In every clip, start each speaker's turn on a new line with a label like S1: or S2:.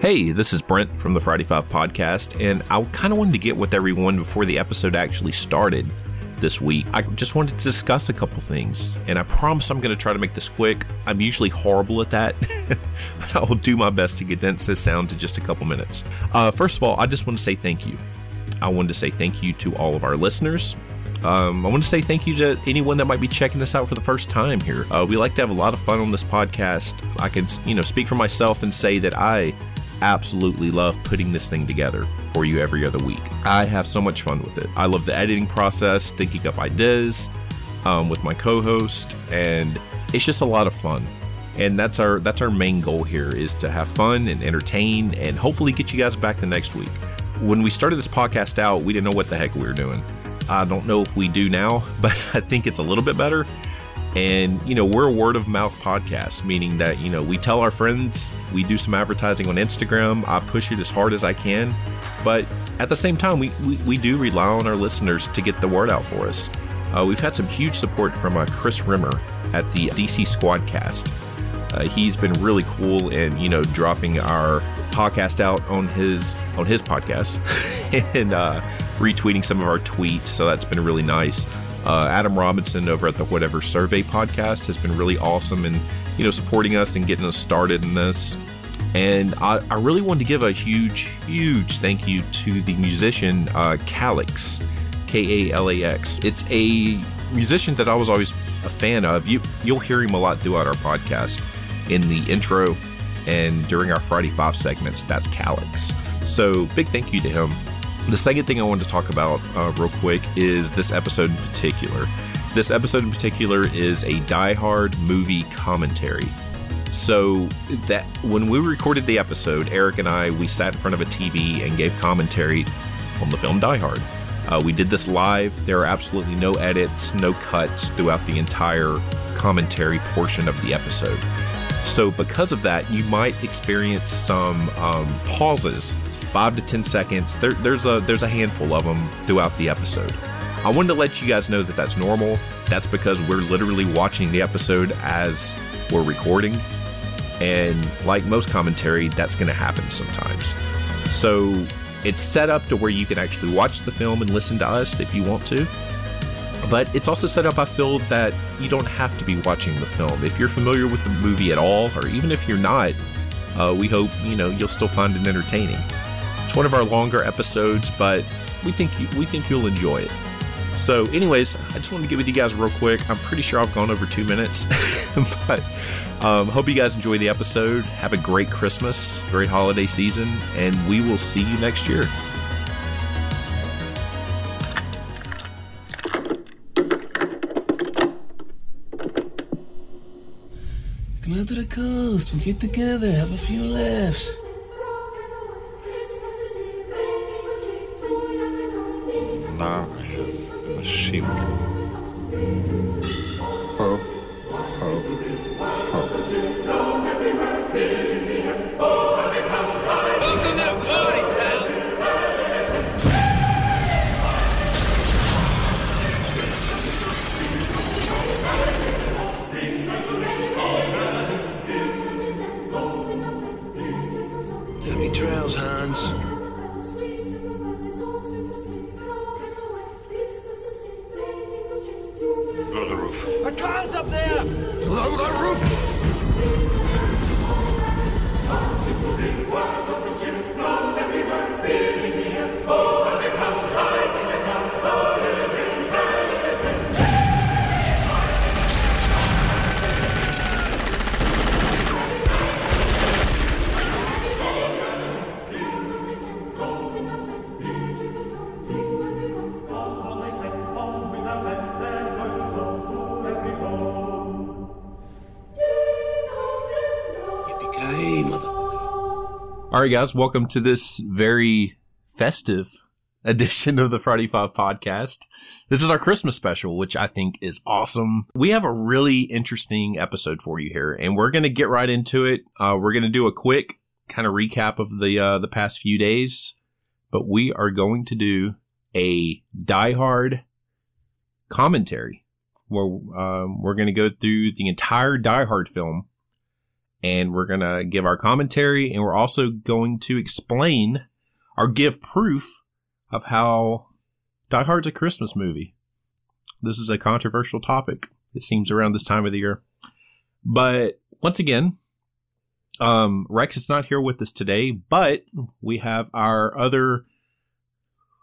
S1: Hey, this is Brent from the Friday Five podcast, and I kind of wanted to get with everyone before the episode actually started this week. I just wanted to discuss a couple things, and I promise I'm going to try to make this quick. I'm usually horrible at that, but I will do my best to condense this down to just a couple minutes. Uh, first of all, I just want to say thank you. I wanted to say thank you to all of our listeners. Um, I want to say thank you to anyone that might be checking us out for the first time here. Uh, we like to have a lot of fun on this podcast. I can, you know, speak for myself and say that I absolutely love putting this thing together for you every other week. I have so much fun with it. I love the editing process, thinking up ideas um, with my co-host, and it's just a lot of fun. And that's our that's our main goal here is to have fun and entertain, and hopefully get you guys back the next week. When we started this podcast out, we didn't know what the heck we were doing. I don't know if we do now, but I think it's a little bit better. And, you know, we're a word of mouth podcast, meaning that, you know, we tell our friends, we do some advertising on Instagram. I push it as hard as I can. But at the same time, we, we, we do rely on our listeners to get the word out for us. Uh, we've had some huge support from uh, Chris Rimmer at the DC Squadcast. Uh, he's been really cool and you know dropping our podcast out on his on his podcast and uh, retweeting some of our tweets. So that's been really nice. Uh, Adam Robinson over at the Whatever Survey podcast has been really awesome and you know supporting us and getting us started in this. And I, I really wanted to give a huge, huge thank you to the musician uh, Calix, K A L A X. It's a musician that I was always a fan of. You you'll hear him a lot throughout our podcast in the intro and during our Friday Five segments. That's Calix. So big thank you to him. The second thing I wanted to talk about uh, real quick is this episode in particular. This episode in particular is a Die Hard movie commentary. So that when we recorded the episode, Eric and I we sat in front of a TV and gave commentary on the film Die Hard. Uh, we did this live. There are absolutely no edits, no cuts throughout the entire commentary portion of the episode. So because of that, you might experience some um, pauses, five to ten seconds. There, there's a there's a handful of them throughout the episode. I wanted to let you guys know that that's normal. That's because we're literally watching the episode as we're recording, and like most commentary, that's going to happen sometimes. So it's set up to where you can actually watch the film and listen to us if you want to. But it's also set up, I feel, that you don't have to be watching the film. If you're familiar with the movie at all, or even if you're not, uh, we hope you know you'll still find it entertaining. It's one of our longer episodes, but we think you, we think you'll enjoy it. So, anyways, I just wanted to get with you guys real quick. I'm pretty sure I've gone over two minutes, but um, hope you guys enjoy the episode. Have a great Christmas, great holiday season, and we will see you next year.
S2: Come out to the coast. We'll get together, have a few laughs.
S3: Nach Schick. Ho, ho, ho.
S2: Happy trails, Hans.
S3: Blow the roof.
S4: A car's up there!
S2: Blow the roof! Yippee-ki-yay, motherfucker.
S1: All right, guys, welcome to this very festive edition of the Friday Five podcast. This is our Christmas special, which I think is awesome. We have a really interesting episode for you here, and we're going to get right into it. Uh, we're going to do a quick kind of recap of the uh, the past few days, but we are going to do a Die Hard commentary where um, we're going to go through the entire Die Hard film and we're going to give our commentary and we're also going to explain or give proof of how Die Hard's a Christmas movie. This is a controversial topic, it seems, around this time of the year. But once again, um, Rex is not here with us today, but we have our other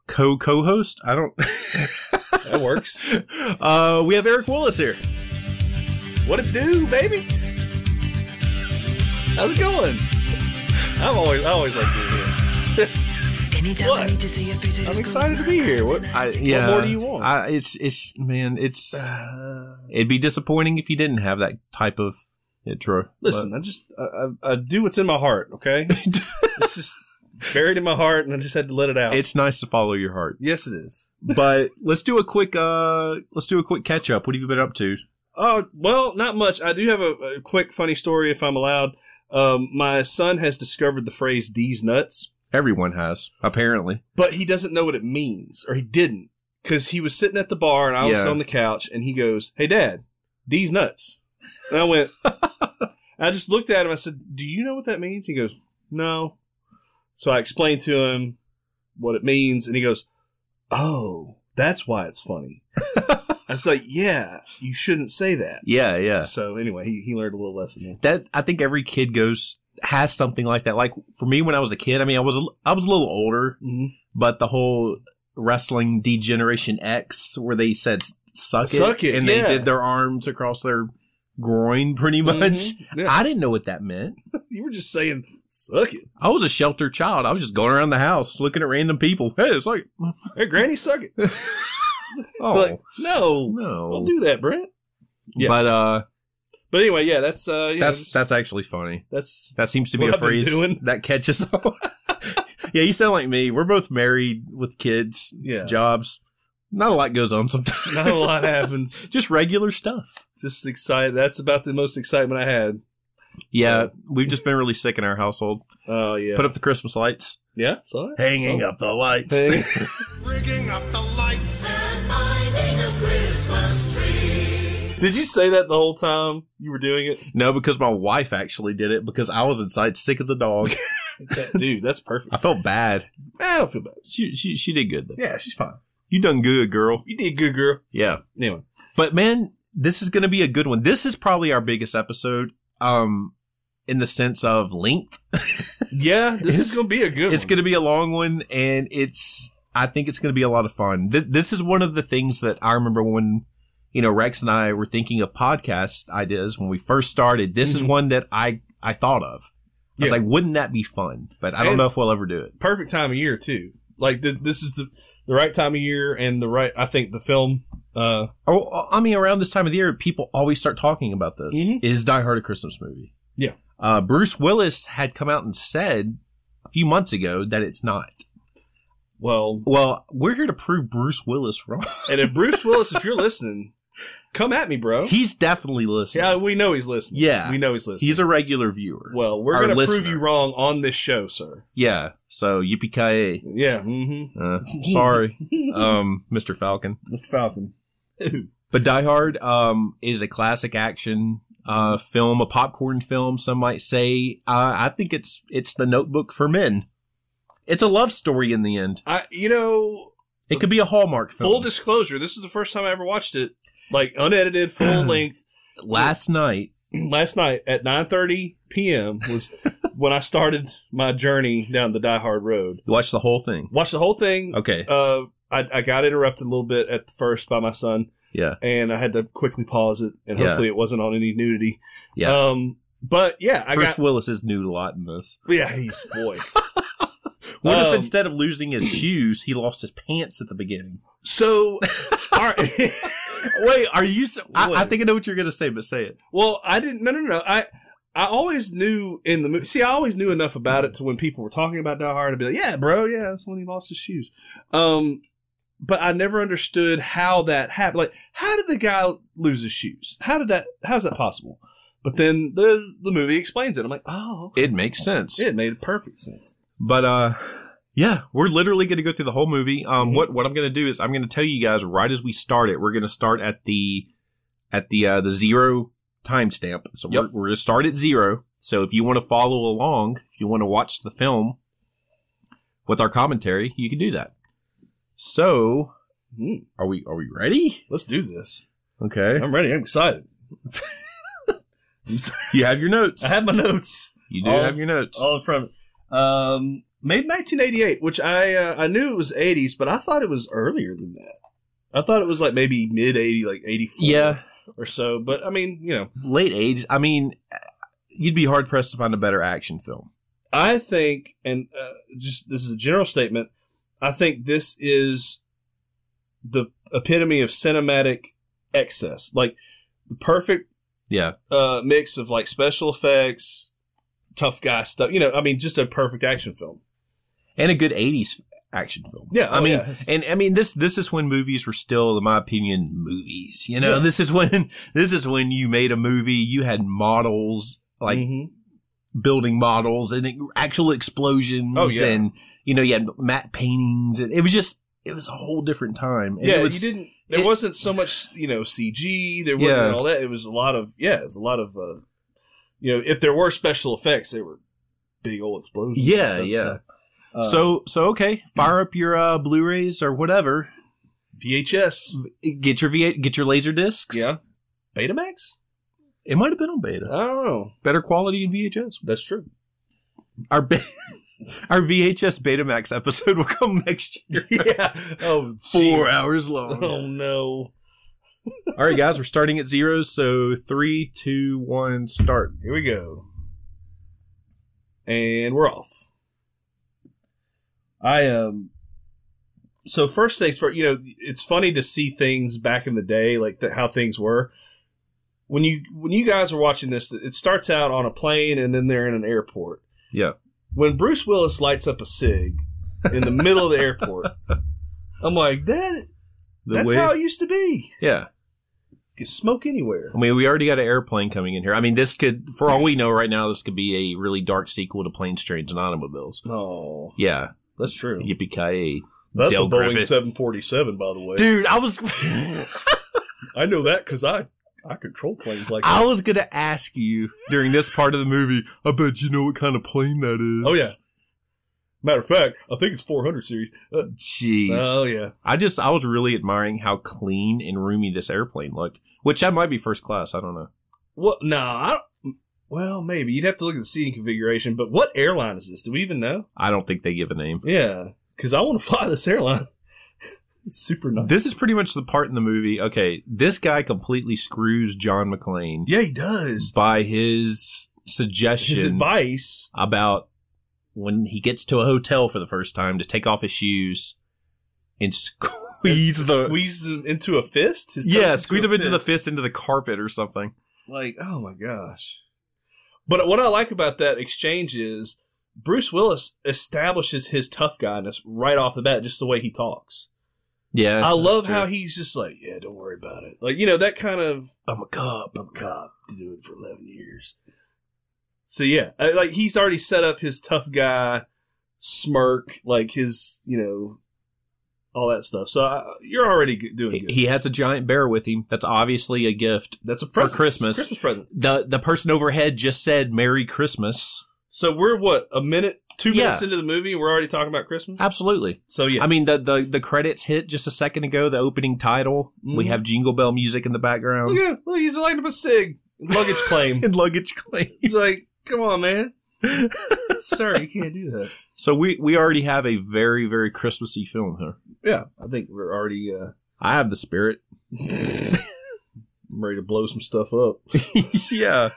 S1: co co host. I don't.
S4: That works.
S1: uh, we have Eric Willis here.
S4: What it do, baby? How's it going? I'm always, I always like being here.
S5: What?
S4: I'm excited to be here. What?
S1: I, yeah,
S4: more do you want? Uh,
S1: I, it's it's man, it's it'd be disappointing if you didn't have that type of intro.
S4: Listen, I just, I, I, I do what's in my heart. Okay, it's just buried in my heart, and I just had to let it out.
S1: But it's nice to follow your heart.
S4: yes, it is.
S1: But let's do a quick uh, let's do a quick catch up. What have you been up to?
S4: Oh well, not much. I do have a, a quick funny story, if I'm allowed. Um, my son has discovered the phrase "these nuts."
S1: Everyone has apparently.
S4: but he doesn't know what it means, or he didn't, because he was sitting at the bar and I was
S1: Yeah.
S4: on the couch, and he goes, "Hey, Dad, these nuts," and I went, I just looked at him. I said, "Do you know what that means?" He goes, "No." So I explained to him what it means, and he goes, "Oh, that's why it's funny." I was like, "Yeah, you shouldn't say that."
S1: Yeah, yeah.
S4: So anyway, he, he learned a little lesson. there.
S1: That I think every kid goes has something like that. Like for me, when I was a kid, I mean, I was a- I was a little older,
S4: Mhm.
S1: but the whole wrestling degeneration X where they said suck it,
S4: Suck it,
S1: and
S4: yeah.
S1: they did their arms across their groin pretty much.
S4: Mhm. Yeah.
S1: I didn't know what that meant.
S4: You were just saying, "Suck it,
S1: I was a sheltered child. I was just going around the house looking at random people. Hey, it's like,
S4: hey, Granny, suck it."
S1: oh
S4: Like, no,
S1: no.
S4: don't do that, Brent. yeah.
S1: But uh,
S4: But anyway, yeah, that's uh, you know,
S1: that's that's actually funny.
S4: that's
S1: That seems to be
S4: What
S1: a
S4: I've been
S1: phrase
S4: doing.
S1: that catches on. yeah, you sound like me. We're both married with kids,
S4: yeah.
S1: jobs. Not a lot goes on sometimes.
S4: Not a lot happens.
S1: Just regular stuff.
S4: Just excited. That's about the most excitement I had.
S1: Yeah, we've just been really sick in our household.
S4: Oh yeah,
S1: Put up the Christmas lights.
S4: yeah. Saw that.
S1: Hanging
S4: Saw
S1: up the lights.
S4: that.
S6: Rigging up the lights.
S4: Did you say that the whole time you were doing it,
S1: No, because my wife actually did it because I was inside sick as a dog.
S4: That- dude? That's perfect.
S1: I felt bad.
S4: I don't feel bad.
S1: She she she did good though.
S4: Yeah, she's fine.
S1: You done good, girl.
S4: You did good, girl.
S1: Yeah.
S4: Anyway,
S1: But man, this is going to be a good one. This is probably our biggest episode um in the sense of length.
S4: yeah, this
S1: It's-
S4: is gonna be a good.
S1: It's
S4: one.
S1: going to be a long one and it's I think it's going to be a lot of fun. Th- this is one of the things that I remember when you know Rex and I were thinking of podcast ideas when we first started. This is
S4: Mhm.
S1: one that I I thought of. I was
S4: Yeah.
S1: like, wouldn't that be fun? But I don't
S4: And-
S1: know if we'll ever do it.
S4: perfect time of year too. Like th- this is the the right time of year and the right. I think the film. Uh,
S1: Oh, I mean, around this time of the year, people always start talking about this.
S4: Mhm.
S1: Is Die Hard a Christmas movie?
S4: Yeah.
S1: Uh, Bruce Willis had come out and said a few months ago that it's not.
S4: well,
S1: Well, we're here to prove Bruce Willis wrong.
S4: and if Bruce Willis, if you're listening, come at me, bro.
S1: He's definitely listening.
S4: Oh. Yeah, we know he's listening.
S1: Yeah.
S4: we know he's listening.
S1: He's a regular viewer.
S4: well, we're
S1: our
S4: going to prove
S1: listener.
S4: you wrong on this show, sir.
S1: yeah. So yippee ki
S4: Yeah, mm-hmm.
S1: uh, Sorry, um, Mr. Falcon.
S4: Mr. Falcon.
S1: But Die Hard um, is a classic action uh, film, a popcorn film, some might say. Uh, I think it's it's the Notebook for men. It's a love story in the end.
S4: I, you know,
S1: It could be a Hallmark film.
S4: full disclosure, this is the first time I ever watched it, like unedited, full length.
S1: Last night,
S4: Last night at 9:30 p.m. was when I started my journey down the Die Hard road.
S1: you watched the whole thing.
S4: Watched the whole thing.
S1: Okay,
S4: Uh, I, I got interrupted a little bit at the first by my son.
S1: Yeah.
S4: and I had to quickly pause it, and
S1: Yeah.
S4: hopefully it wasn't on any nudity.
S1: Yeah.
S4: Um, but yeah, I
S1: Bruce
S4: got
S1: Willis is nude a lot in this.
S4: Yeah, he's boy.
S1: What if
S4: Um,
S1: instead of losing his shoes, he lost his pants at the beginning?
S4: So, all right.
S1: Wait, are you? s I I I,
S4: What?
S1: think I know what you're gonna say, but say it.
S4: well, I didn't. No, no, no. I I always knew in the movie. See, I always knew enough about it to when people were talking about Die Hard, I'd be like, "Yeah, bro, yeah, that's when he lost his shoes." Um, but I never understood how that happened. Like, how did the guy lose his shoes? How did that? How's that possible? But then the the movie explains it. I'm like, oh,
S1: It makes sense.
S4: it made perfect sense.
S1: But uh yeah, we're literally going to go through the whole movie. Um
S4: Mm-hmm.
S1: what what I'm going to do is I'm going to tell you guys right as we start it. We're going to start at the at the uh the zero timestamp. So we're, we're going to start at zero So if you want to follow along, if you want to watch the film with our commentary, you can do that. So
S4: Hmm.
S1: are we are we ready?
S4: Let's do this.
S1: Okay.
S4: I'm ready. I'm excited.
S1: You have your notes.
S4: I have my notes
S1: you do
S4: all-
S1: have your notes.
S4: all in front of me. Um, made 1988, which I uh, I knew it was 80s, but I thought it was earlier than that. I thought it was like maybe mid 80, like 84
S1: yeah.
S4: or so. But I mean, you know,
S1: Late age. I mean, you'd be hard pressed to find a better action film.
S4: I think, and uh, just this is a general statement. I think this is the epitome of cinematic excess, like the perfect
S1: Yeah.
S4: uh, mix of like special effects, tough guy stuff. You know, I mean, just a perfect action film.
S1: and a good 80s action film.
S4: Yeah,
S1: I
S4: oh,
S1: mean,
S4: yeah.
S1: and I mean this this is when movies were still in my opinion movies. You know,
S4: Yeah.
S1: this is when this is when you made a movie, you had models like
S4: Mhm.
S1: building models and actual explosions
S4: Oh, yeah.
S1: and you know, you had matte paintings and it was just it was a whole different time. And
S4: yeah,
S1: it was,
S4: you didn't. There
S1: it-
S4: wasn't so much, you know, CG. There wasn't
S1: Yeah.
S4: all that. It was a lot of yeah, it was a lot of uh, you know, if there were special effects, they were big old explosions. and
S1: Yeah,
S4: stuff,
S1: yeah.
S4: So, uh,
S1: so so okay, fire up your uh, Blu-rays or whatever.
S4: VHS,
S1: Get your v get your laser discs.
S4: yeah, Betamax.
S1: It might have been on beta.
S4: I don't know.
S1: Better quality in VHS.
S4: That's true.
S1: Our be- our VHS Betamax episode will come next year.
S4: yeah. Oh,
S1: Four
S4: geez.
S1: hours
S4: Oh
S1: long.
S4: no.
S1: All right, guys, we're starting at zero. So three, two, one, start.
S4: Here we go. And we're off. I um so first things first, you know, it's funny to see things back in the day like the, how things were. When you when you guys are watching this, it starts out on a plane and then they're in an airport.
S1: Yeah.
S4: When Bruce Willis lights up a cig in the middle of the airport, I'm like, that
S1: The
S4: that's
S1: way-
S4: how it used to be.
S1: yeah.
S4: You can smoke anywhere.
S1: I mean, we already got an airplane coming in here. I mean, this could, for all we know right now, this could be a really dark sequel to Planes, Trains, and Automobiles.
S4: Oh,
S1: Yeah.
S4: that's true.
S1: Yippee ki
S4: That's
S1: Dale
S4: a Boeing
S1: Griffith.
S4: 747, by the way.
S1: Dude, I was,
S4: I know that because I I control planes like
S1: I was gonna ask you during this part of the movie. I bet you know what kind of plane that is.
S4: Oh, yeah. Matter of fact, I think it's 400 series. Uh,
S1: Jeez.
S4: oh yeah,
S1: I just I was really admiring how clean and roomy this airplane looked, which I might be first class. I don't know.
S4: what? No, I don't- well maybe you'd have to look at the seating configuration. But what airline is this? Do we even know?
S1: I don't think they give a name.
S4: Yeah, because I want to fly this airline. it's super nice.
S1: This is pretty much the part in the movie. Okay, this guy completely screws John McClane
S4: yeah, he does.
S1: by his suggestion
S4: His advice.
S1: about when he gets to a hotel for the first time to take off his shoes and squeeze the
S4: squeeze him into a fist. His
S1: yeah,
S4: toes
S1: squeeze
S4: a
S1: them into the fist into the carpet or something.
S4: Like, oh my gosh. But what I like about that exchange is Bruce Willis establishes his tough guyness right off the bat, just the way he talks.
S1: Yeah,
S4: I
S1: that's
S4: love
S1: true.
S4: how he's just like, yeah, don't worry about it. Like, you know, that kind of,
S1: I'm a cop.
S4: I'm a cop, been doing it for 11 years. So, yeah, I, like he's already set up his tough guy smirk, like his, you know, all that stuff. So I, you're already g- doing
S1: He
S4: good.
S1: he has a giant bear with him. That's obviously a gift
S4: That's a
S1: for
S4: present.
S1: Christmas.
S4: Christmas present.
S1: the the person overhead just said Merry Christmas.
S4: So we're what a minute, two
S1: Yeah.
S4: minutes into the movie, we're already talking about Christmas.
S1: Absolutely.
S4: So yeah,
S1: I mean the, the the credits hit just a second ago, the opening title. We
S4: Mhm.
S1: have jingle bell music in the background.
S4: look at him. Look, he's lighting up a cig luggage claim.
S1: And luggage claim.
S4: he's like, "Come on, man, sir, you can't do that."
S1: So we we already have a very very Christmassy film here.
S4: Yeah, I think we're already uh,
S1: I have the spirit.
S4: ready to blow some stuff up.
S1: yeah.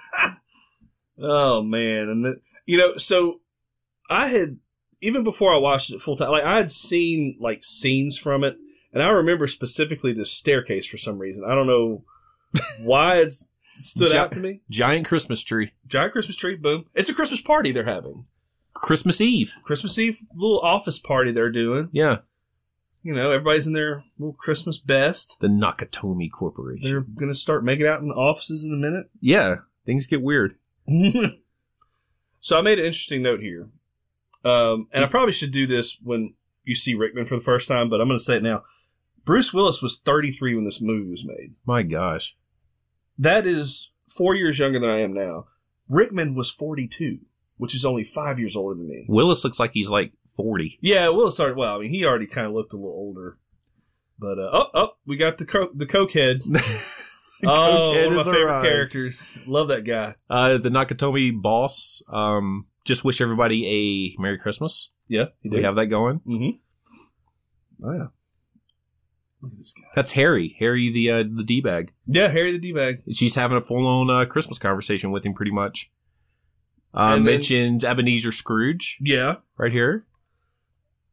S4: Oh man, and the, you know, so I had even before I watched it full time, like I had seen like scenes from it, and I remember specifically the staircase for some reason. I don't know why it stood
S1: Ja-
S4: out to me.
S1: Giant Christmas tree.
S4: Giant Christmas tree, boom! It's a Christmas party they're having.
S1: Christmas Eve.
S4: Christmas Eve little office party they're doing.
S1: Yeah.
S4: You know, everybody's in their little Christmas best.
S1: The Nakatomi Corporation.
S4: They're gonna start making out in the offices in a minute.
S1: yeah. Things get weird.
S4: so I made an interesting note here, um, and I probably should do this when you see Rickman for the first time, but I'm gonna say it now. Bruce Willis was 33 when this movie was made.
S1: My gosh.
S4: That is four years younger than I am now. Rickman was 42, which is only five years older than me.
S1: Willis looks like he's like 40.
S4: Yeah, Will started. Well, I mean, he already kind of looked a little older. But uh, oh, oh, we got the co- the cokehead. oh,
S1: Cokehead
S4: one of my
S1: has
S4: favorite
S1: arrived.
S4: characters. Love that guy.
S1: Uh, the Nakatomi boss. Um, just wish everybody a Merry Christmas.
S4: Yeah, he
S1: We have that going.
S4: Mm-hmm. Oh yeah. Look at this guy.
S1: That's Harry. Harry the uh, the d bag.
S4: Yeah, Harry the D bag.
S1: She's having a full on uh, Christmas conversation with him, pretty much. Uh,
S4: And then-
S1: mentions Ebenezer Scrooge
S4: Yeah.
S1: right here.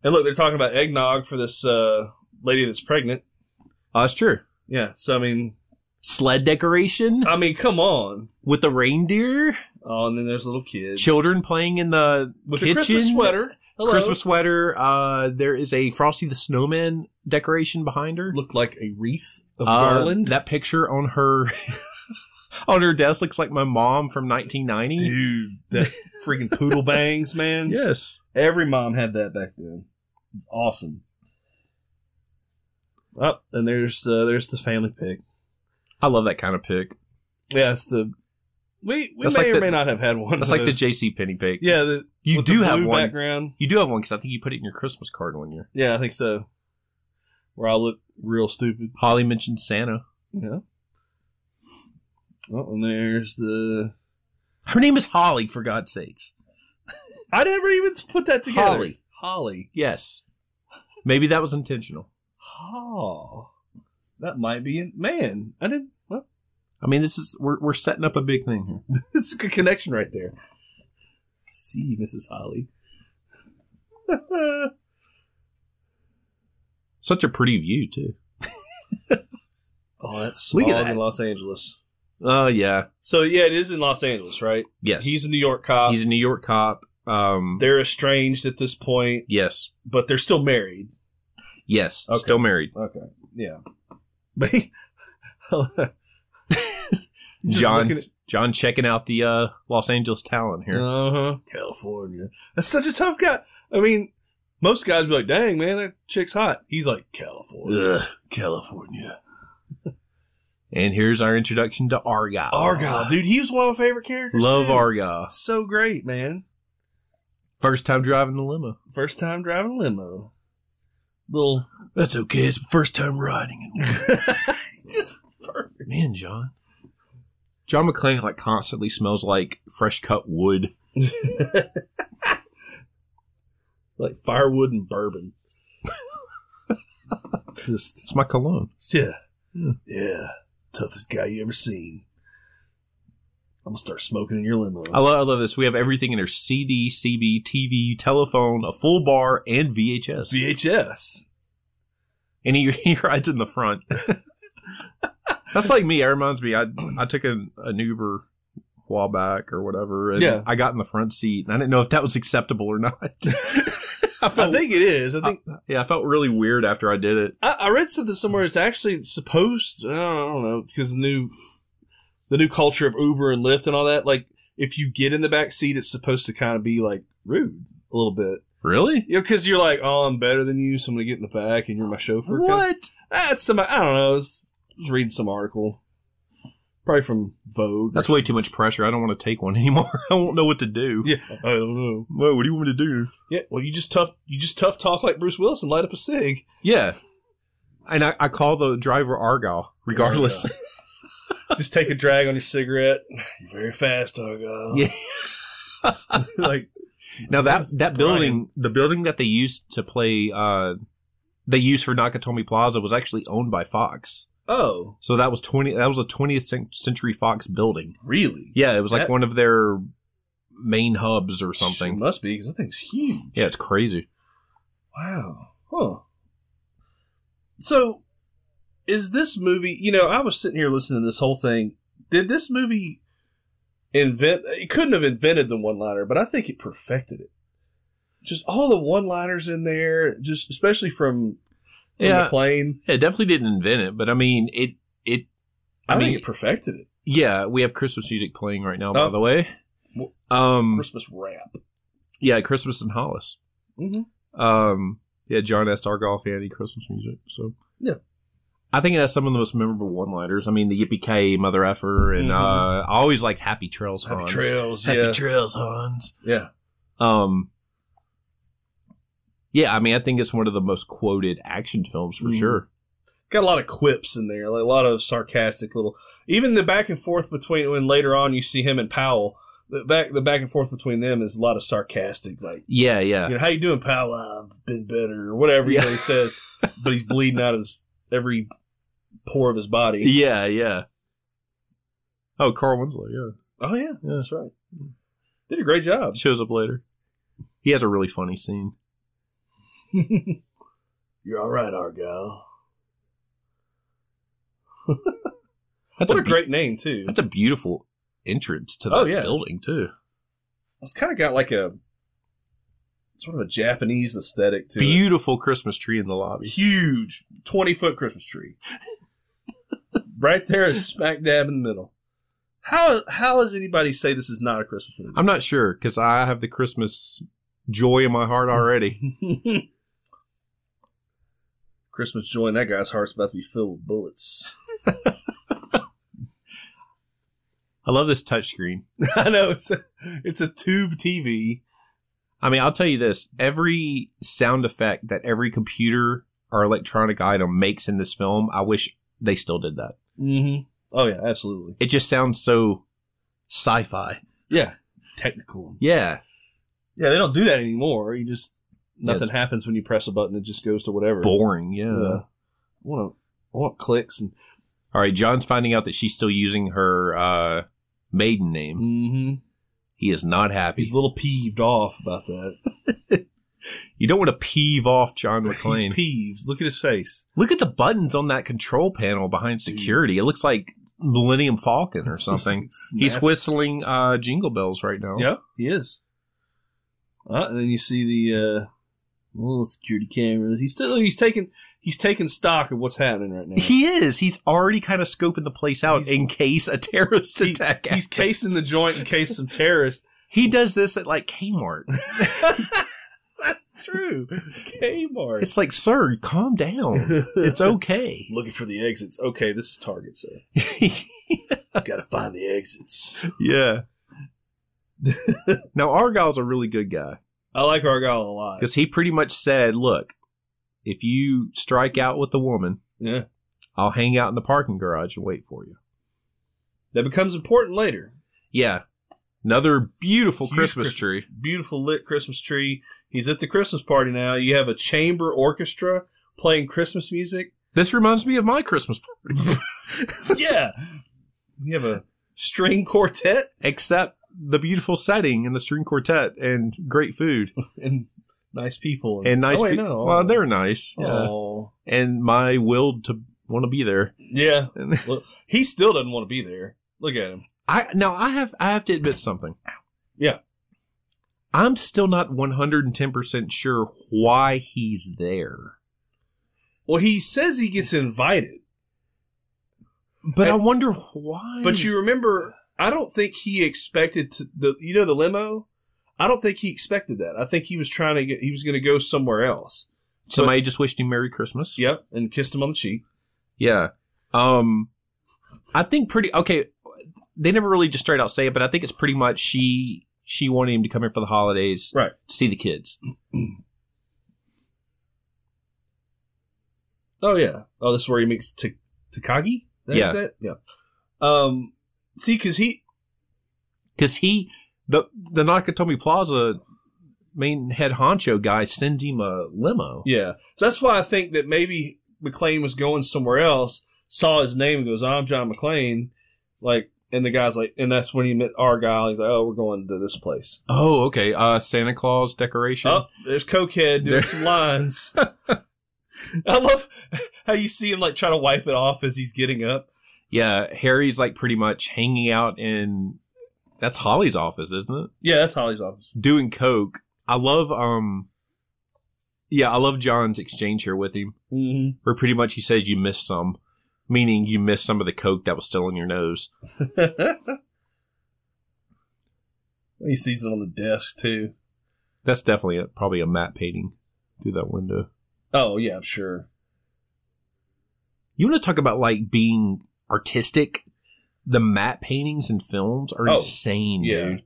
S4: And look, they're talking about eggnog for this uh, lady that's pregnant.
S1: Uh, that's true.
S4: Yeah. So I mean,
S1: Sled decoration
S4: I mean, come on.
S1: with the reindeer,
S4: Oh, and then there's little kids.
S1: children playing in the
S4: with
S1: kitchen,
S4: a Christmas sweater. Hello.
S1: Christmas sweater. Uh, there is a Frosty the Snowman decoration behind her.
S4: looked like a wreath of
S1: Uh,
S4: garland.
S1: That picture on her on her desk looks like my mom from 1990.
S4: Dude, that freaking poodle bangs, man.
S1: Yes.
S4: Every mom had that back then. It's awesome. Oh, and there's uh, there's the family pic.
S1: I love that kind of pick.
S4: Yeah, it's the we we
S1: That's
S4: may
S1: like
S4: or
S1: the-
S4: may not have had one.
S1: That's
S4: of
S1: like the
S4: those.
S1: JC Penny pick.
S4: yeah. The,
S1: You
S4: with
S1: do
S4: the
S1: have
S4: blue
S1: one.
S4: background.
S1: You do have one because I think you put it in your Christmas card one year.
S4: Yeah, I think so. Where I look real stupid.
S1: Holly mentioned Santa.
S4: Yeah. Oh, and there's the.
S1: Her name is Holly, for God's sakes.
S4: I never even put that together.
S1: Holly.
S4: Holly.
S1: Yes. Maybe that was intentional.
S4: Oh, that might be it. Man, I didn't. Well,
S1: I mean, this is we're, we're setting up a big thing here.
S4: it's a good connection right there. See, Mrs. Holly. Oh,
S1: Such a pretty view too.
S4: oh, that's
S1: Look
S4: smog
S1: at that.
S4: in Los Angeles.
S1: Oh yeah.
S4: So yeah, it is in Los Angeles, right?
S1: Yes.
S4: He's a New York cop.
S1: he's a New York cop. Um.
S4: they're estranged at this point,
S1: yes.
S4: but they're still married.
S1: Yes.
S4: Okay.
S1: Still married.
S4: Okay. Yeah. But he, Just
S1: John.
S4: looking at-
S1: John checking out the uh, Los Angeles talent here.
S4: Uh-huh. California. That's such a tough guy. I mean, most guys be like, dang, man, that chick's hot. He's like, California.
S1: Ugh, California. and here's our introduction to Argyle.
S4: Argyle, dude. He was one of my favorite characters.
S1: Love
S4: too.
S1: Argyle.
S4: So great, man.
S1: First time driving the limo.
S4: First time driving limo. Little.
S1: That's okay. It's my first time riding in one.
S4: Just perfect.
S1: Man, John. John McClane like constantly smells like fresh cut wood.
S4: Like firewood and bourbon. Just,
S1: It's my cologne.
S4: yeah. Yeah. Toughest guy you ever seen. I'm going to start smoking in your limo.
S1: I love, I love this. We have everything in there: CD, CB, TV, telephone, a full bar, and VHS.
S4: VHS.
S1: and he, he rides in the front. That's like me. It reminds me. I I took an, an Uber a while back or whatever, and
S4: Yeah.
S1: I got in the front seat, and I didn't know if that was acceptable or not. I
S4: I
S1: felt,
S4: think it is. I think
S1: yeah, I felt really weird after I did it.
S4: I, I read something somewhere. It's actually supposed. I don't, I don't know because the new, the new culture of Uber and Lyft and all that. Like, if you get in the back seat, it's supposed to kind of be like rude a little bit.
S1: Really?
S4: You know, because you're like, oh, I'm better than you, so I'm gonna get in the back, and you're my chauffeur. kinda-
S1: What?
S4: Ah, somebody. I don't know. I was, I was reading some article, probably from Vogue.
S1: That's way too much pressure. I don't want to take one anymore. I won't know what to do.
S4: yeah, I don't know.
S1: Well, what do you want me to do?
S4: Yeah, well, you just tough. You just tough talk like Bruce Willis and light up a cig.
S1: Yeah. And I, I call the driver Argyle, regardless.
S4: just take a drag on your cigarette. You're very fast, Argyle.
S1: Yeah.
S4: like
S1: Now that that
S4: Brian.
S1: building, the building that they used to play, uh, they used for Nakatomi Plaza was actually owned by Fox.
S4: Oh,
S1: So that was twenty. That was a twentieth century Fox building.
S4: really?
S1: Yeah, it was like
S4: That-
S1: one of their main hubs or something.
S4: It must be because that thing's huge.
S1: Yeah, it's crazy.
S4: Wow. Huh. So, is this movie? You know, I was sitting here listening to this whole thing. Did this movie invent? It couldn't have invented the one-liner, but I think it perfected it. Just all the one-liners in there, just especially from, from
S1: Yeah.
S4: McLean.
S1: It definitely didn't invent it, but I mean it. It.
S4: I,
S1: I,
S4: think
S1: mean,
S4: it perfected it.
S1: yeah, we have Christmas music playing right now.
S4: Oh.
S1: By the way,
S4: Wh-
S1: um,
S4: Christmas rap.
S1: yeah, Christmas in Hollis.
S4: Mm-hmm.
S1: Um, yeah, John S. Argyle fan, he Christmas music. So
S4: Yeah.
S1: I think it has some of the most memorable one-liners. I mean, the Yippee K Mother Effer, and
S4: Mhm.
S1: uh, I always liked Happy Trails Hans.
S4: Trails.
S1: Happy
S4: yeah.
S1: Trails Hans.
S4: yeah.
S1: Um, yeah, I mean, I think it's one of the most quoted action films for
S4: Mhm.
S1: sure.
S4: Got a lot of quips in there, like a lot of sarcastic little. Even the back and forth between when later on you see him and Powell, the back the back and forth between them is a lot of sarcastic, like
S1: Yeah, yeah,
S4: you know how you doing, Powell? I've been better or whatever you
S1: Yeah.
S4: know, he says, but he's bleeding out his every pore of his body.
S1: yeah, yeah. Oh, Carl Winslow, yeah,
S4: Oh yeah, that's right. Did a great job.
S1: shows up later. He has a really funny scene.
S4: You're all right, Argyle.
S1: That's
S4: what
S1: a
S4: a
S1: be-
S4: great name too.
S1: That's a beautiful entrance to the
S4: Oh, yeah.
S1: building too.
S4: It's kind of got like a sort of a Japanese aesthetic to it.
S1: Beautiful Christmas tree in the lobby.
S4: huge 20 foot Christmas tree. right there is smack dab in the middle. How how does anybody say this is not a Christmas movie?
S1: I'm not sure because I have the Christmas joy in my heart already.
S4: Christmas joy in that guy's heart's about to be filled with bullets.
S1: I love this touchscreen.
S4: I know it's a, it's a tube TV.
S1: I mean, I'll tell you this: every sound effect that every computer or electronic item makes in this film, I wish they still did that.
S4: Mm-hmm. Oh yeah, absolutely.
S1: It just sounds so sci-fi.
S4: Yeah, technical.
S1: Yeah,
S4: Yeah, they don't do that anymore. You just
S1: Yeah,
S4: nothing happens when you press a button. It just goes to whatever.
S1: boring. Yeah.
S4: Yeah. I want I want clicks and
S1: All right, John's finding out that she's still using her uh, maiden name.
S4: mm-hmm.
S1: He is not happy.
S4: he's a little peeved off about that.
S1: you don't want to peeve off John McClane.
S4: He's peeved. Look at his face.
S1: Look at the buttons on that control panel behind security. It looks like Millennium Falcon or something.
S4: It's
S1: He's
S4: nasty.
S1: whistling uh, jingle bells right now.
S4: Yeah, he is. Uh, and then you see the uh, little security cameras. He's still he's taking he's taking stock of what's happening right now.
S1: He is. He's already kind of scoping the place out
S4: He's-
S1: in case a terrorist
S4: He-
S1: attack.
S4: he's
S1: happens.
S4: casing the joint in case some terrorist.
S1: he does this at like Kmart.
S4: That's true. Kmart.
S1: It's like, sir, calm down. It's okay.
S4: looking for the exits. Okay, this is Target, sir. Gotta find the exits.
S1: yeah. now Argyle's a really good guy
S4: I like Argyle a lot.
S1: because he pretty much said, "Look, if you strike out with the woman,
S4: Yeah.
S1: I'll hang out in the parking garage and wait for you."
S4: That becomes important later.
S1: Yeah. Another beautiful
S4: Huge
S1: Christmas
S4: Christ-
S1: tree.
S4: Beautiful lit Christmas tree. He's at the Christmas party now. You have a chamber orchestra playing Christmas music.
S1: This reminds me of my Christmas party,
S4: yeah. You have a string quartet
S1: except the beautiful setting and the string quartet and great food
S4: and nice people.
S1: and nice.
S4: Oh, wait,
S1: pe-
S4: no.
S1: Well, they're nice. Yeah.
S4: Oh.
S1: And my will to want to be there.
S4: Yeah.
S1: And-
S4: Look, he still doesn't want to be there. Look at him.
S1: I now I have I have to admit something.
S4: Yeah.
S1: I'm still not 110% sure why he's there.
S4: Well, he says he gets invited.
S1: But I
S4: I-
S1: wonder why.
S4: But you remember, I don't think he expected to, the you know the limo. I don't think he expected that. I think he was trying to get he was going to go somewhere else.
S1: somebody just wished him Merry Christmas.
S4: Yep, and kissed him on the cheek.
S1: Yeah. Um I think pretty okay, they never really just straight out say it, but I think it's pretty much she she wanted him to come in for the holidays
S4: Right.
S1: to see the kids.
S4: Oh yeah. Oh, this is where he meets Ta- Takagi. That
S1: Yeah.
S4: is it? Yeah. Um, see, because he
S1: Cuz he the the Nakatomi Plaza main head honcho guy sends him a limo.
S4: yeah, that's why I think that maybe McLean was going somewhere else. Saw his name and goes, "I'm John McLean." Like, and the guy's like, and that's when he met Argyle. He's like, "Oh, we're going to this place."
S1: Oh, okay. Uh Santa Claus decoration.
S4: Oh, there's Cokehead
S1: There-
S4: doing some lines. I love how you see him like trying to wipe it off as he's getting up.
S1: Yeah, Harry's like pretty much hanging out in that's Holly's office, isn't it?
S4: Yeah, that's Holly's office.
S1: Doing coke. I love um yeah, I love John's exchange here with him.
S4: Mm-hmm.
S1: where pretty much he says you missed some, meaning you missed some of the coke that was still in your nose.
S4: he sees it on the desk too.
S1: That's definitely a, probably a matte painting through that window.
S4: Oh yeah, I'm sure.
S1: You want to talk about like being artistic? The matte paintings and films are
S4: Oh,
S1: insane,
S4: yeah.
S1: dude.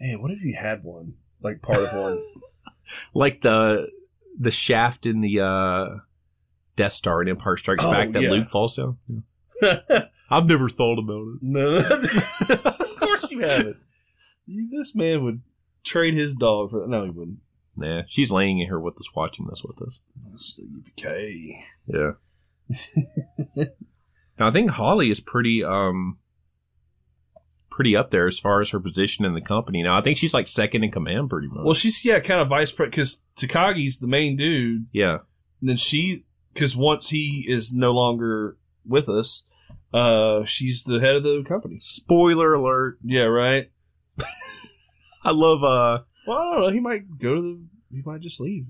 S4: Man, what if you had one? Like part of one.
S1: Like the the shaft in the uh Death Star in Empire Strikes
S4: Oh,
S1: Back that
S4: yeah.
S1: Luke falls down. Yeah.
S4: no,
S1: I've never thought about it.
S4: of course you haven't. You, this man would trade his dog for that. No, he wouldn't.
S1: Nah, she's laying in here with us, watching this with us.
S4: So yippee
S1: Yeah. now I think Holly is pretty um pretty up there as far as her position in the company. Now I think she's like second in command pretty much.
S4: Well, she's yeah, kind of vice president because Takagi's the main dude.
S1: yeah.
S4: And then she, because once he is no longer with us, uh, she's the head of the company.
S1: Spoiler alert.
S4: Yeah, right.
S1: I love uh
S4: Well, I don't know. He might go to the. He might just leave.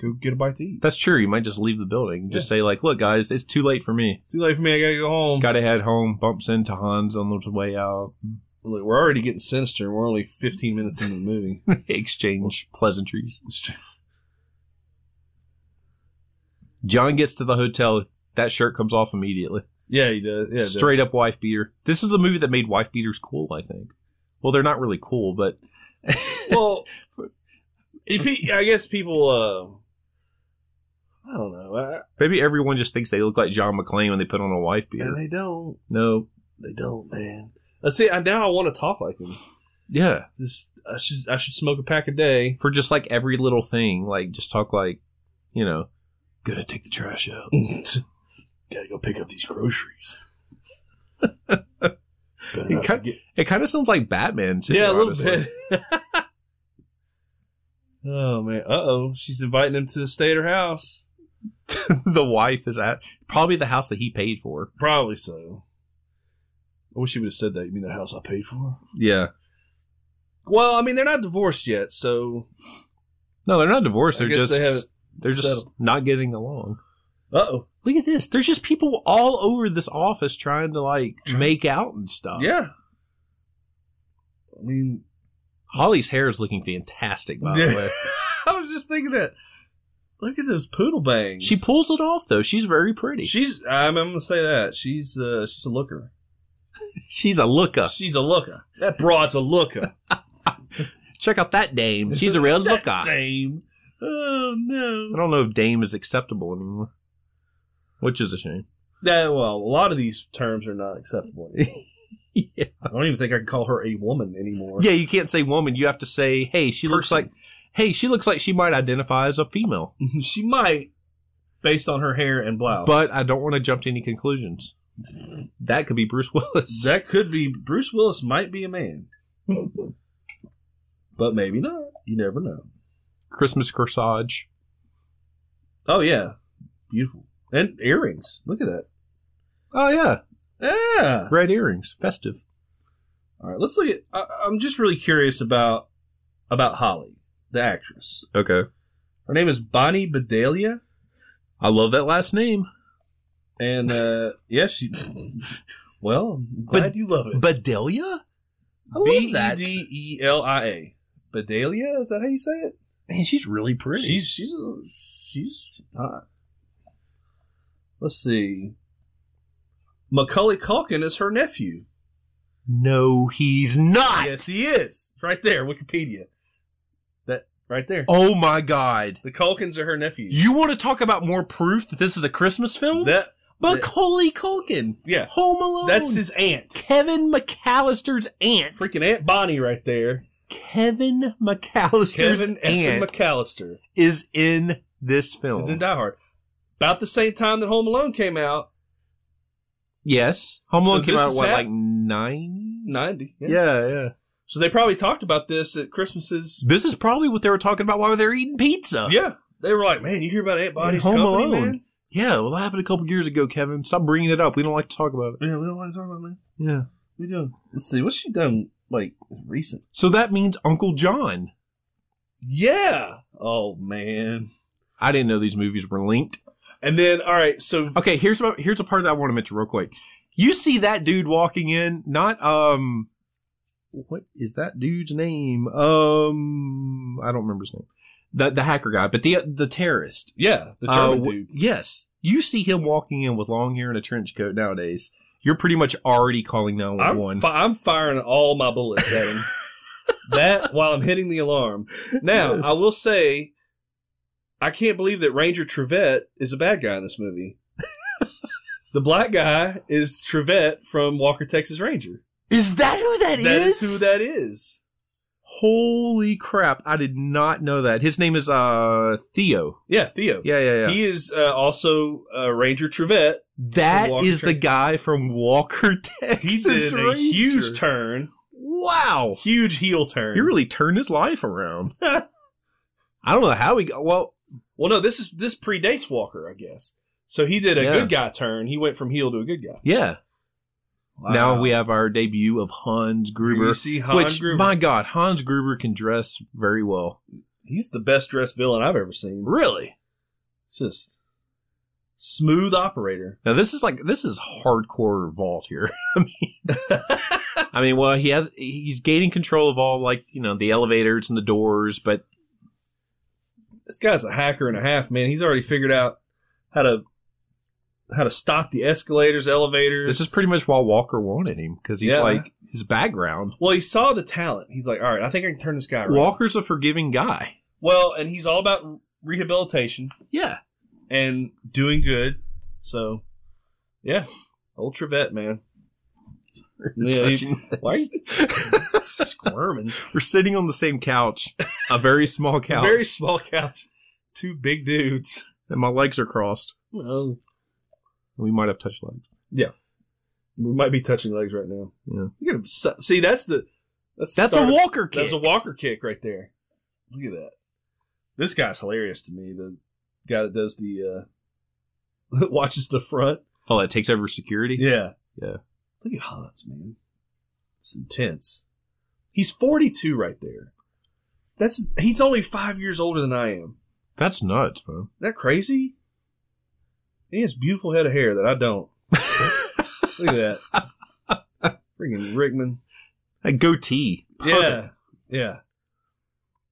S4: Go get a bite to eat.
S1: that's true, you might just leave the building. Just say like, look guys, it's too late for me.
S4: Too late for me. I gotta go home.
S1: Gotta head home, bumps into Hans on the way out.
S4: Look, we're already getting sinister. We're only 15 minutes into the movie.
S1: Exchange pleasantries.
S4: It's tr-
S1: John gets to the hotel. That shirt comes off immediately.
S4: yeah, he does. Yeah, he does.
S1: straight up wife beater. This is the movie that made wife beaters cool, I think. Well, they're not really cool, but
S4: Well, if he- I guess people. Uh, I don't know. I,
S1: maybe everyone just thinks they look like John McClane when they put on a wife beater.
S4: and they don't.
S1: no.
S4: They don't, man. I see. I, now I want to talk like him.
S1: Yeah.
S4: Just I should I should smoke a pack a day.
S1: For just like every little thing, like just talk like, you know, gonna take the trash out.
S4: Gotta go pick up these groceries. Better
S1: not It kind of sounds like Batman, too.
S4: yeah, a little
S1: honestly.
S4: bit. oh man. Uh oh. She's inviting him to stay at her house.
S1: the wife is at probably the house that he paid for.
S4: Probably so. I wish she would have said that. You mean the house I paid for?
S1: Yeah.
S4: Well, I mean they're not divorced yet, so
S1: No, they're not divorced.
S4: I
S1: They're
S4: guess
S1: just
S4: they
S1: they
S4: haven't
S1: are just
S4: settled.
S1: not getting along.
S4: uh oh.
S1: Look at this. There's just people all over this office trying to like make out and stuff.
S4: Yeah. I mean,
S1: Holly's hair is looking fantastic, by the
S4: Yeah.
S1: way.
S4: I was just thinking that. Look at those poodle bangs.
S1: She pulls it off though. She's very pretty.
S4: She's. I'm, I'm gonna say that she's. Uh, she's a looker.
S1: she's a looker.
S4: She's a looker. That broad's a looker.
S1: Check out that dame. She's a real looker. I
S4: Dame. Oh no.
S1: don't know if dame is acceptable anymore, which is a shame.
S4: That well, a lot of these terms are not acceptable. anymore.
S1: yeah.
S4: I don't even think I can call her a woman anymore.
S1: yeah, you can't say woman. You have to say, hey, she looks
S4: Person.
S1: like, hey, she looks like she might identify as a female.
S4: she might, based on her hair and blouse.
S1: But I don't want to jump to any conclusions. That could be Bruce Willis.
S4: that could be Bruce Willis. Might be a man, but maybe not. You never know.
S1: Christmas corsage.
S4: Oh yeah, beautiful and earrings. Look at that.
S1: Oh yeah,
S4: Yeah.
S1: red earrings, festive.
S4: All right. Let's look at. I, I'm just really curious about about Holly, the actress.
S1: Okay,
S4: Her name is Bonnie Bedelia,
S1: I love that last name,
S4: and uh yeah, she. Well, I'm glad
S1: Bed-
S4: you love it.
S1: Bedelia. I
S4: B e d e l i a. Bedelia is that how you say it?
S1: Man, she's really pretty.
S4: She's she's a- she's hot. Let's see. Macaulay Culkin is her nephew.
S1: no, he's not.
S4: Yes, he is. It's right there, Wikipedia. That right there.
S1: Oh my god!
S4: The Culkins are her nephews.
S1: You want to talk about more proof that this is a Christmas film?
S4: that
S1: Macaulay Culkin,
S4: yeah,
S1: Home Alone.
S4: that's his aunt,
S1: Kevin McAllister's aunt.
S4: freaking Aunt Bonnie right there.
S1: Kevin McAllister's
S4: Kevin
S1: aunt
S4: F. McAllister
S1: is in this film.
S4: is in Die Hard. About the same time that Home Alone came out,
S1: yes, Home Alone
S4: So
S1: came
S4: this
S1: out
S4: is
S1: what
S4: hap-
S1: like nine?
S4: ninety.
S1: Yeah, yeah.
S4: So they probably talked about this at Christmases.
S1: This is probably what they were talking about while they were eating pizza.
S4: Yeah, they were like, "Man, you hear about Aunt Bonnie's
S1: Home
S4: company,
S1: Alone.
S4: man?
S1: yeah. Well, that happened a couple years ago, Kevin. Stop bringing it up. We don't like to talk about it.
S4: Yeah, we don't like talking about man.
S1: Yeah.
S4: We do. Let's see what's she done like recent.
S1: So that means Uncle John.
S4: Yeah. Oh man.
S1: I didn't know these movies were linked.
S4: And then all right, so
S1: Okay, here's what here's a part that I want to mention real quick. You see that dude walking in, not um what is that dude's name? Um I don't remember his name. the the hacker guy, but the the terrorist.
S4: Yeah, the
S1: Uh,
S4: German
S1: w-
S4: dude.
S1: Yes, you see him walking in with long hair and a trench coat nowadays. You're pretty much already calling nine one
S4: I'm,
S1: one.
S4: fi- I'm firing all my bullets at him. that while I'm hitting the alarm. Now
S1: Yes.
S4: I will say, I can't believe that Ranger Trevette is a bad guy in this movie. the black guy is Trevette from Walker Texas Ranger.
S1: Is that who that is?
S4: That is who that is.
S1: Holy crap! I did not know that. His name is uh Theo.
S4: Yeah, Theo.
S1: Yeah, yeah, yeah.
S4: He is uh, also uh, Ranger Trevette.
S1: that
S4: from Walker
S1: is the
S4: Texas.
S1: guy from Walker
S4: He
S1: Texas.
S4: did a
S1: Ranger.
S4: huge turn,
S1: Wow.
S4: huge heel turn.
S1: He really turned his life around. I don't know how he got. Well,
S4: Well, no, this is this predates Walker, I guess. So he did a
S1: Yeah.
S4: good guy turn. He went from heel to a good guy.
S1: yeah. Now
S4: Wow.
S1: we have our debut of Hans Gruber.
S4: You see Hans
S1: which,
S4: Gruber.
S1: my God, Hans Gruber can dress very well.
S4: He's the best dressed villain I've ever seen.
S1: Really?
S4: It's just smooth operator.
S1: Now this is like this is hardcore vault here. I mean, I mean, well, he has he's gaining control of all like you know the elevators and the doors, but
S4: This guy's a hacker and a half, man. He's already figured out how to how to stop the escalators, elevators.
S1: this is pretty much why Walker wanted him because he's
S4: Yeah.
S1: like his background.
S4: well, he saw the talent. He's like, all right, I think I can turn this guy around.
S1: Walker's a forgiving guy.
S4: well, and he's all about rehabilitation
S1: Yeah,
S4: and doing good. So, yeah, old Trevette, man. Yeah, he-
S1: Touching
S4: why are you
S1: this.
S4: squirming?
S1: We're sitting on the same couch, a very small couch,
S4: Very small couch. Two big dudes.
S1: and my legs are crossed.
S4: Well,
S1: We might have touched legs.
S4: we might be touching legs right now.
S1: Yeah.
S4: You're gonna su- see. That's the that's the
S1: That's
S4: start
S1: a
S4: of-
S1: Walker kick.
S4: That's a Walker kick right there. Look at that. This guy's hilarious to me. The guy that does the uh watches the front.
S1: oh, that takes over security.
S4: Yeah,
S1: Yeah.
S4: Look at Hans, man. It's intense. He's forty two right there. That's he's only five years older than I am.
S1: That's nuts, bro.
S4: Isn't that crazy? He has beautiful head of hair that I don't. Look at that. Freaking Rickman.
S1: A goatee.
S4: Yeah. Yeah.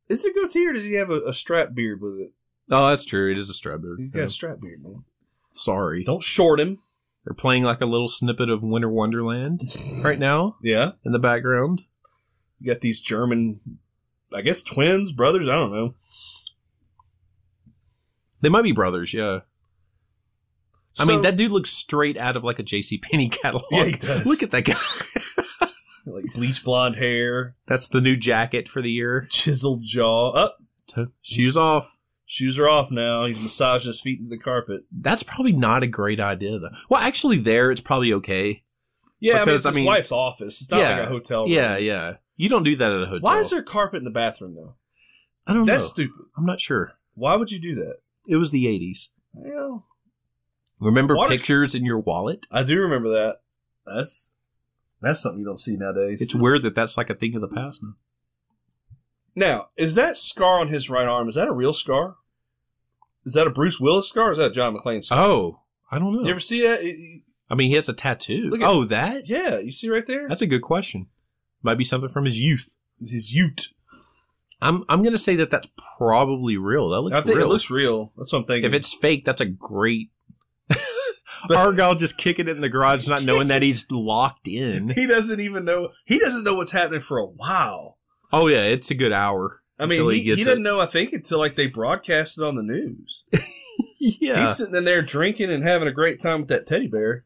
S4: Is it a goatee or does he have a, a strap beard with it?
S1: Oh, that's true. It is a strawberry.
S4: He's got a strap beard, man.
S1: Sorry.
S4: Don't short him.
S1: They're playing like a little snippet of Winter Wonderland right now
S4: Yeah.
S1: in the background.
S4: You got these German, I guess, twins, brothers. I don't know.
S1: They might be brothers, yeah. I mean,
S4: So-
S1: that dude looks straight out of like a J.C. Penney catalog.
S4: Yeah, he does.
S1: Look at that guy.
S4: Like bleach blonde hair,
S1: That's the new jacket for the year.
S4: chiseled jaw. Up.
S1: To- Shoes off.
S4: shoes are off now. He's massaging his feet into the carpet.
S1: That's probably not a great idea, though. Well, actually, there it's probably okay.
S4: Yeah,
S1: Because, I
S4: I mean, it's his
S1: mean-
S4: wife's office. It's not
S1: Yeah.
S4: like a hotel. room.
S1: Yeah, yeah. You don't do that at a hotel.
S4: Oh, Why is there carpet in the bathroom though?
S1: I don't
S4: That's
S1: know.
S4: stupid.
S1: I'm not sure.
S4: Why would you do that?
S1: It was the 80s.
S4: Well,
S1: Remember
S4: Water-
S1: pictures in your wallet?
S4: I do remember that. That's that's something you don't see nowadays.
S1: It's weird that that's like a thing of the past. now.
S4: now, is that scar on his right arm? Is that a real scar? Is that a Bruce Willis scar? Or is that a John McClane scar?
S1: Oh, I don't know.
S4: You ever see that? It- it-
S1: I mean, he has a tattoo.
S4: Look at-
S1: oh, that?
S4: yeah, you see right there.
S1: That's a good question. Might be something from his youth.
S4: his Ute.
S1: I'm I'm gonna say that that's probably real. That looks
S4: I think
S1: real.
S4: it looks real. That's what I'm thinking.
S1: if it's fake, that's a great. Argyle just kicking it in the garage, not knowing that he's locked in.
S4: he doesn't even know. He doesn't know what's happening for a while.
S1: Oh yeah, it's a good hour.
S4: I mean,
S1: until
S4: he, he,
S1: gets
S4: doesn't
S1: it.
S4: know. I think until like they broadcast it on the news.
S1: Yeah,
S4: He's sitting in there drinking and having a great time with that teddy bear.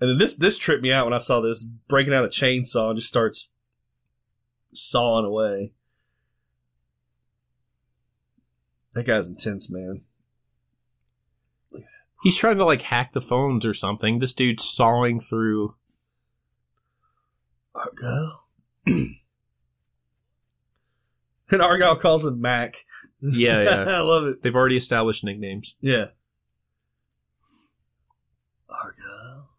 S4: And then this this tripped me out when I saw this breaking out a chainsaw and just starts sawing away. That guy's intense, man.
S1: he's trying to like hack the phones or something. This dude's sawing through.
S4: Argyle. and Argyle calls him Mac.
S1: Yeah, yeah.
S4: I love it.
S1: They've already established nicknames.
S4: Yeah. Argyle.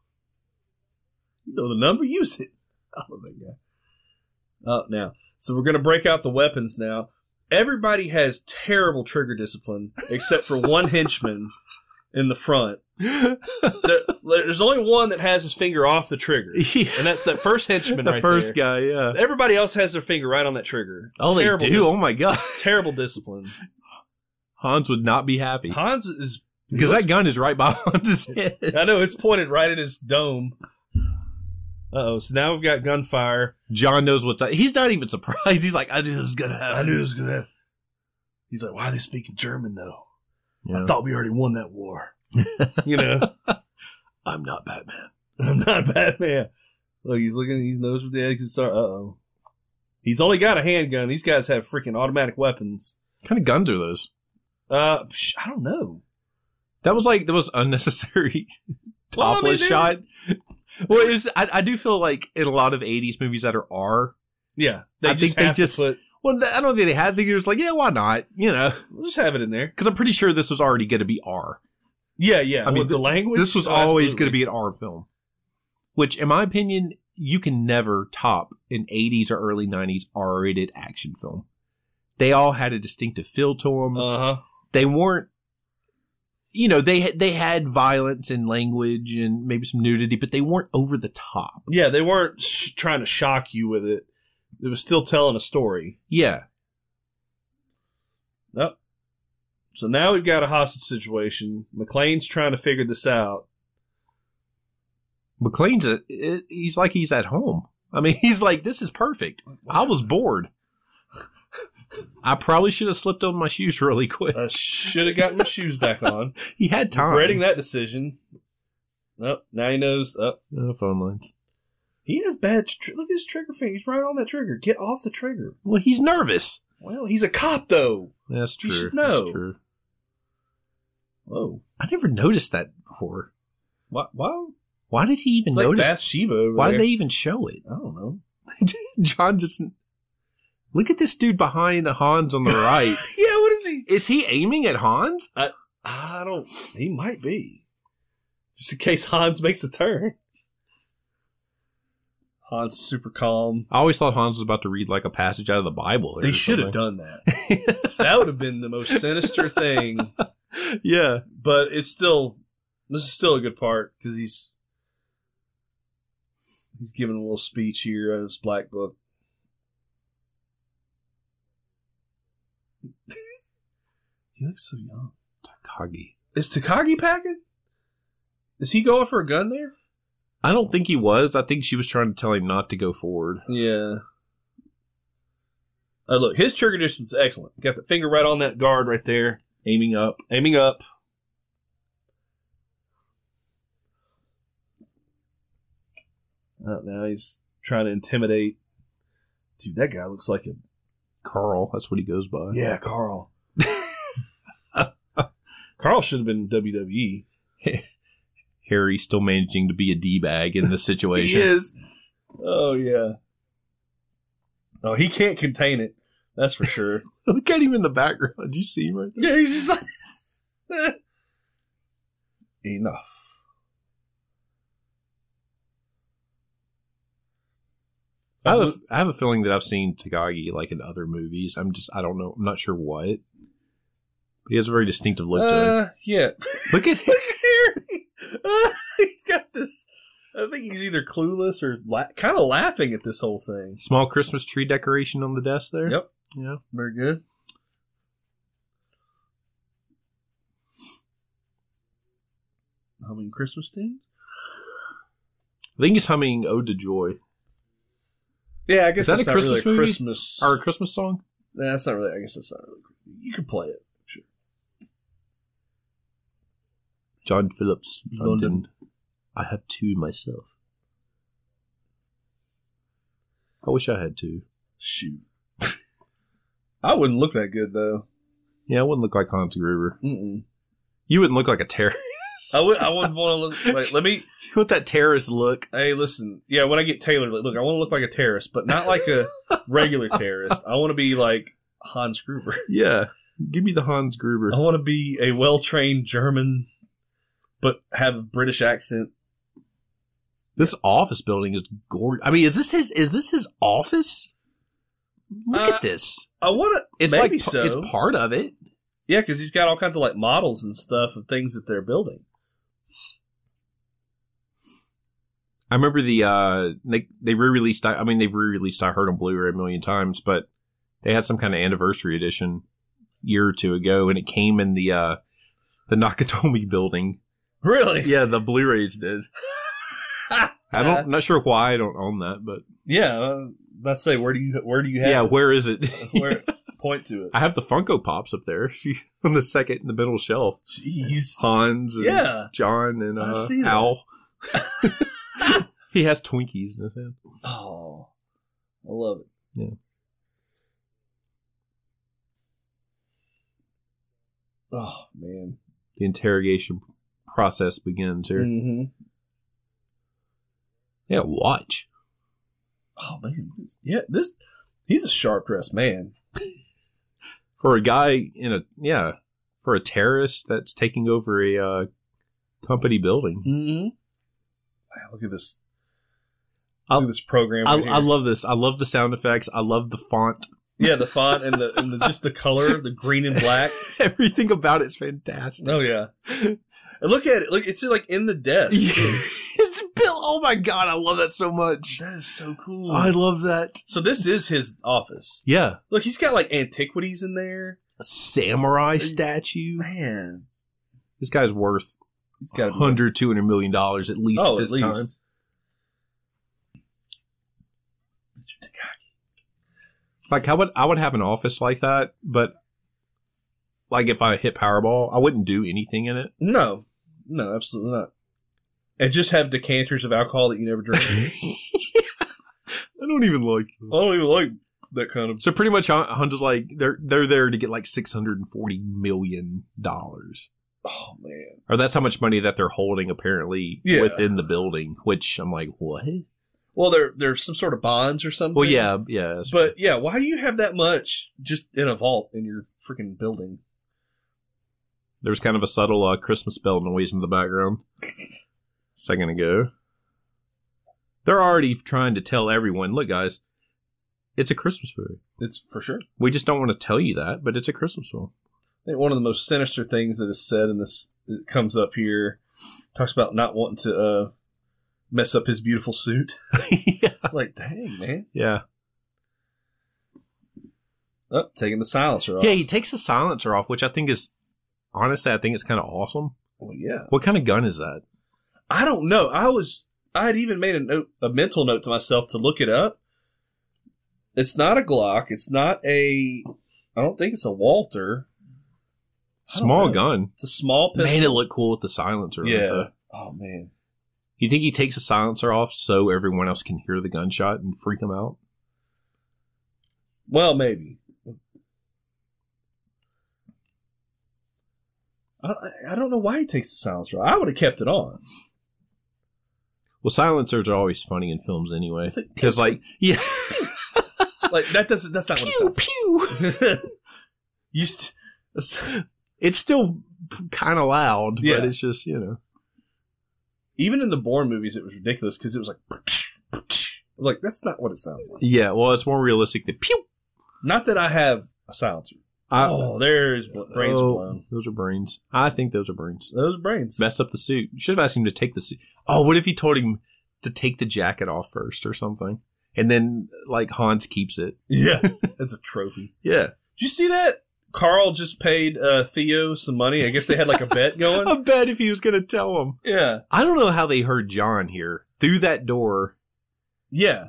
S4: You know the number, use it. I love that guy. Oh, now. So we're going to break out the weapons now. Everybody has terrible trigger discipline except for one henchman in the front. there, there's only one that has his finger off the trigger,
S1: Yeah.
S4: and that's that first henchman.
S1: the
S4: right
S1: first
S4: there.
S1: guy, yeah.
S4: Everybody else has their finger right on that trigger.
S1: Oh, they do.
S4: Terrible dis-
S1: Oh my god,
S4: terrible discipline.
S1: Hans would not be happy
S4: Hans is
S1: because that gun is right by Hans's head.
S4: I know it's pointed right at his dome. Uh oh! So now we've got gunfire.
S1: John knows what's. He's not even surprised. He's like, I knew this was gonna happen.
S4: was gonna. happen. He's like, "Why are they speaking German though?
S1: Yeah.
S4: thought we already won that war." you know,
S1: I'm not Batman.
S4: I'm not Batman. Look, he's looking. He knows what the exits are. Uh oh. He's only got a handgun. These guys have freaking automatic weapons.
S1: What kind of guns are those?
S4: Uh, psh, I don't know.
S1: That was like the most unnecessary
S4: Well, I mean,
S1: topless
S4: they-
S1: shot. Well, it was, I, I do feel like in a lot of '80s movies that are R.
S4: Yeah, they
S1: I think
S4: just
S1: they
S4: have to
S1: just-
S4: put-
S1: Well, I don't think they had. I think it was like, yeah, why not? You know,
S4: we'll just have it in there.
S1: because I'm pretty sure this was already going to be R.
S4: Yeah, yeah.
S1: I mean,
S4: With the language.
S1: this was
S4: Oh,
S1: always
S4: absolutely.
S1: going to be an R film, which, in my opinion, you can never top an 80s or early 90s R rated action film. They all had a distinctive feel to them.
S4: Uh huh.
S1: they weren't, you know, they had- they had violence and language and maybe some nudity, but they weren't over the top.
S4: Yeah, they weren't sh- trying to shock you with it. It was still telling a story.
S1: Yeah,
S4: Yep. So now we've got a hostage situation. McLean's trying to figure this out.
S1: McLean's a, it- he's like he's at home. I mean, he's like this is perfect. I was bored. I probably should have slipped on my shoes really quick.
S4: I should have gotten my shoes back on.
S1: He had time.
S4: Regretting that decision. Nope. Now he knows. Oh,
S1: Oh, phone lines.
S4: he has bad. Tr- look at his trigger finger. He's right on that trigger. Get off the trigger.
S1: Well, he's nervous.
S4: Well, he's a cop though.
S1: That's
S4: You
S1: true.
S4: should know.
S1: That's true.
S4: Whoa.
S1: I never noticed that before.
S4: Why? Why?
S1: Why did he even
S4: It's like
S1: notice?
S4: Bathsheba. Over
S1: why
S4: there.
S1: did they even show it?
S4: I don't know.
S1: John just look at this dude behind Hans on the right.
S4: Yeah. What is he?
S1: Is he aiming at Hans?
S4: I don't. He might be. Just in case Hans makes a turn. Hans is super calm.
S1: I always thought Hans was about to read like a passage out of the Bible.
S4: They should have done that. that would have been the most sinister thing.
S1: done. Yeah,
S4: But it's still, this is still a good part because he's he's giving a little speech here out of his black book. he looks so young.
S1: Takagi.
S4: Is Takagi packing? Is he going for a gun there?
S1: I don't think he was. I think she was trying to tell him not to go forward.
S4: Yeah. Uh, look, his trigger distance is excellent. Got the finger right on that guard right there,
S1: Aiming up.
S4: aiming up. Uh, now he's trying to intimidate. Dude, that guy looks like a
S1: Carl. That's what he goes by.
S4: yeah, Carl. Carl should have been in E. WWE.
S1: Harry still managing to be a d bag in this situation.
S4: is. Oh yeah. Oh, he can't contain it. That's for sure.
S1: Look at him in the background. You see him right
S4: Yeah, he's just like Uh, enough.
S1: I have, I have a feeling that I've seen Tagagi like in other movies. I'm just I don't know. I'm not sure what. But he has a very distinctive look to him.
S4: Uh, yeah.
S1: Look at him.
S4: Look at Harry. Uh, he's got this. I think he's either clueless or la- kind of laughing at this whole thing.
S1: Small Christmas tree decoration on the desk there.
S4: Yep.
S1: Yeah.
S4: Very good. Humming Christmas tunes.
S1: I think he's humming Ode to Joy.
S4: Yeah, I
S1: Is
S4: guess
S1: that
S4: that's
S1: a
S4: not really
S1: Christmas movie?
S4: Christmas.
S1: Or a Christmas song?
S4: Nah, that's not really. I guess that's not really. You can play it. Sure.
S1: John Phillips.
S4: London.
S1: London. I have two myself. I wish I had two.
S4: Shoot. I wouldn't look that good though.
S1: Yeah, I wouldn't look like Hans Gruber.
S4: Mm-mm.
S1: You wouldn't look like a terrorist.
S4: I would. I wouldn't want to look. Wait, let me.
S1: With that terrorist look.
S4: Hey, listen. Yeah, when I get tailored, look, I want to look like a terrorist, but not like a regular terrorist. I want to be like Hans Gruber.
S1: Yeah. Give me the Hans Gruber.
S4: I want to be a well-trained German, but have a British accent.
S1: This office building is gorgeous. I mean, is this his? Is this his office? Look
S4: Uh,
S1: at this.
S4: I want to.
S1: It's
S4: maybe
S1: like
S4: so.
S1: it's part of it.
S4: Yeah, because he's got all kinds of like models and stuff of things that they're building.
S1: I remember the uh they they re-released I I mean they've re-released I Heard on Blu-ray a million times, but they had some kind of anniversary edition a year or two ago and it came in the uh the Nakatomi building.
S4: Really?
S1: Yeah, the Blu-rays did. I don't I'm not sure why I don't own that, but
S4: Yeah. Uh, about to say, where do you where do you
S1: yeah,
S4: have
S1: where is it?
S4: it? where point to it?
S1: I have the Funko Pops up there if you- on the second in the middle shelf.
S4: Jeez.
S1: Hans and
S4: Yeah.
S1: John and
S4: I
S1: uh,
S4: see that.
S1: Al. he has Twinkies in his hand.
S4: Oh, I love it.
S1: Yeah.
S4: Oh man.
S1: The interrogation process begins here.
S4: Mm-hmm.
S1: Yeah, watch.
S4: Oh man. This- Yeah. This. He's a sharp dressed man.
S1: for a guy in a yeah for a terrorist that's taking over a uh, company building.
S4: Mm-hmm. Wow, look at this. Look at this program.
S1: I,
S4: right
S1: I
S4: here.
S1: love this. I love the sound effects. I love the font.
S4: yeah, the font and the, and the just the color, the green and black.
S1: Everything about it's fantastic.
S4: Oh yeah. And look at it. Look, it's like in the desk.
S1: it's built. Oh my god, I love that so much.
S4: That is so cool.
S1: I love that.
S4: so this is his office.
S1: Yeah,
S4: Look, he's got like antiquities in there.
S1: a samurai statue.
S4: Man,
S1: This guy's worth
S4: he's got a hundred.
S1: 100, 200 million dollars at least
S4: Oh,
S1: at
S4: at
S1: this
S4: least.
S1: time. Like I would I would have an office like that, but like if I hit Powerball, I wouldn't do anything in it.
S4: No, no, absolutely not. And just have decanters of alcohol that you never drink.
S1: I don't even like.
S4: I don't even like that kind of.
S1: So pretty much, Hon- Honda's like they're they're there to get like six hundred and forty million dollars,
S4: Oh man,
S1: or that's how much money that they're holding apparently
S4: Yeah.
S1: within the building. Which I'm like, what?
S4: well, there there's some sort of bonds or something.
S1: Well, yeah, yeah, that's-
S4: but yeah, why do you have that much just in a vault in your freaking building?
S1: there was kind of a subtle uh, Christmas bell noise in the background a second ago. They're already trying to tell everyone, look, guys, it's a Christmas movie.
S4: It's for sure.
S1: We just don't want to tell you that, but it's a Christmas film.
S4: I think one of the most sinister things that is said in this it comes up here talks about not wanting to uh, mess up his beautiful suit.
S1: yeah,
S4: like, dang man,
S1: yeah,
S4: oh, taking the silencer off.
S1: yeah. He takes the silencer off, which I think is honestly, I think it's kind of awesome.
S4: Well, yeah.
S1: What kind of gun is that?
S4: I don't know. I was I had even made a note, a mental note to myself to look it up. It's not a Glock. It's not a. I don't think it's a Walter. I don't
S1: Small
S4: know.
S1: gun.
S4: It's a small pistol.
S1: Made it look cool with the silencer.
S4: yeah.
S1: Like that.
S4: oh man.
S1: you think he takes the silencer off so everyone else can hear the gunshot and freak him out?
S4: Well, maybe. I, I- I don't know why he takes the silencer. I would have kept it on.
S1: Well, silencers are always funny in films anyway.
S4: It's like-
S1: Because, like, yeah.
S4: Like that doesn't. That's not what it sounds.
S1: pew.
S4: Like. you st-
S1: It's still kind of loud,
S4: Yeah.
S1: but it's just, you know.
S4: even in the Bourne movies, it was ridiculous because it was like, like that's not what it sounds like.
S1: Yeah, well, it's more realistic than pew.
S4: Not that I have a silencer.
S1: I-
S4: oh, there's bl- brains
S1: Oh,
S4: blown.
S1: Those are brains. I think those are brains.
S4: Those brains.
S1: Messed up the suit. Should have asked him to take the suit. Oh, what if he told him to take the jacket off first or something? And then, like, Hans keeps it.
S4: yeah, that's a trophy.
S1: Yeah.
S4: Did you see that? Carl just paid uh, Theo some money. I guess they had like a bet
S1: I
S4: going.
S1: bet if he was going to tell him.
S4: yeah,
S1: I don't know how they heard John here through that door.
S4: yeah.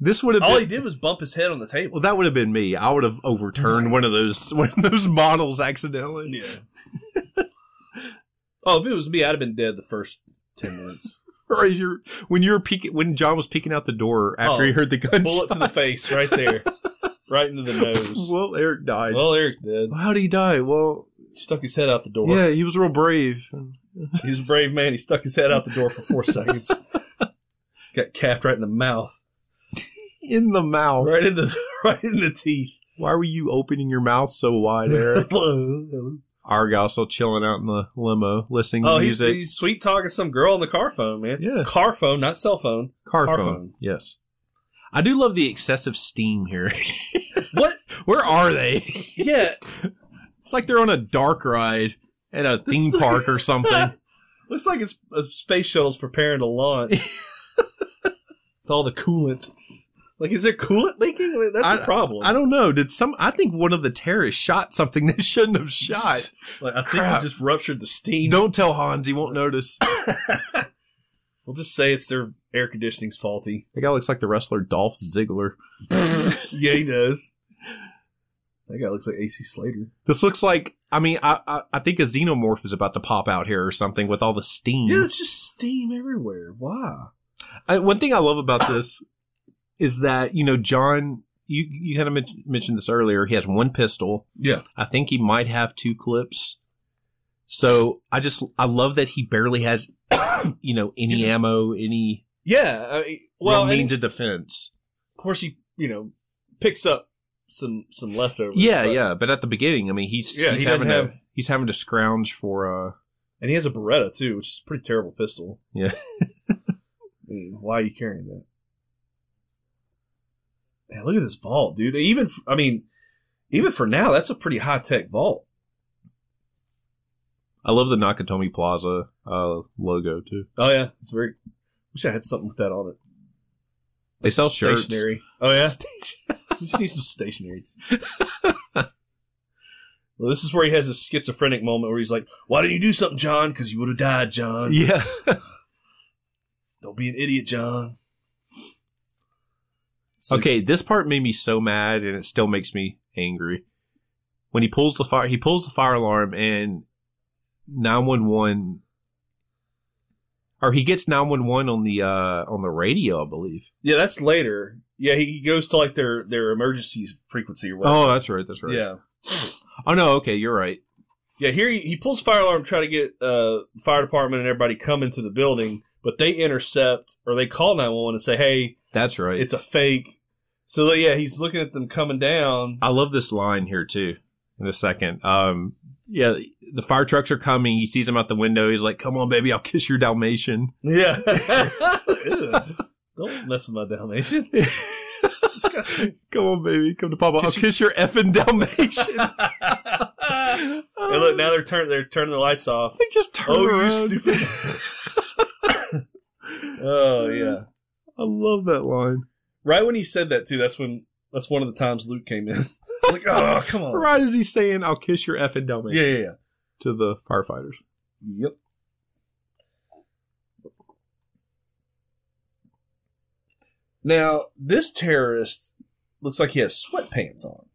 S1: This would have
S4: All
S1: been.
S4: he did was bump his head on the table.
S1: well, that would have been me. I would have overturned one of those one of those models accidentally.
S4: Yeah. oh, if it was me, I'd have been dead the first ten minutes.
S1: Or as you're, when you were peeking, when John was peeking out the door after
S4: Oh,
S1: he heard the gunshot.
S4: Bullet to the face, right there, right into the nose.
S1: well, Eric died.
S4: Well, Eric did.
S1: how did he die? Well,
S4: Stuck his head out the door.
S1: yeah, he was real brave.
S4: He was a brave man. He stuck his head out the door for four seconds. Got capped right in the mouth,
S1: In the mouth.
S4: right in the right in the teeth.
S1: Why were you opening your mouth so wide, Eric?
S4: oh,
S1: Argyle still chilling out in the limo, listening to
S4: he's,
S1: music.
S4: he's sweet talking some girl on the car phone, man.
S1: Yeah.
S4: car phone, not cell phone.
S1: Car,
S4: Car
S1: phone.
S4: phone.
S1: Yes. I do love the excessive steam here.
S4: What?
S1: Where are they?
S4: Yeah.
S1: It's like they're on a dark ride at a theme park or something.
S4: Looks like it's a space shuttle's preparing to launch. With all the coolant. Like, is there coolant leaking? Like, That's a
S1: I-
S4: problem.
S1: I don't know. Did some? I think one of the terrorists shot something they shouldn't have shot.
S4: Like, I think
S1: Crap.
S4: we just ruptured the steam.
S1: Don't tell Hans; he won't notice.
S4: We'll just say it's their air conditioning's faulty.
S1: The guy looks like the wrestler Dolph Ziggler.
S4: yeah, he does. That guy looks like AC Slater.
S1: This looks like. I mean, I, I I think a xenomorph is about to pop out here or something with all the steam.
S4: Yeah, it's just steam everywhere. Why?
S1: I, one thing I love about this is that you know John. You you had men- mentioned this earlier. He has one pistol.
S4: Yeah.
S1: I think he might have two clips. So I just I love that he barely has you know any ammo, any
S4: Yeah. I,
S1: well,
S4: well,
S1: real
S4: and
S1: means of defense.
S4: of course he, you know, picks up some some leftovers.
S1: Yeah,
S4: but-
S1: yeah. But at the beginning, I mean, he's
S4: Yeah,
S1: he's
S4: he
S1: having
S4: doesn't
S1: to
S4: have-
S1: he's having to scrounge for uh
S4: And he has a Beretta too, which is a pretty terrible pistol.
S1: Yeah.
S4: I mean, why are you carrying that? Man, look at this vault, dude. Even f- I mean, even for now, that's a pretty high tech vault.
S1: I love the Nakatomi Plaza uh logo too.
S4: Oh yeah, it's very. Wish I had something with that on it.
S1: They sell shirts.
S4: Stationary. Oh yeah, you just need some stationery. well, this is where he has this schizophrenic moment where he's like, "Why didn't you do something, John? Because you would have died, John.
S1: Yeah.
S4: Don't be an idiot, John." It's like-
S1: okay, this part made me so mad and it still makes me angry. When he pulls the fire he pulls the fire alarm and 911 or he gets 911 on the uh on the radio, I believe.
S4: Yeah, that's later. Yeah, he he goes to like their their emergency frequency or whatever.
S1: Oh, that's right, that's right.
S4: yeah,
S1: Oh no, okay, you're right.
S4: yeah. Here he, he pulls fire alarm, to try to get uh fire department and everybody come into the building, but they intercept or they call nine one one and say, "Hey,
S1: That's right.
S4: it's a fake." So yeah, he's looking at them coming down.
S1: I love this line here too. In a second, um, yeah, the fire trucks are coming. He sees them out the window. He's like, "Come on, baby, I'll kiss your Dalmatian."
S4: Yeah, Ew. don't mess with my Dalmatian. Disgusting.
S1: Come on, baby, come to Papa. I'll kiss your effing Dalmatian.
S4: and look, now they're turning they're turning the lights off.
S1: they just turn
S4: Oh, you
S1: around.
S4: stupid. Oh yeah.
S1: I love that line.
S4: Right when he said that too, that's when that's one of the times Luke came in. like, oh come on.
S1: Right as he's saying, "I'll kiss your effing Dalmatian"
S4: Yeah, yeah, yeah.
S1: to the firefighters.
S4: Yep. Now, this terrorist looks like he has sweatpants on.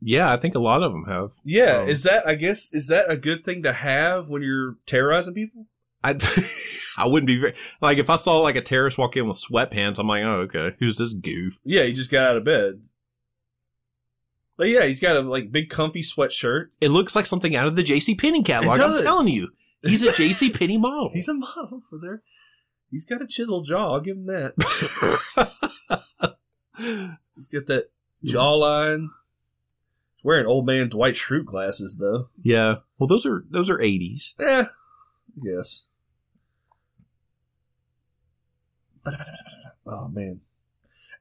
S1: Yeah, I think a lot of them have.
S4: Yeah,
S1: Um,
S4: is that I guess is that a good thing to have when you're terrorizing people?
S1: I I wouldn't be very like if I saw like a terrorist walk in with sweatpants. I'm like, "Oh, okay, who's this goof?"
S4: Yeah, he just got out of bed. But yeah, he's got a like big comfy sweatshirt.
S1: It looks like something out of the J.C. Penney catalog. I'm
S4: does.
S1: telling you, he's a J.C. Penney model.
S4: He's a model for their he's got a chiseled jaw, I'll give him that. He's got that jawline. He's wearing old man Dwight Schrute glasses though.
S1: yeah. Well, those are those are eighties.
S4: Yeah. Yes. Oh man.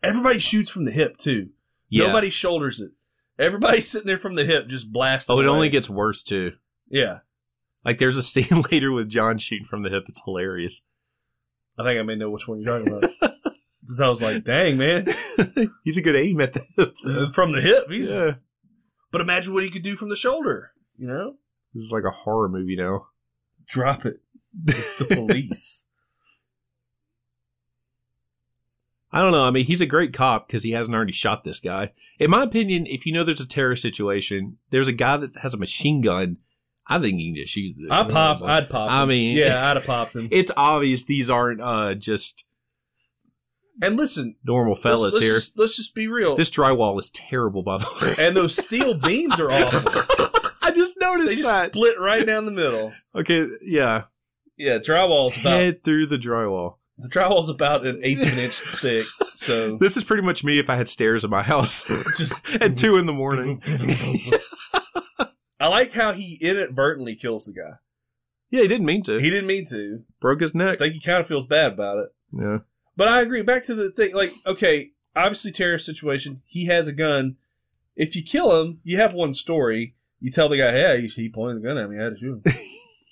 S4: Everybody shoots from the hip too.
S1: Yeah.
S4: Nobody shoulders it. Everybody's sitting there from the hip just blasting.
S1: oh, it
S4: away.
S1: only gets worse too.
S4: Yeah.
S1: Like there's a scene later with John shooting from the hip. It's hilarious.
S4: I think I may know which one you're talking about. Because I was like, dang man.
S1: he's a good aim at the hip.
S4: From the hip. He's
S1: yeah.
S4: but imagine what he could do from the shoulder, you know?
S1: This is like a horror movie now.
S4: Drop it. It's the police.
S1: I don't know. I mean, he's a great cop because he hasn't already shot this guy. In my opinion, if you know there's a terrorist situation, there's a guy that has a machine gun. I think you can just shoot. the-
S4: I pop I'd pop
S1: I
S4: him.
S1: mean-
S4: Yeah, I'd have popped him.
S1: It's obvious these aren't uh, just
S4: And listen,
S1: normal fellas
S4: let's, let's
S1: here.
S4: Just, let's just be real.
S1: This drywall is terrible, by the way.
S4: and those steel beams are awful.
S1: I just
S4: They
S1: noticed
S4: just
S1: that.
S4: split right down the middle.
S1: Okay, yeah.
S4: Yeah, drywall's about
S1: Head through the drywall.
S4: the drywall's about an eighth of an inch thick. So
S1: This is pretty much me if I had stairs in my house
S4: Just-
S1: at two in the morning.
S4: I like how he inadvertently kills the guy.
S1: Yeah, he didn't mean to.
S4: He
S1: He
S4: didn't mean to.
S1: broke his
S4: I
S1: neck.
S4: think he kind of feels bad about it.
S1: Yeah.
S4: But I agree. Back to the thing, like, okay, obviously terrorist situation. He has a gun. If you kill him, you have one story. You tell the guy, hey, he pointed the gun at me. I had to shoot him.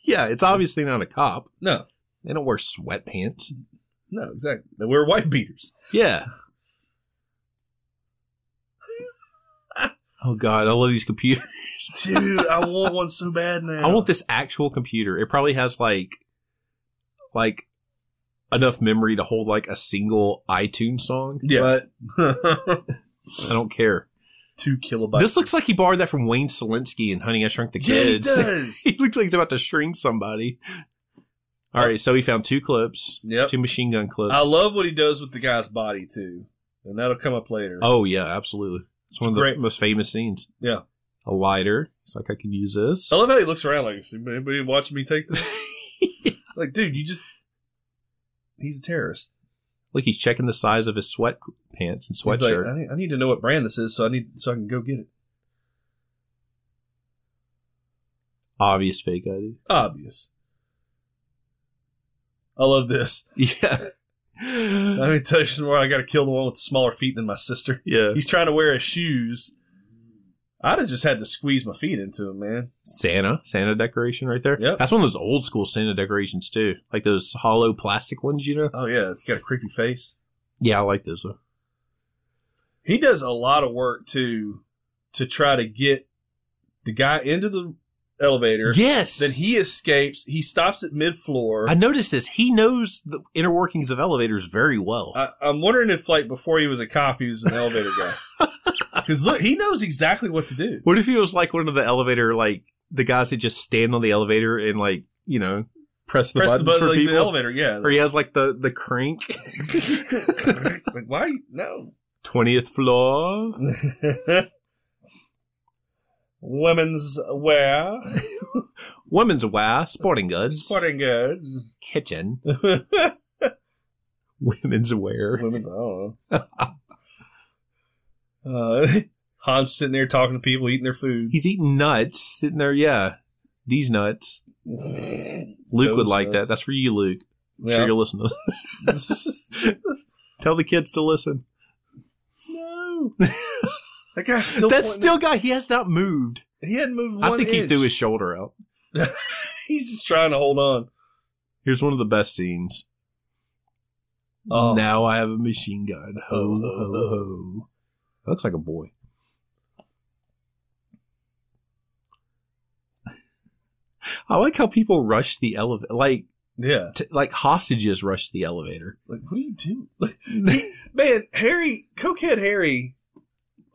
S1: Yeah, it's obviously not a cop.
S4: no,
S1: They don't wear sweatpants.
S4: no, exactly. They wear wife beaters.
S1: Yeah. oh God, I love these computers.
S4: Dude, I want one so bad now.
S1: I want this actual computer. It probably has like, like, enough memory to hold like a single iTunes song.
S4: Yeah.
S1: but I don't care.
S4: two kilobytes.
S1: this looks like he borrowed that from Wayne Selinsky in Honey I Shrunk the
S4: yeah, it
S1: Kids.
S4: does.
S1: he looks like he's about to string somebody. All right, so he found two clips,
S4: yep.
S1: two machine gun clips.
S4: I love what he does with the guy's body too, and that'll come up later.
S1: Oh yeah, absolutely. It's, one of the
S4: great.
S1: most famous scenes.
S4: Yeah.
S1: A lighter. It's like I can use this.
S4: I love how he looks around like, is anybody watching me take this? like, dude, you just. He's a terrorist.
S1: Look, he's checking the size of his sweatpants and
S4: He's like, uh,
S1: sweatshirt.
S4: I, need, I need to know what brand this is, so I need so I can go get it.
S1: Obvious fake ID.
S4: Obvious. I love this.
S1: Yeah.
S4: Let me tell you some more. I got to kill the one with the smaller feet than my sister.
S1: yeah.
S4: He's trying to wear his shoes. I'd have just had to squeeze my feet into him, man.
S1: Santa. Santa decoration right there.
S4: Yep.
S1: That's one of those old school Santa decorations too. Like those hollow plastic ones, you know?
S4: Oh yeah, it's got a creepy face.
S1: Yeah, I like those. though.
S4: he does a lot of work too to try to get the guy into the elevator.
S1: Yes.
S4: Then he escapes. He stops at mid floor.
S1: I noticed this. He knows the inner workings of elevators very well.
S4: I, I'm wondering if, like, before he was a cop, he was an elevator guy. Because look, he knows exactly what to do.
S1: What if he was like one of the elevator, like the guys that just stand on the elevator and like you know press the
S4: Press the
S1: buttons
S4: button
S1: for
S4: like the
S1: people,
S4: elevator. Yeah.
S1: or he has like the the crank.
S4: like, why? Are you, no.
S1: Twentieth floor.
S4: Women's wear,
S1: Women's wear, sporting goods,
S4: sporting goods.
S1: kitchen,
S4: Women's,
S1: women's
S4: I
S1: wear.
S4: don't know. Uh, Han's sitting there talking to people, eating their food.
S1: He's eating nuts, sitting there. Yeah, these nuts. Luke would
S4: Those
S1: like that.
S4: nuts.
S1: That's for you, Luke. I'm
S4: Yeah.
S1: sure you'll listen to this. Tell the kids to listen.
S4: no. That guy's still.
S1: That's
S4: pointing
S1: still guy. He has not moved.
S4: at- He hadn't moved one
S1: I think he
S4: inch.
S1: threw his shoulder out.
S4: He's just trying to hold on.
S1: Here's one of the best scenes.
S4: Oh.
S1: Now I have a machine gun. Ho,
S4: Oh,
S1: ho,
S4: oh,
S1: ho. That looks like a boy. I like how people rush the elevator, like
S4: Yeah.
S1: t- like hostages rush the elevator.
S4: Like, what do you do? Like, he- man, Harry, cokehead Harry,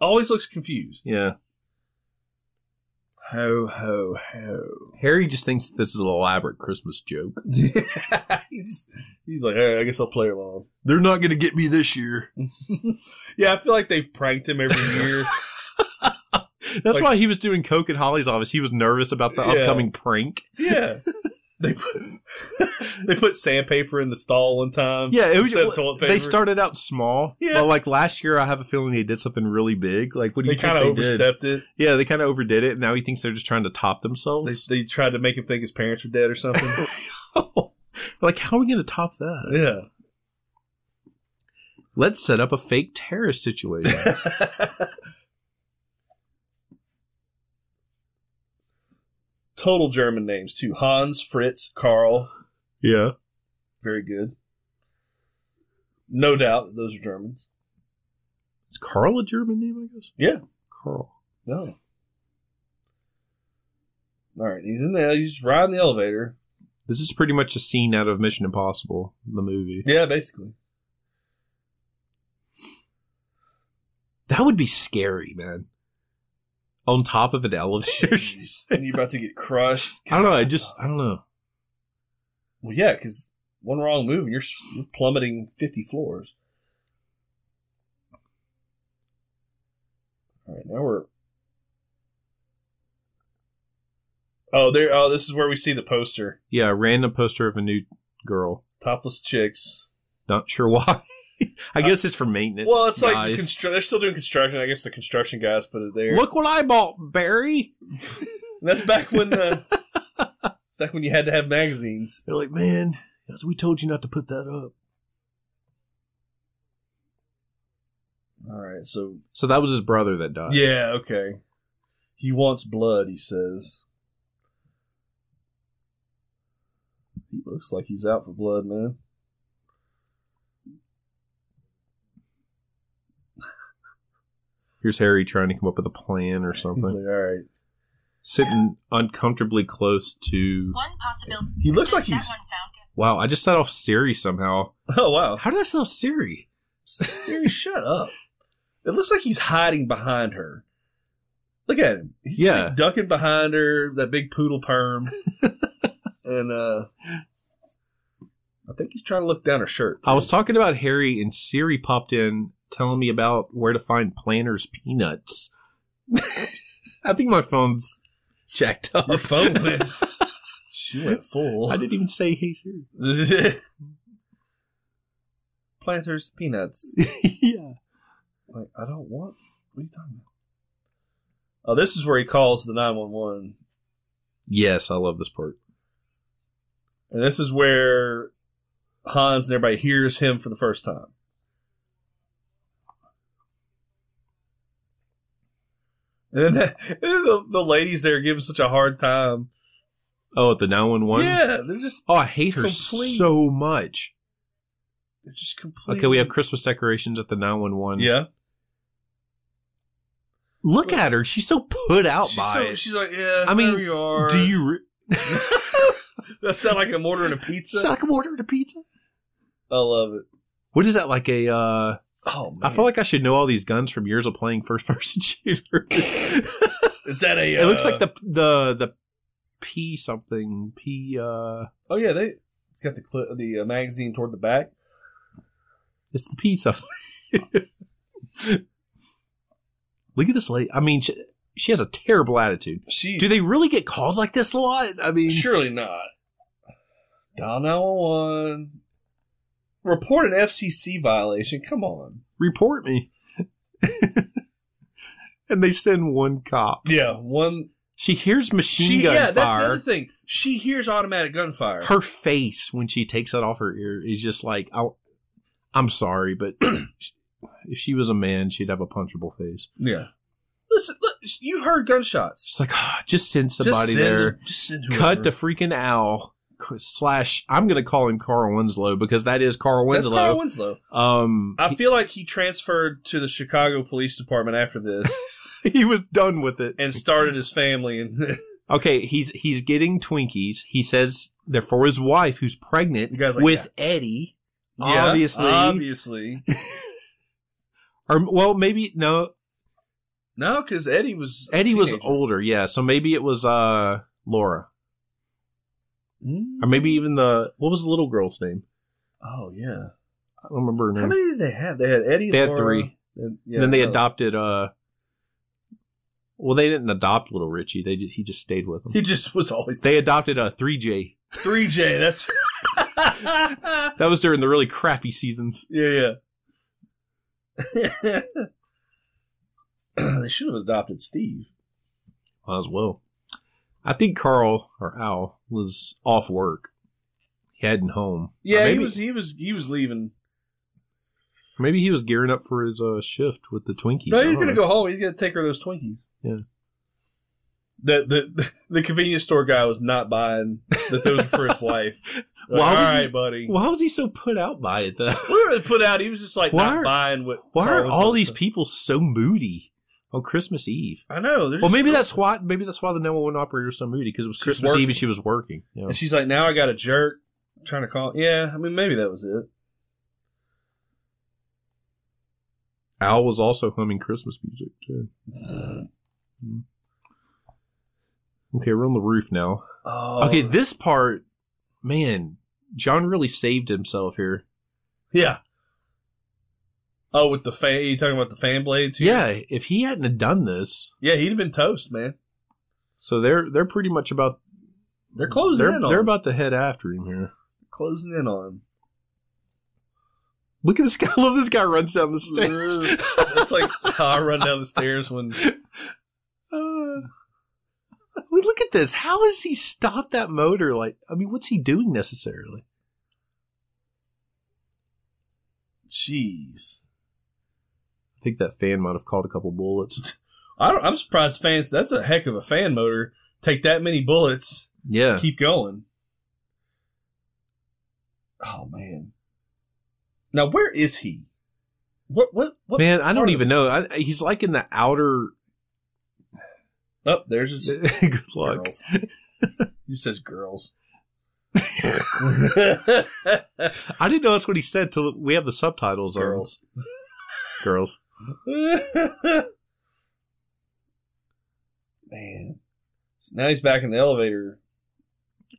S4: always looks confused.
S1: Yeah,
S4: Ho ho ho.
S1: Harry just thinks this is an elaborate Christmas joke.
S4: he's he's like, all right, I guess I'll play along.
S1: They're not going to get me this year.
S4: Yeah, I feel like they've pranked him every year.
S1: That's
S4: Like-
S1: why he was doing coke in Holly's office. He was nervous about the
S4: Yeah.
S1: upcoming prank.
S4: yeah. They put, they put sandpaper in the stall one time.
S1: Yeah, it was.
S4: instead of toilet
S1: They
S4: paper.
S1: started out small,
S4: Yeah.
S1: but like last year, I have a feeling they did something really big. Like, what do
S4: They
S1: you think
S4: kind of
S1: they did?
S4: overstepped it.
S1: Yeah, they kind of overdid it. and Now he thinks they're just trying to top
S4: They,
S1: themselves.
S4: they tried to make him think his parents were dead or something.
S1: like, how are we going to top that?
S4: yeah.
S1: Let's set up a fake terrorist situation.
S4: Total German names too: Hans, Fritz, Karl.
S1: yeah.
S4: Very good. No doubt that those are Germans.
S1: Is Carl a German name, I guess?
S4: Yeah.
S1: Carl.
S4: No. All right, he's in there. He's riding the elevator.
S1: This is pretty much a scene out of Mission Impossible, the movie.
S4: Yeah, basically.
S1: That would be scary, man. On top of an elevator.
S4: and you're about to get crushed.
S1: I don't know. I just, I don't know.
S4: Well, yeah, because one wrong move and you're, s- you're plummeting 50 floors. All right, now we're. Oh, there. Oh, this is where we see the poster.
S1: Yeah, a random poster of a new girl.
S4: Topless chicks.
S1: Not sure why. I guess it's for maintenance.
S4: Uh, well, it's like
S1: guys.
S4: constru- they're still doing construction. I guess the construction guys put it there.
S1: Look what I bought, Barry.
S4: And that's back when. Uh, it's back when you had to have magazines.
S1: They're like, man, we told you not to put that up.
S4: All right, so
S1: So that was his brother that died.
S4: yeah, okay. He wants blood, he says. He looks like he's out for blood, man.
S1: Here's Harry trying to come up with a plan or
S4: He's like,
S1: something.
S4: all right.
S1: Sitting uncomfortably close to.
S7: One possibility.
S4: He looks
S7: Does
S4: like he's.
S7: That one sound good?
S1: Wow, I just set off Siri somehow.
S4: Oh, wow.
S1: How did I set off Siri?
S4: Siri, shut up. It looks like he's hiding behind her. Look at him. He's
S1: Yeah.
S4: like ducking behind her, that big poodle perm. and uh I think he's trying to look down her shirt.
S1: I was talking about Harry, and Siri popped in telling me about where to find Planters peanuts. I think my phone's jacked up.
S4: Your phone went. she went full.
S1: I didn't even say hey Siri.
S4: Planters peanuts.
S1: yeah.
S4: Like I don't want. What are you talking about? Oh, this is where he calls the nine one one,
S1: Yes, I love this part.
S4: and this is where Hans and everybody hears him for the first time. And then that, and then the, the ladies there give him such a hard time.
S1: Oh, at the 911?
S4: Yeah, they're just
S1: Oh, I hate her
S4: Complete.
S1: so much.
S4: they're just completely
S1: Okay, we have Christmas decorations at the 911.
S4: yeah.
S1: Look at her. She's so put out
S4: She's,
S1: by
S4: so-
S1: it.
S4: she's like, yeah.
S1: I mean,
S4: there you are.
S1: Do you. Re-
S4: That sound like I'm ordering a pizza.
S1: She's like, I'm ordering a pizza.
S4: I love it.
S1: What is that, like a. uh
S4: Oh man,
S1: I feel like I should know all these guns from years of playing first person shooter.
S4: is that a?
S1: It looks
S4: uh,
S1: like the the the P something P. uh
S4: Oh yeah, they. It's got the cli the uh, magazine toward the back.
S1: It's the P something. Look at this lady. I mean, she, she has a terrible attitude.
S4: She
S1: Do they really get calls like this a lot? I mean,
S4: surely not. Dial nine one one. Report an FCC violation. Come on.
S1: report me. and they send one cop.
S4: Yeah, one.
S1: She hears machine
S4: She,
S1: gun
S4: yeah, that's the
S1: fire.
S4: other thing. She hears automatic gunfire.
S1: her face when she takes it off her ear is just like I, I'm sorry, but if she was a man, she'd have a punchable face.
S4: yeah. Listen, look, you heard gunshots.
S1: She's like, "Ah, just send
S4: Just
S1: somebody
S4: send-
S1: there.
S4: Just send
S1: Cut
S4: whoever.
S1: the freaking owl c- slash. I'm gonna call him Carl Winslow because that is Carl
S4: That's
S1: Winslow.
S4: Carl Winslow.
S1: um,
S4: I feel like he transferred to the Chicago Police Department after this
S1: he, he was done with it.
S4: and started his family. And
S1: Okay, he's he's getting Twinkies. He says they're for his wife who's pregnant
S4: You guys like
S1: with
S4: that.
S1: Eddie.
S4: Yeah,
S1: obviously,
S4: obviously,
S1: or well, maybe no.
S4: no, because Eddie was a
S1: Eddie was
S4: teenager.
S1: older, yeah. So maybe it was uh Laura,
S4: Mm.
S1: or maybe even the what was the little girl's name?
S4: Oh yeah.
S1: I don't remember her
S4: How
S1: name.
S4: many did they have? They had Eddie.
S1: They had
S4: Laura,
S1: three.
S4: and- yeah,
S1: And then they
S4: no.
S1: adopted. uh Well, they didn't adopt little Richie. They ju- he just stayed with them.
S4: He just was always
S1: they adopted a three J.
S4: three J. That's yeah,
S1: That was during the really crappy seasons.
S4: yeah. they should have adopted Steve.
S1: Might as well. I think Carl or Al was off work, heading home. Or
S4: Yeah,
S1: Uh, maybe,
S4: he was. He was. He was leaving.
S1: Maybe he was gearing up for his uh, shift with the Twinkies.
S4: No,
S1: I
S4: you're
S1: don't
S4: gonna
S1: know.
S4: go home. He's gonna take her those Twinkies.
S1: Yeah.
S4: The the the convenience store guy was not buying that those were for his wife. Like,
S1: Why
S4: All
S1: was he-
S4: right, buddy.
S1: Why was he so put out by it though?
S4: We were put out. He was just like
S1: Why
S4: not
S1: are-
S4: buying what.
S1: Why are
S4: Carl
S1: all
S4: Winslow
S1: these
S4: said.
S1: people so moody on Christmas Eve?
S4: I know. they're
S1: Well,
S4: just-
S1: maybe that's why. Maybe that's why the 911 operator was so moody because it was
S4: She's
S1: Christmas
S4: working.
S1: Eve and she was working. Yeah.
S4: And she's like, now I got a jerk trying to call. Yeah, I mean, maybe that was it.
S1: Al was also humming Christmas music too. Okay, we're on the roof now.
S4: Oh,
S1: okay, this part, man, John really saved himself here.
S4: yeah. Oh, with the fan, you talking about the fan blades? Here?
S1: Yeah, if he hadn't have done this,
S4: yeah, he'd have been toast, man.
S1: so they're they're pretty much about
S4: They're closing
S1: they're
S4: in on.
S1: they're
S4: him.
S1: about to head after him here.
S4: closing in on. him.
S1: Look at this guy! I love this guy runs down the stairs.
S4: That's like how I run down the stairs when
S1: Uh, we look at this. How has he stopped that motor? Like, I mean, what's he doing necessarily?
S4: jeez.
S1: I think that fan might have caught a couple bullets.
S4: I don't, I'm surprised fans. That's a heck of a fan motor. Take that many bullets,
S1: Yeah.
S4: keep going. Oh man. Now where is he? What what what?
S1: Man, I
S4: part
S1: don't
S4: of-
S1: even know. I, he's like in the outer.
S4: Oh, there's his
S1: Good luck.
S4: girls. he says girls.
S1: I didn't know that's what he said till we have the subtitles. on.
S4: girls.
S1: Girls.
S4: Man. So now he's back in the elevator.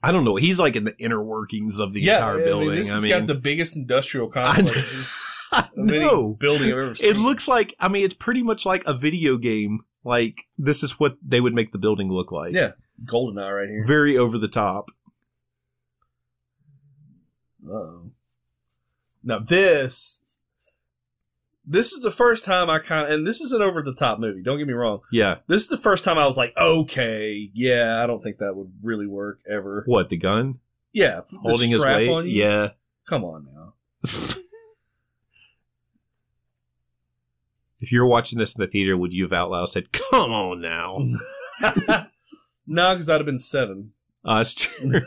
S1: I don't know. He's like in the inner workings of the entire building.
S4: I mean, this
S1: I
S4: has
S1: mean,
S4: got the biggest industrial
S1: I
S4: complex
S1: know. I
S4: of any
S1: know.
S4: building I've ever seen.
S1: It looks like. I mean, it's pretty much like a video game. Like this is what they would make the building look like.
S4: Yeah. golden eye right here.
S1: Very over the top.
S4: Uh-oh. Now this, this is the first time I kind of, and this is an over the top movie. Don't get me wrong.
S1: Yeah.
S4: This is the first time I was like, okay, yeah, I don't think that would really work ever.
S1: What the gun
S4: Yeah, the
S1: holding his
S4: strap
S1: leg?
S4: on you.
S1: Yeah.
S4: come on now.
S1: if you were watching this in the theater, would you have out loud said, "Come on now"?
S4: no, because I'd have been seven.
S1: Uh, it's true.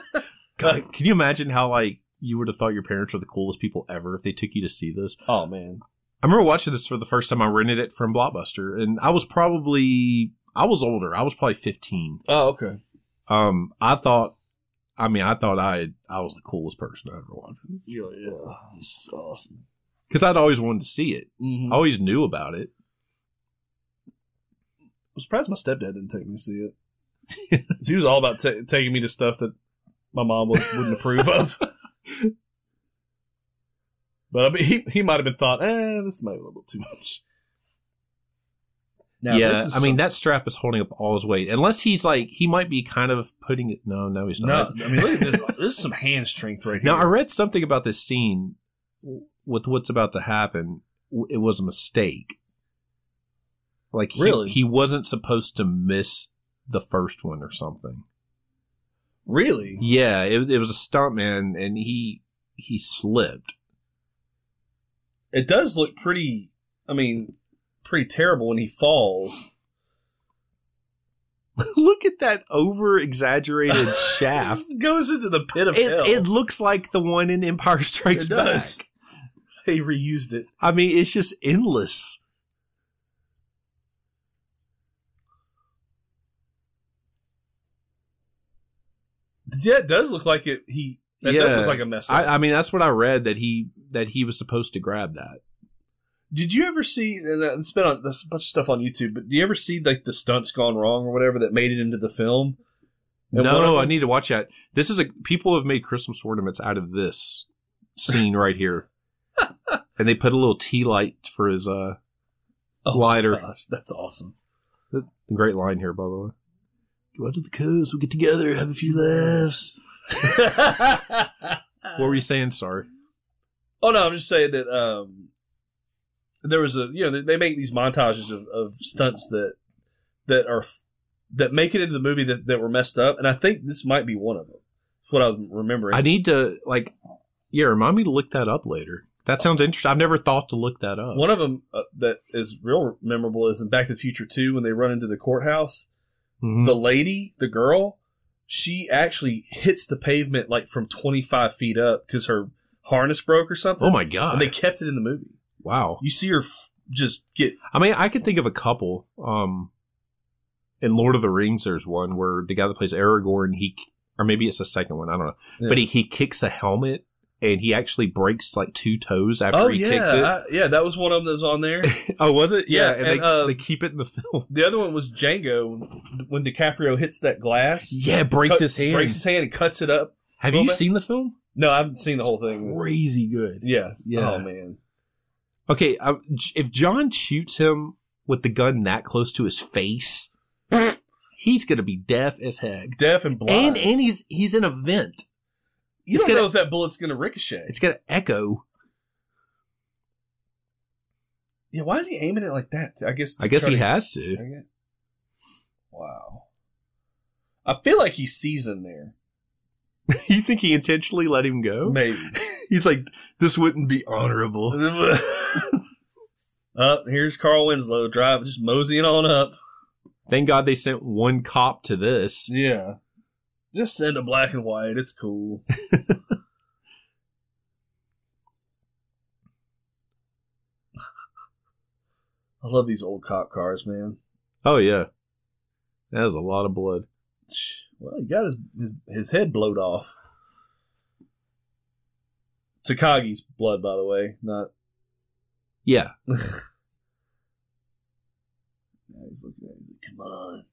S1: God, can you imagine how like you would have thought your parents were the coolest people ever if they took you to see this?
S4: Oh man,
S1: I remember watching this for the first time. I rented it from Blockbuster, and I was probably I was older. I was probably fifteen.
S4: Oh, okay.
S1: Um, I thought, I mean, I thought I I was the coolest person I ever watched
S4: Yeah, yeah. It's Oh, awesome.
S1: because I'd always wanted to see it.
S4: hmm
S1: I always knew about it.
S4: I'm surprised my stepdad didn't take me to see it. 'Cause he was all about ta taking me to stuff that my mom was, wouldn't approve of. But I mean, he he might have been thought, eh, this might be a little too much. Now,
S1: yeah,
S4: this is
S1: I mean
S4: some-
S1: that strap is holding up all his weight, unless he's like he might be kind of putting it. No, no, he's not.
S4: no, I mean, look at this. This is some hand strength right here.
S1: Now I read something about this scene w- with what's about to happen. W- It was a mistake. Like he,
S4: Really?
S1: he wasn't supposed to miss the first one or something.
S4: really?
S1: Yeah, it, it was a stuntman, and he he slipped.
S4: it does look pretty i mean pretty terrible when he falls
S1: Look at that over exaggerated shaft.
S4: goes into the pit of
S1: It,
S4: hell
S1: it looks like the one in Empire Strikes
S4: It does.
S1: Back.
S4: they reused it
S1: I mean, it's just endless.
S4: yeah it does look like it he that does
S1: Yeah.
S4: look like a mess up.
S1: I, I mean, that's what I read that he that he was supposed to grab that.
S4: did you ever see and that- it's been on there's a bunch of stuff on youtube but do you ever see like the stunts gone wrong or whatever that made it into the film And
S1: no,
S4: one of
S1: no,
S4: them-
S1: I need to watch that. This is a people have made Christmas ornaments out of this scene right here, and they put a little tea light for his uh
S4: oh,
S1: lighter.
S4: gosh, that's awesome
S1: Great line here, by the way. Go out to the coast. We'll get together, have a few laughs. What were you saying, Star?
S4: Oh no, I'm just saying that um, there was a you know they, they make these montages of, of stunts that that are that make it into the movie that, that were messed up, and I think this might be one of them. That's what I'm remembering.
S1: I need to like, yeah. Remind me to look that up later. That sounds interesting. I've never thought to look that up.
S4: one of them uh, that is real memorable is in Back to the Future 2 when they run into the courthouse.
S1: Mhm.
S4: The lady, the girl, she actually hits the pavement like from 25 feet up because her harness broke or something.
S1: oh my
S4: And they
S1: god!
S4: kept it in the movie.
S1: Wow.
S4: You see her f- just get
S1: I mean, I can think of a couple. Um, in Lord of the Rings, there's one where the guy that plays Aragorn, he or maybe it's the second one, I don't know, but he, he kicks a helmet and he actually breaks like two toes after
S4: Oh
S1: he
S4: yeah,
S1: kicks it.
S4: I- yeah, that was one of them that was on there.
S1: oh, was it? Yeah,
S4: Yeah,
S1: and,
S4: and,
S1: they,
S4: uh,
S1: they keep it in the film.
S4: the other one was Django when DiCaprio hits that glass,
S1: Yeah, breaks
S4: cut-
S1: his hand.
S4: breaks his hand, and cuts it up.
S1: Have
S4: a
S1: you
S4: little bit.
S1: seen the film?
S4: No, I haven't seen the whole thing.
S1: Crazy good.
S4: Yeah,
S1: Yeah.
S4: Oh man,
S1: Okay, um, J- if John shoots him with the gun that close to his face, he's gonna be deaf as heck.
S4: deaf and
S1: And
S4: blind.
S1: and he's he's in a vent.
S4: you
S1: it's
S4: don't
S1: gonna-
S4: know if that bullet's gonna ricochet.
S1: It's gonna echo.
S4: yeah, why is he aiming it like that? I guess. to
S1: I guess
S4: try
S1: he
S4: to-
S1: has to.
S4: Wow. I feel like he sees him there.
S1: you think he intentionally let him go?
S4: Maybe.
S1: He's like, this wouldn't be honorable.
S4: Up here's Carl Winslow drive, just moseying on up.
S1: Thank God they sent one cop to this.
S4: Yeah, just send a black and white. It's cool. I love these old cop cars, man.
S1: Oh yeah, that was a lot of blood.
S4: Well, he got his his, his head blowed off. Takagi's blood, by the way, not
S1: Yeah,
S4: Yeah, he's looking at me like, come on.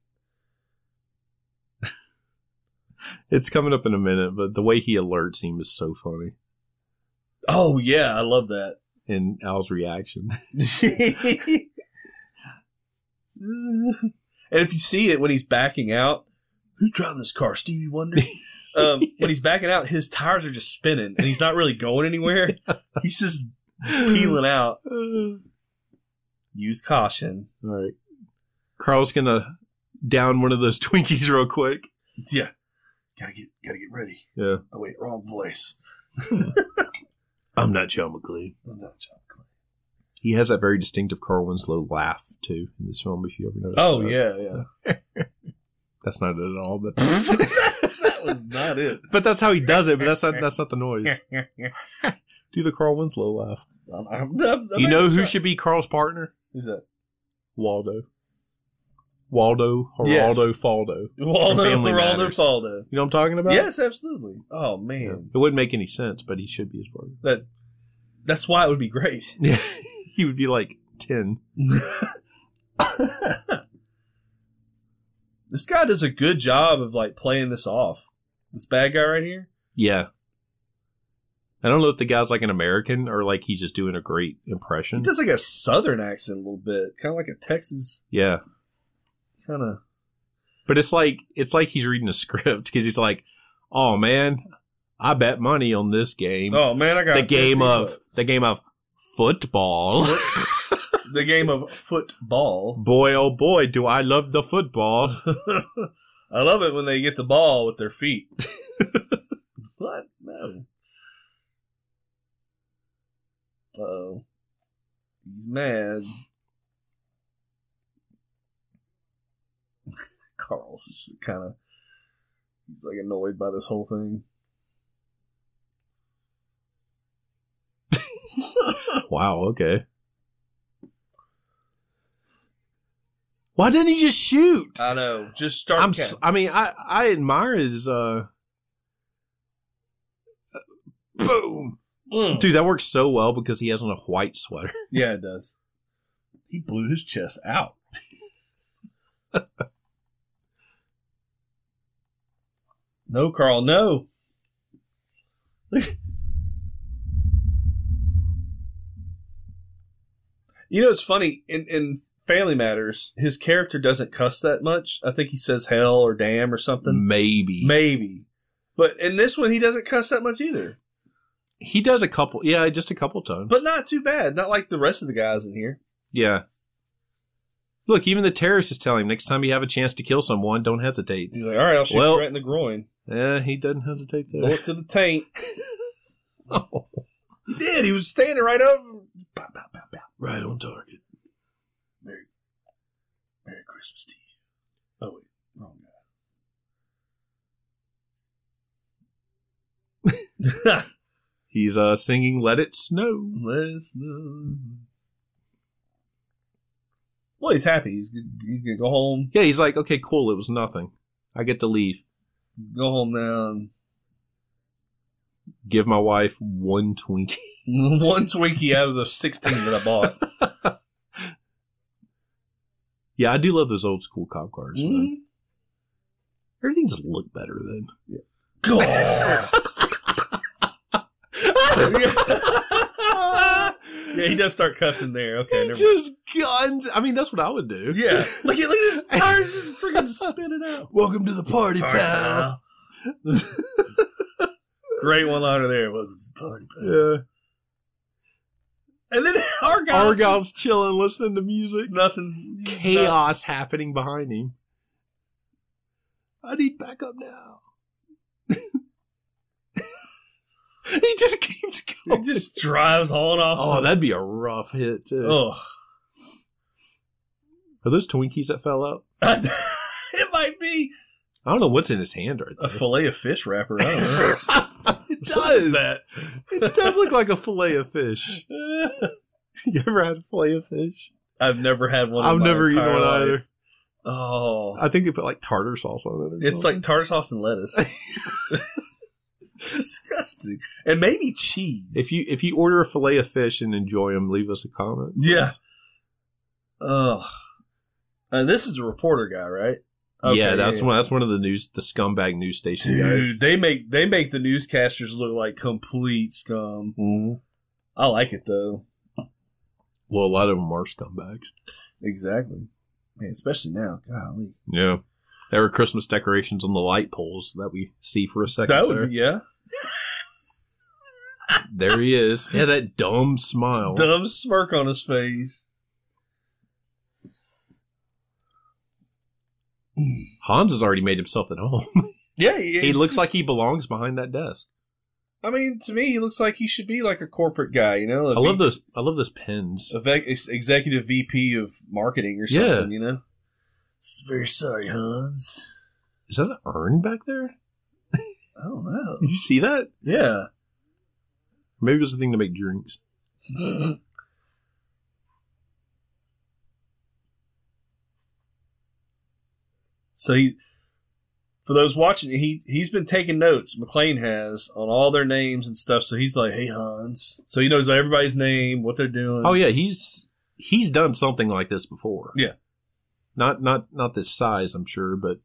S1: it's coming up in a minute, but the way he alerts him is so funny,
S4: Oh, yeah, I love that.
S1: and Al's reaction.
S4: and if you see it when he's backing out, who's driving this car? Stevie Wonder? Um, When he's backing out, his tires are just spinning and he's not really going anywhere. He's just peeling out.
S1: All
S4: Use caution.
S1: right, Carl's gonna down one of those Twinkies real quick.
S4: Yeah. Gotta get gotta get ready.
S1: Yeah.
S4: Oh wait, wrong voice.
S1: I'm not Joe McLean.
S4: I'm not John Clay.
S1: He has that very distinctive Carl Winslow laugh too in this film. If you ever noticed.
S4: Oh
S1: that.
S4: yeah, yeah.
S1: that's not it at all, but
S4: that was not it.
S1: but that's how he does it. But that's not that's not the noise. Do the Carl Winslow laugh.
S4: I'm- I'm- I'm- I'm
S1: you know
S4: actually
S1: who
S4: trying-
S1: should be Carl's partner?
S4: Who's that?
S1: Waldo. Waldo, Geraldo,
S4: Yes.
S1: Faldo.
S4: Waldo,
S1: Family
S4: Geraldo,
S1: Matters.
S4: Faldo.
S1: You know what I'm talking about?
S4: Yes, absolutely. Oh
S1: Yeah.
S4: man,
S1: It wouldn't make any sense, but he should be his partner.
S4: that that's why it would be great.
S1: Yeah. he would be like 10.
S4: this guy does a good job of like playing this off. This bad guy right here.
S1: Yeah. I don't know if the guy's like an American or like he's just doing a great
S4: He
S1: impression.
S4: does like a southern accent a little bit, kind of like a Texas
S1: Yeah.
S4: kind of.
S1: But it's like it's like he's reading a script because he's like, "Oh man, I bet money on this game.
S4: Oh man, I got
S1: the game
S4: 50
S1: of the game of football.
S4: bucks. the game of football.
S1: boy, oh boy, do I love the football."
S4: I love it when they get the ball with their feet. what? No. Uh oh. He's mad. Carl's just kind of. He's like annoyed by this whole thing.
S1: wow. Okay. Why didn't he just shoot?
S4: I know. Just start.
S1: I'm. s- I mean, I I admire his. uh Boom, dude! That works so well because he has on a white sweater.
S4: Yeah, it does. He blew his chest out. no, Carl, no. you know, it's funny in in Family Matters, his character doesn't cuss that much. I think he says hell or damn or something.
S1: Maybe.
S4: Maybe. But in this one, he doesn't cuss that much either.
S1: he does a couple. Yeah, just a couple times.
S4: But not too bad. Not like the rest of the guys in here.
S1: Yeah. Look, even the terrorist is telling him next time you have a chance to kill someone, don't hesitate.
S4: He's like, all right, I'll shoot
S1: Well-
S4: you right in the groin.
S1: Yeah, he doesn't hesitate there.
S4: Bullet to the taint. He did. He was standing right over. him. Bow, bow, bow, bow.
S1: Right on target.
S4: Merry, Merry Christmas to you. Oh, wait. Wrong guy.
S1: He's uh singing "Let It Snow." Eh.
S4: Let's know. Well, he's happy. He's, g- he's going to go home.
S1: Yeah, he's like, okay, cool. It was nothing. I get to leave.
S4: Go home now. and-
S1: Give my wife one Twinkie.
S4: One Twinkie out of the 16 that I bought.
S1: Yeah, I do love those old school cop cars. Man.
S4: Mm-hmm.
S1: Everything just looked better then.
S4: God. yeah, he does start cussing there. Okay, never mind.
S1: just guns. I mean, that's what I would do.
S4: Yeah, look at look at his tires just freaking spinning out.
S1: Welcome to the party, pal.
S4: Great one liner there. Welcome to the party, pal.
S1: Yeah.
S4: And then Argyle.
S1: Argyle's chilling, listening to music.
S4: nothing's
S1: chaos happening behind him. I need backup now. he just keeps
S4: It
S1: going.
S4: just drives on off.
S1: oh, that'd be a rough hit too.
S4: Oh,
S1: Are those Twinkies that fell out?
S8: it might be
S1: I don't know what's in his hand right
S4: A
S1: there.
S4: fillet of fish wrapper. I don't know.
S1: it
S4: What is
S1: does.
S4: that?
S1: It does look like a fillet of fish. you ever had a fillet of fish?
S4: I've never had one. in
S1: I've
S4: my
S1: never eaten
S4: entire
S1: one
S4: life.
S1: either.
S4: Oh,
S1: I think they put like tartar sauce on it. Or
S4: it's like
S1: something.
S4: tartar sauce and lettuce. Disgusting, and maybe cheese.
S1: if you if you order a fillet of fish and enjoy them, leave us a comment.
S4: yeah. Oh, Uh, this is a reporter guy, right?
S1: yeah, that's
S4: one.
S1: one. That's one of the news, the scumbag news station guys.
S4: Dude, they make they make the newscasters look like complete scum. I like it though.
S1: Mm-hmm. Well, a lot of them are scumbags.
S4: Exactly. Man, especially now. Golly.
S1: Yeah, there were Christmas decorations on the light poles that we see for a second.
S4: That
S1: there.
S4: would be yeah.
S1: there he is. He has that dumb smile.
S4: Dumb smirk on his face.
S1: Hans has already made himself at home.
S4: Yeah,
S1: he looks like he belongs behind that desk.
S4: I mean, to me, he looks like he should be like a corporate guy. You know, I
S1: I love those. I love those pins.
S4: a ve- ex- executive VP of marketing or
S1: Yeah.
S4: something. You know, S- very sorry, Hans.
S1: Is that an urn back there?
S4: I don't know.
S1: Did you see that?
S4: Yeah,
S1: Maybe it was a thing to make drinks.
S4: So he's for those watching, he he's been taking notes. McLean has on all their names and stuff. So he's like, "Hey Hans," so he knows everybody's name, what they're doing.
S1: Oh yeah, he's he's done something like this before.
S4: Yeah.
S1: Not not not this size, I'm sure, but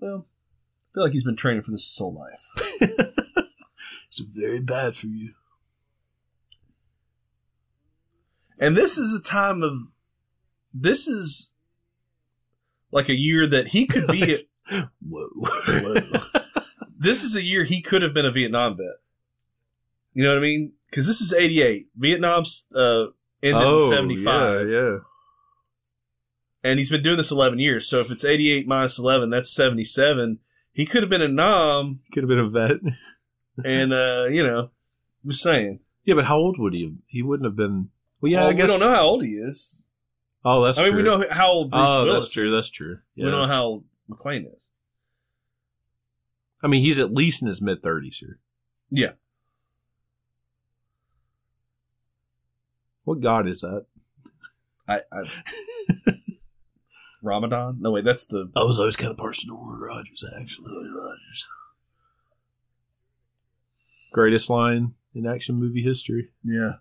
S4: Well, I feel like he's been training for this his whole life.
S1: it's very bad for you.
S4: And this is a time of this is like a year that he could be. a-
S1: Whoa.
S4: this is a year he could have been a Vietnam vet. You know what I mean? Because this is '88. Vietnam's uh, ended in '75.
S1: Oh, Yeah, yeah.
S4: and he's been doing this 11 years. So if it's 88 minus 11, that's 77. He could have been a nom,
S1: Could have been a vet.
S4: and uh, you know, I'm just saying.
S1: Yeah, but how old would he have? He wouldn't have been Well yeah,
S4: Well,
S1: I guess
S4: Oh, we don't know how old he is.
S1: Oh that's
S4: I mean,
S1: true.
S4: we know how old Bruce
S1: Oh,
S4: Willis.
S1: that's true, that's true.
S4: We
S1: Yeah.
S4: don't know how old McLean is.
S1: I mean he's at least in his mid thirties here.
S4: Yeah.
S1: What god is that?
S4: I, I Ramadan? No, wait, that's the
S1: I was always kind of partial to Warner Rogers, actually. Greatest line in action movie history.
S4: yeah.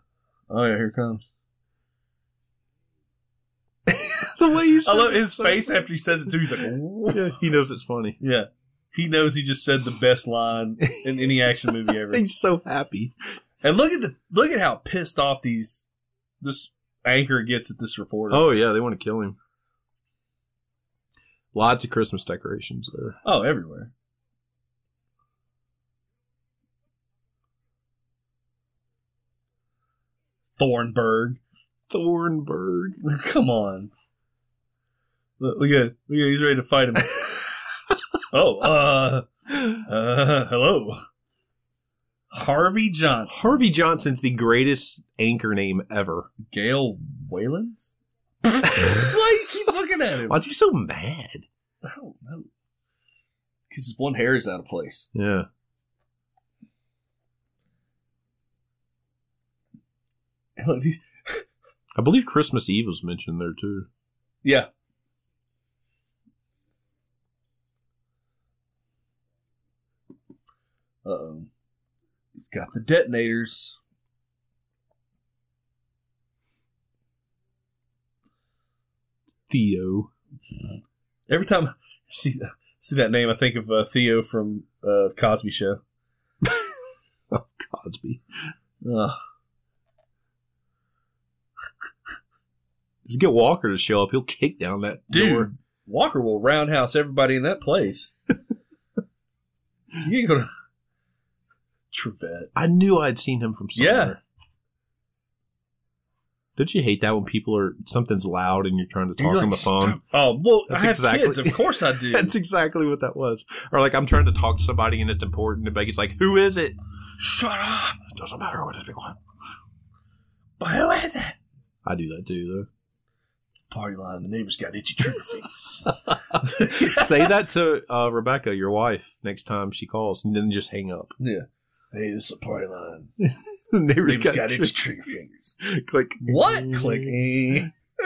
S4: Oh yeah, here it comes.
S1: the way he
S4: I love his face after he says it too. He's like, "Whoa."
S1: Yeah, he knows it's funny.
S4: yeah. He knows he just said the best line in any action movie ever.
S1: He's so happy.
S4: And look at the look at how pissed off these this anchor gets at this reporter.
S1: Oh yeah, they want to kill him. Lots of Christmas decorations there.
S4: Oh, everywhere. Thornburg.
S1: Thornburg.
S4: Come on. Look, look at look at he's ready to fight him. oh, uh, uh hello. Harvey Johnson.
S1: Harvey Johnson's the greatest anchor name ever.
S4: Gail Whalens? Why do you keep looking at him?
S1: Why's he so mad?
S4: I don't know. Because his one hair is out of place.
S1: Yeah. I believe Christmas Eve was mentioned there too.
S4: yeah. Uh oh. He's got the detonators.
S1: Theo.
S4: Every time I see, see that name, I think of uh, Theo from uh, Cosby Show.
S1: Cosby.
S4: Ugh.
S1: Just get Walker to show up. He'll kick down that door.
S4: Dude, Walker will roundhouse everybody in that place. you ain't gonna. Trevette.
S1: I knew I'd seen him from somewhere.
S4: Yeah.
S1: Don't you hate that when people are something's loud and you're trying to talk
S4: You're
S1: on the
S4: like,
S1: phone?
S4: Oh well,
S1: That's
S4: I have
S1: exactly-
S4: kids. Of course I do.
S1: That's exactly what that was. Or like I'm trying to talk to somebody and it's important, and Becky's like, "Who is it?"
S4: Shut up!
S1: It doesn't matter what it is.
S4: But who is it?
S1: I do that too,
S4: party line. The neighbor's got itchy trigger fingers.
S1: Say that to uh, Rebecca, your wife, next time she calls, and then just hang up.
S4: hey, this is a party line.
S1: The neighbor's
S4: Neighbor's got, itchy trigger fingers.
S1: Click.
S4: What? Click. Eh.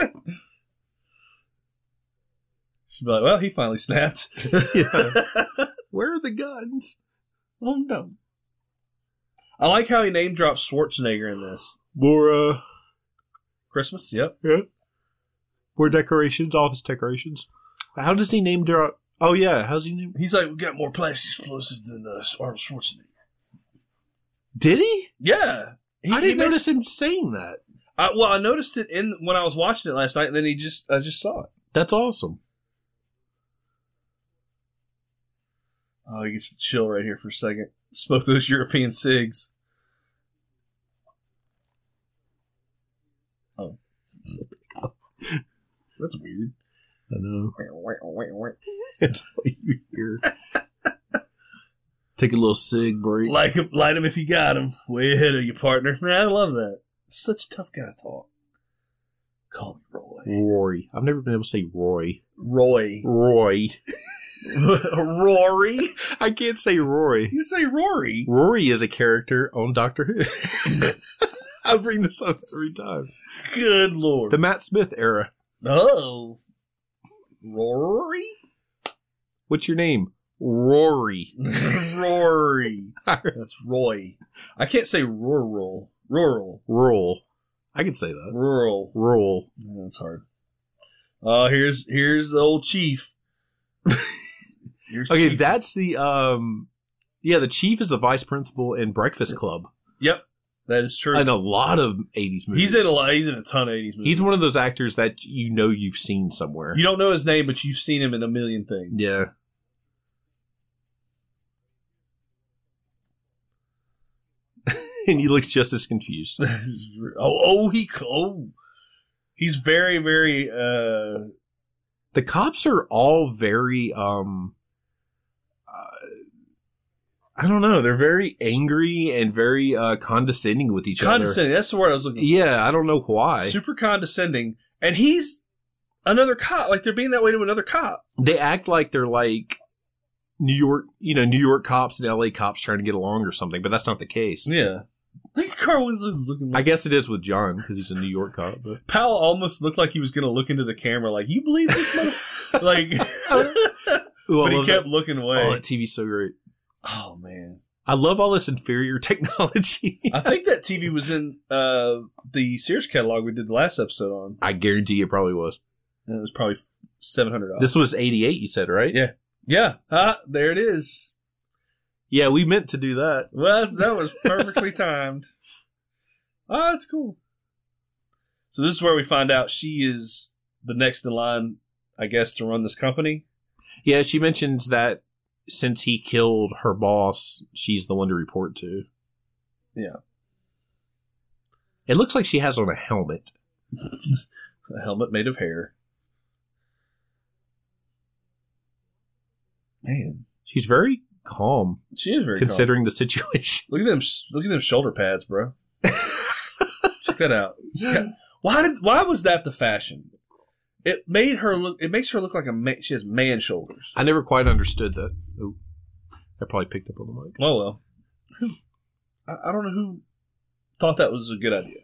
S4: She'd be like, well, he finally snapped.
S1: Yeah. Where are the guns?
S4: Oh no. I like how he name drops Schwarzenegger in this.
S1: More, uh,
S4: Christmas, yep.
S1: more decorations, office decorations. How does he name drop? Oh, yeah. How's he name?
S4: He's like, we got more plastic explosive than uh, Arnold Schwarzenegger.
S1: Did he?
S4: Yeah. He-
S1: I
S4: he
S1: didn't
S4: makes-
S1: notice him saying that.
S4: I, well, I noticed it in when I was watching it last night, and then he just I just saw it.
S1: That's awesome.
S4: Oh, he gets to chill right here for a second. Smoke those European cigs. Oh. That's weird.
S1: I know. That's all you hear. Take a little sig break.
S4: Like him, light him if you got him. Way ahead of your partner. Man, I love that. Such tough guy talk. Call me Roy.
S1: Rory. I've never been able to say Roy.
S4: Roy.
S1: Roy.
S4: Rory.
S1: I can't say Rory.
S4: You say Rory.
S1: Rory is a character on Doctor Who. I bring this up three times.
S4: Good lord.
S1: The Matt Smith era.
S4: oh. Rory?
S1: What's your name? Rory.
S4: Rory. That's Roy. I can't say rural. Rural.
S1: Roll. I can say that.
S4: Rural.
S1: Roll.
S4: Yeah, That's hard. Uh here's here's the old chief. Here's
S1: Okay,
S4: Chief.
S1: that's the um yeah, the chief is the vice principal in Breakfast Club.
S4: Yep. That is true.
S1: In a lot of eighties movies.
S4: He's in a lot, he's in a ton of eighties movies.
S1: He's one of those actors that you know you've seen somewhere.
S4: you don't know his name, but you've seen him in a million things.
S1: yeah. and he looks just as confused.
S4: oh, oh, he oh, he's very, very. uh
S1: the cops are all very um uh, i don't know they're very angry and very uh condescending with each
S4: Condescending. That's the word I was
S1: other
S4: looking.
S1: yeah i don't know
S4: for.
S1: why
S4: Super condescending, and he's another cop. Like they're being that way to another cop.
S1: they act like they're like new york you know new york cops and la cops trying to get along or something but that's not the case
S4: Yeah. I think Carl Winslow's looking
S1: i
S4: like
S1: guess it is with john because he's a new york cop but
S4: Powell almost looked like he was gonna look into the camera like, You believe this mother like
S1: Ooh, I
S4: But he
S1: love
S4: kept
S1: that.
S4: looking away.
S1: oh
S4: Oh,
S1: that tv's so great
S4: man.
S1: i love all this inferior technology
S4: I think that TV was in uh the Sears catalog we did the last episode on.
S1: i guarantee it probably was
S4: And it was probably seven hundred dollars.
S1: this was 88 you said right
S4: Yeah. Yeah. Ah, there it is.
S1: yeah we meant to do that
S4: Well that's- that was perfectly timed. Oh, that's cool. So this is where we find out she is the next in line, I guess, to run this company.
S1: Yeah, she mentions that since he killed her boss, she's the one to report to.
S4: Yeah.
S1: It looks like she has on a helmet.
S4: a helmet made of hair. Man,
S1: She's very calm
S4: she is very considerate.
S1: considering the situation.
S4: Look at them! Look at them shoulder pads, bro. Check that out. She's got- why did? Why was that the fashion? It made her look. It makes her look like a man. She has man shoulders.
S1: I never quite understood that. Ooh, I probably picked up on the mic.
S4: Oh well. I, I don't know who thought that was a good idea.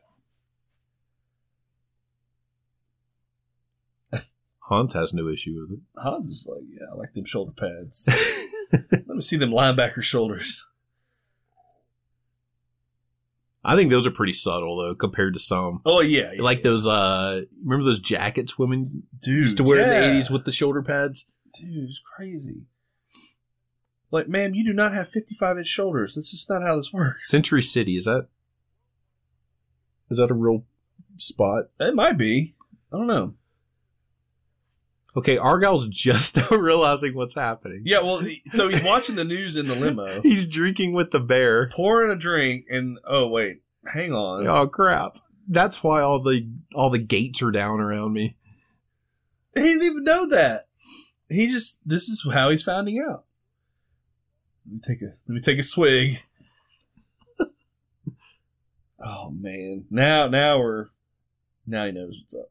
S1: Hans has no issue with it.
S4: Hans is like, yeah, I like them shoulder pads. Let me see them linebacker shoulders.
S1: I think those are pretty subtle though, compared to some.
S4: Oh yeah, yeah
S1: Like those, uh, remember those jackets women
S4: dude
S1: used to wear in
S4: yeah.
S1: the 80s with the shoulder pads?
S4: dude, it's crazy. Like, ma'am, you do not have 55 inch shoulders. That's just not how this works.
S1: Century City, is that, is that a real spot?
S4: It might be. I don't know.
S1: Okay, Argyle's just now realizing what's happening.
S4: Yeah, well, he- so he's watching the news in the limo,
S1: He's drinking with the bear.
S4: pouring a drink, and oh, wait, hang on.
S1: Oh crap. That's why all the all the gates are down around me.
S4: He didn't even know that. He just, this is how he's finding out. Let me take a, let me take a swig. oh, man. Now, now we're, now he knows what's up.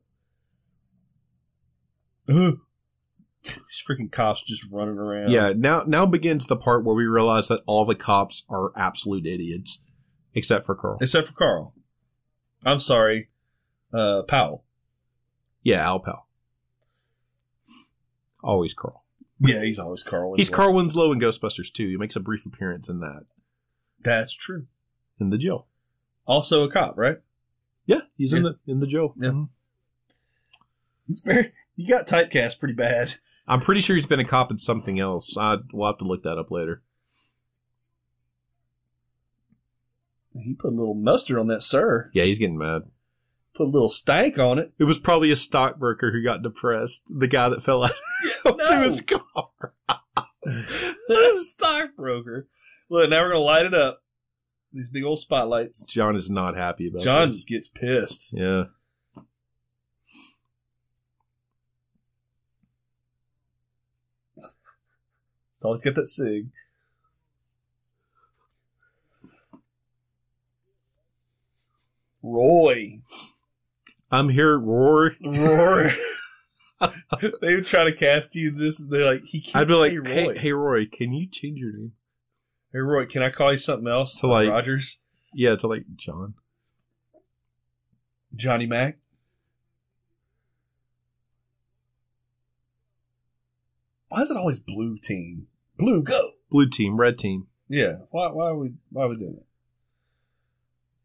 S4: These freaking cops just running around.
S1: Yeah, now now begins the part where we realize that all the cops are absolute idiots, except for Carl.
S4: Except for Carl. I'm sorry. Uh, Powell.
S1: Yeah, Al Pal. Always Carl.
S4: Yeah, he's always Carl.
S1: He's
S4: anyway.
S1: Carl Winslow in Ghostbusters too. He makes a brief appearance in that
S4: That's true.
S1: in the jail.
S4: Also a cop, right?
S1: Yeah, he's in
S4: Yeah.
S1: the in the jail.
S4: Yeah. He's very. You got typecast pretty bad.
S1: I'm pretty sure he's been a cop in something else. I we'll have to look that up later.
S4: He put a little mustard on that, sir.
S1: Yeah, he's getting mad.
S4: Put a little stank on it.
S1: It was probably a stockbroker who got depressed. The guy that fell out to his car.
S4: Stockbroker. Look, now we're gonna light it up. These big old spotlights.
S1: John is not happy about
S4: John
S1: this.
S4: gets pissed.
S1: Yeah.
S4: He's always got that sig. Roy.
S1: I'm here, Rory.
S4: Roy. they would try to cast you this. They're like, he can't
S1: I'd be like,
S4: say
S1: hey,
S4: Roy.
S1: hey, Roy, can you change your name?
S4: Hey, Roy, can I call you something else?
S1: To like-
S4: Rogers,
S1: Yeah, to like John.
S4: Johnny Mac. Why is it always blue team? Blue go.
S1: Blue team, red team.
S4: Yeah. Why? Why are we? Why are we doing that?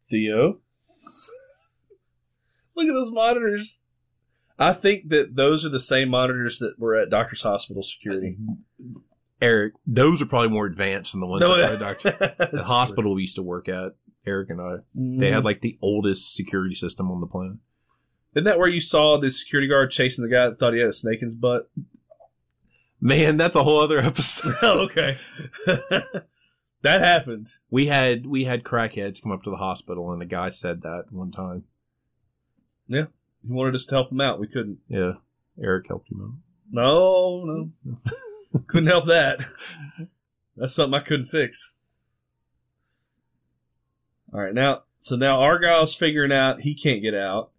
S4: Theo. Look at those monitors. I think that those are the same monitors that were at Doctor's Hospital security.
S1: Eric, those are probably more advanced than the ones
S4: No,
S1: at the doctor. The
S4: that's Mm-hmm.
S1: hospital we used to work at, Eric and I,
S4: true.
S1: they had like the oldest security system on the planet.
S4: Isn't that where you saw the security guard chasing the guy that thought he had a snake in his butt?
S1: Man, that's a whole other episode.
S4: oh, okay. that happened.
S1: We had we had crackheads come up to the hospital, and a guy said that one time.
S4: He wanted us to help him out. We couldn't.
S1: Yeah, Eric helped him out.
S4: No, no. couldn't help that. That's something I couldn't fix. All right, now so now Argyle's figuring out he can't get out.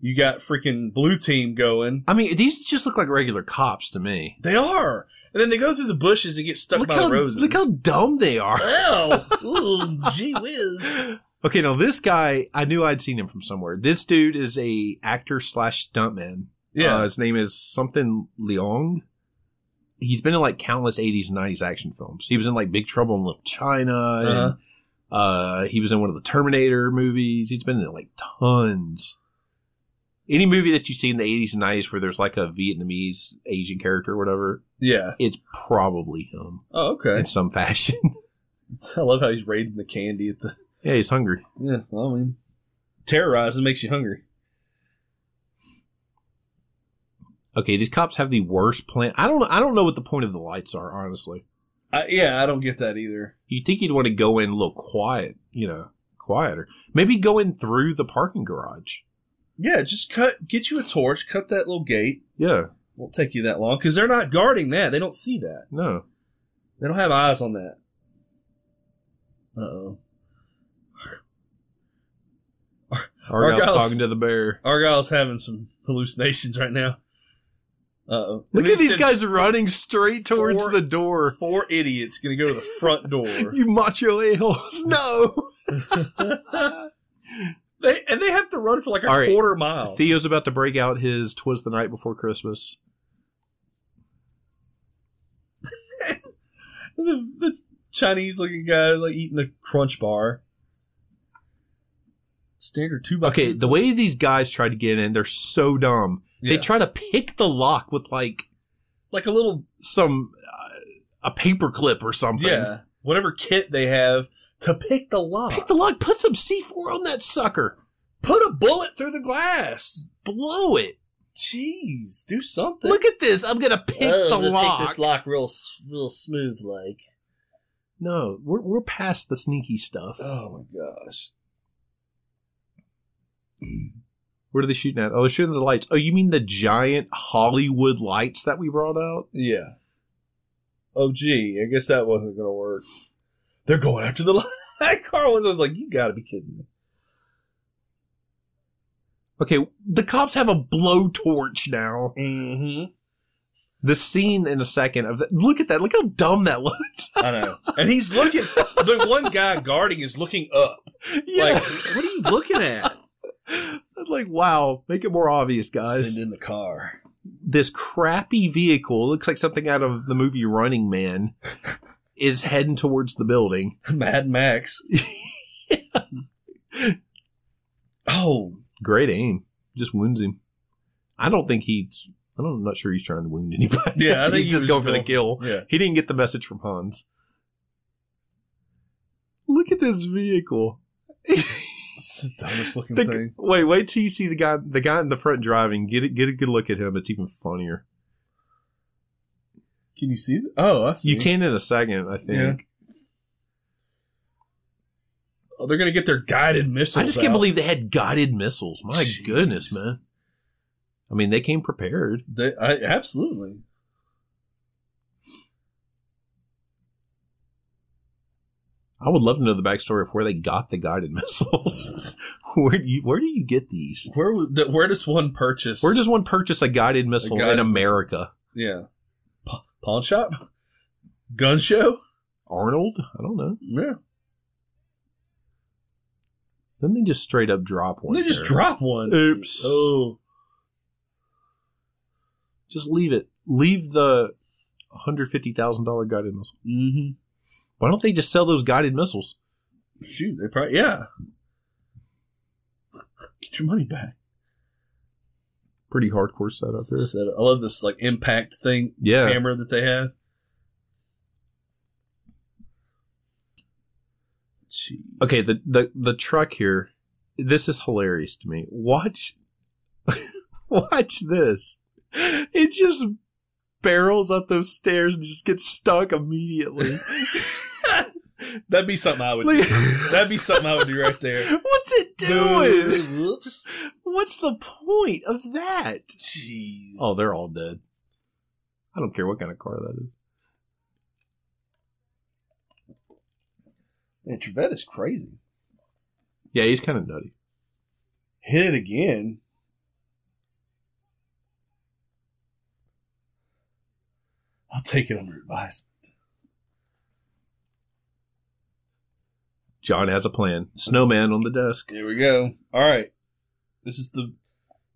S4: You got freaking blue team going.
S1: I mean, these just look like regular cops to me.
S4: They are, and then they go through the bushes and get stuck
S1: Look
S4: by
S1: how,
S4: the roses.
S1: look how dumb they are.
S4: Ow! Ooh, gee whiz!
S1: Okay, now this guy, I knew I'd seen him from somewhere. This dude is a actor slash stuntman.
S4: Yeah,
S1: Uh, his name is something Leong. He's been in like countless 80s and 90s action films. He was in like Big Trouble in Little China.
S4: Uh-huh.
S1: And, uh, he was in one of the Terminator movies. He's been in like tons. Any movie that you see in the 80s and 90s where there's like a Vietnamese Asian character or whatever,
S4: yeah.
S1: it's probably him
S4: Oh, okay.
S1: in some fashion.
S4: I love how he's raiding the candy at the.
S1: yeah, he's hungry.
S4: Yeah, well, I mean, terrorizing makes you hungry.
S1: Okay, these cops have the worst plan. I don't. I don't know what the point of the lights are. Honestly,
S4: I, yeah, I don't get that either.
S1: you think you'd want to go in a little quiet, you know, quieter. Maybe go in through the parking garage.
S4: Yeah, just cut, get you a torch, cut that little gate.
S1: Yeah.
S4: Won't take you that long because they're not guarding that. They don't see that.
S1: No.
S4: They don't have eyes on that. Uh oh.
S1: Argyle's
S4: Argyle's-
S1: talking to the bear.
S4: Argyle's having some hallucinations right now. Uh oh.
S1: Look at these guys running straight towards
S4: Four-
S1: the door.
S4: Four idiots gonna go to the front door.
S1: You macho a holes. No.
S4: they and they have to run for like a
S1: All right.
S4: quarter mile.
S1: Theo's about to break out his "Twas the Night Before Christmas."
S4: the, the Chinese looking guy like eating a crunch bar. Standard two by
S1: Okay,
S4: two.
S1: the way these guys try to get in, they're so dumb.
S4: Yeah.
S1: They try to pick the lock with like
S4: like a little
S1: some uh, a paper clip or something.
S4: yeah whatever kit they have to pick the lock.
S1: Pick the lock, put some C4 on that sucker.
S4: Put a bullet through the glass.
S1: Blow it.
S4: Jeez, do something.
S1: Look at this. Oh, I'm gonna pick
S4: Oh,
S1: the lock.
S4: lock real real smooth like.
S1: No, we're we're past the sneaky stuff.
S4: Oh my gosh.
S1: What are they shooting at? Oh, they're shooting the lights. Oh, you mean the giant Hollywood lights that we brought out?
S4: Yeah. Oh gee, I guess that wasn't gonna work. They're going after the light. Carl was I was like, you gotta be kidding me.
S1: Okay, the cops have a blowtorch now.
S4: Mm-hmm.
S1: The scene in a second of that. Look at that. Look how dumb that looks.
S4: I know. And he's looking. the one guy guarding is looking up. Like,
S1: Like,
S4: what are you looking at?
S1: like, wow. Make it more obvious, guys.
S4: in the car.
S1: This crappy vehicle looks like something out of the movie Running Man. Is heading towards the building.
S4: Mad Max. Oh,
S1: Great aim, just wounds him. I don't think he's. I don't, I'm not sure he's trying to wound anybody.
S4: Yeah, I
S1: he's
S4: think he
S1: just
S4: was
S1: going for the
S4: going-
S1: kill.
S4: yeah.
S1: He didn't get the message from Hans. Look at this vehicle.
S4: It's the dumbest looking
S1: The-
S4: thing.
S1: wait, wait till you see the guy the guy in the front driving. Get it get a good look at him. It's even funnier.
S4: Can you see it? Oh, I see.
S1: You can in a second, I think.
S4: Oh, they're gonna get their guided missiles.
S1: I just can't
S4: out.
S1: believe they had guided missiles. My
S4: Jeez.
S1: goodness, man. I mean, they came prepared.
S4: They, I, absolutely.
S1: I would love to know the backstory of where they got the guided missiles. where do you where do you get these?
S4: Where was- th- where does one purchase?
S1: Where does one purchase a guided missile
S4: guided
S1: in
S4: missile.
S1: America?
S4: yeah Pa- pawn shop, gun show?
S1: Arnold? I don't know.
S4: Yeah,
S1: Then they just straight up drop one.
S4: they just
S1: there.
S4: drop one.
S1: Oops.
S4: Oh,
S1: Just leave it. Leave the $150,000 guided missile.
S4: hmm
S1: Mm-hmm. Why don't they just sell those guided missiles?
S4: shoot, they probably yeah. Get your money back.
S1: Pretty hardcore setup there.
S4: Set up- I love this like impact thing
S1: Yeah.
S4: hammer that they have. Gee.
S1: Okay, the, the, the truck here, this is hilarious to me. Watch, watch this. It just barrels up those stairs and just gets stuck immediately.
S4: That'd be something I would do.
S1: Look-
S4: That'd be something I would do right there.
S1: What's it doing?
S4: Whoops.
S1: What's the point of that?
S4: Jeez.
S1: Oh, they're all dead. I don't care what kind of car that is.
S4: man, Trevette is crazy.
S1: Yeah, he's kind of nutty.
S4: Hit it again. I'll take it under advisement.
S1: John has a plan. Snowman on the desk.
S4: Here we go. All right. This is the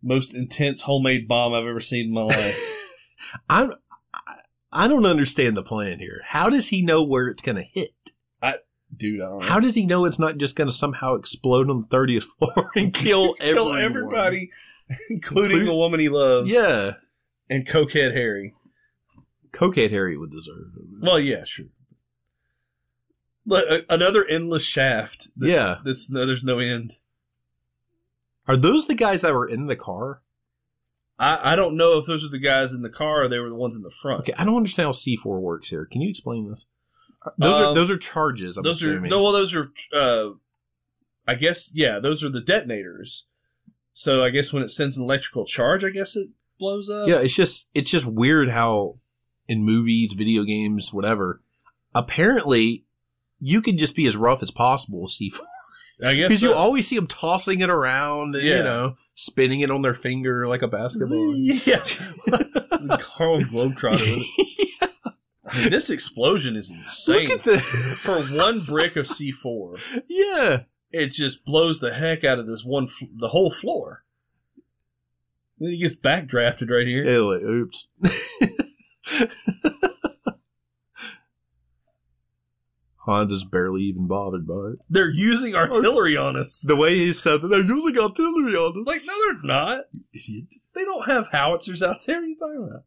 S4: most intense homemade bomb I've ever seen in my life.
S1: I'm. I- I don't understand the plan here. How does he know where it's going to hit?
S4: Dude, I don't know.
S1: How does he know it's not just going to somehow explode on the 30th floor and kill,
S4: kill
S1: everyone?
S4: everybody, including
S1: Include-
S4: the woman he loves
S1: Yeah.
S4: and cokehead Harry.
S1: Cokehead Harry would deserve it.
S4: Well, yeah, sure. But a- another endless shaft. that-
S1: Yeah.
S4: that's no, there's no end.
S1: Are those the guys that were in the car?
S4: I, I don't know if those are the guys in the car or they were the ones in the front.
S1: Okay, I don't understand how C4 works here. Can you explain this? Uh, Those
S4: Um,
S1: are those are charges, I'm
S4: those
S1: assuming.
S4: are no, well, those are. Uh, I guess yeah, those are the detonators. So I guess when it sends an electrical charge, I guess it blows up.
S1: yeah it's just it's just weird how in movies video games whatever apparently you can just be as rough as possible with c4
S4: I guess
S1: because you
S4: so.
S1: always see them tossing it around and,
S4: Yeah.
S1: you know spinning it on their finger like a basketball
S4: Yeah, Carl Globetrotter. with it. I mean, this explosion is insane.
S1: look at the
S4: For one brick of C four,
S1: yeah
S4: it just blows the heck out of this one, f the whole floor. Then he gets backdrafted right here.
S1: Yeah, like, oops Hans is barely even bothered by it.
S4: They're
S1: Oh,
S4: using artillery on us.
S1: The way he says it, they're using artillery on us.
S4: Like, no, they're not.
S1: idiot.
S4: They don't have howitzers out there. What are you talking about?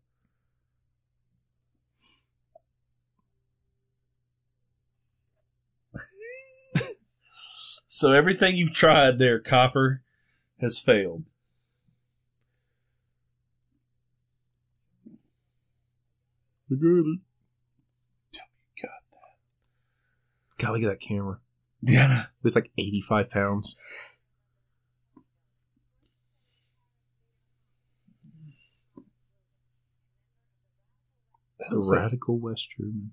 S4: so everything you've tried there, Copper, has failed.
S1: I got it. Got that. God, look at that camera.
S4: Yeah.
S1: It's like 85 pounds.
S4: That
S1: The
S4: looks like,
S1: radical West German.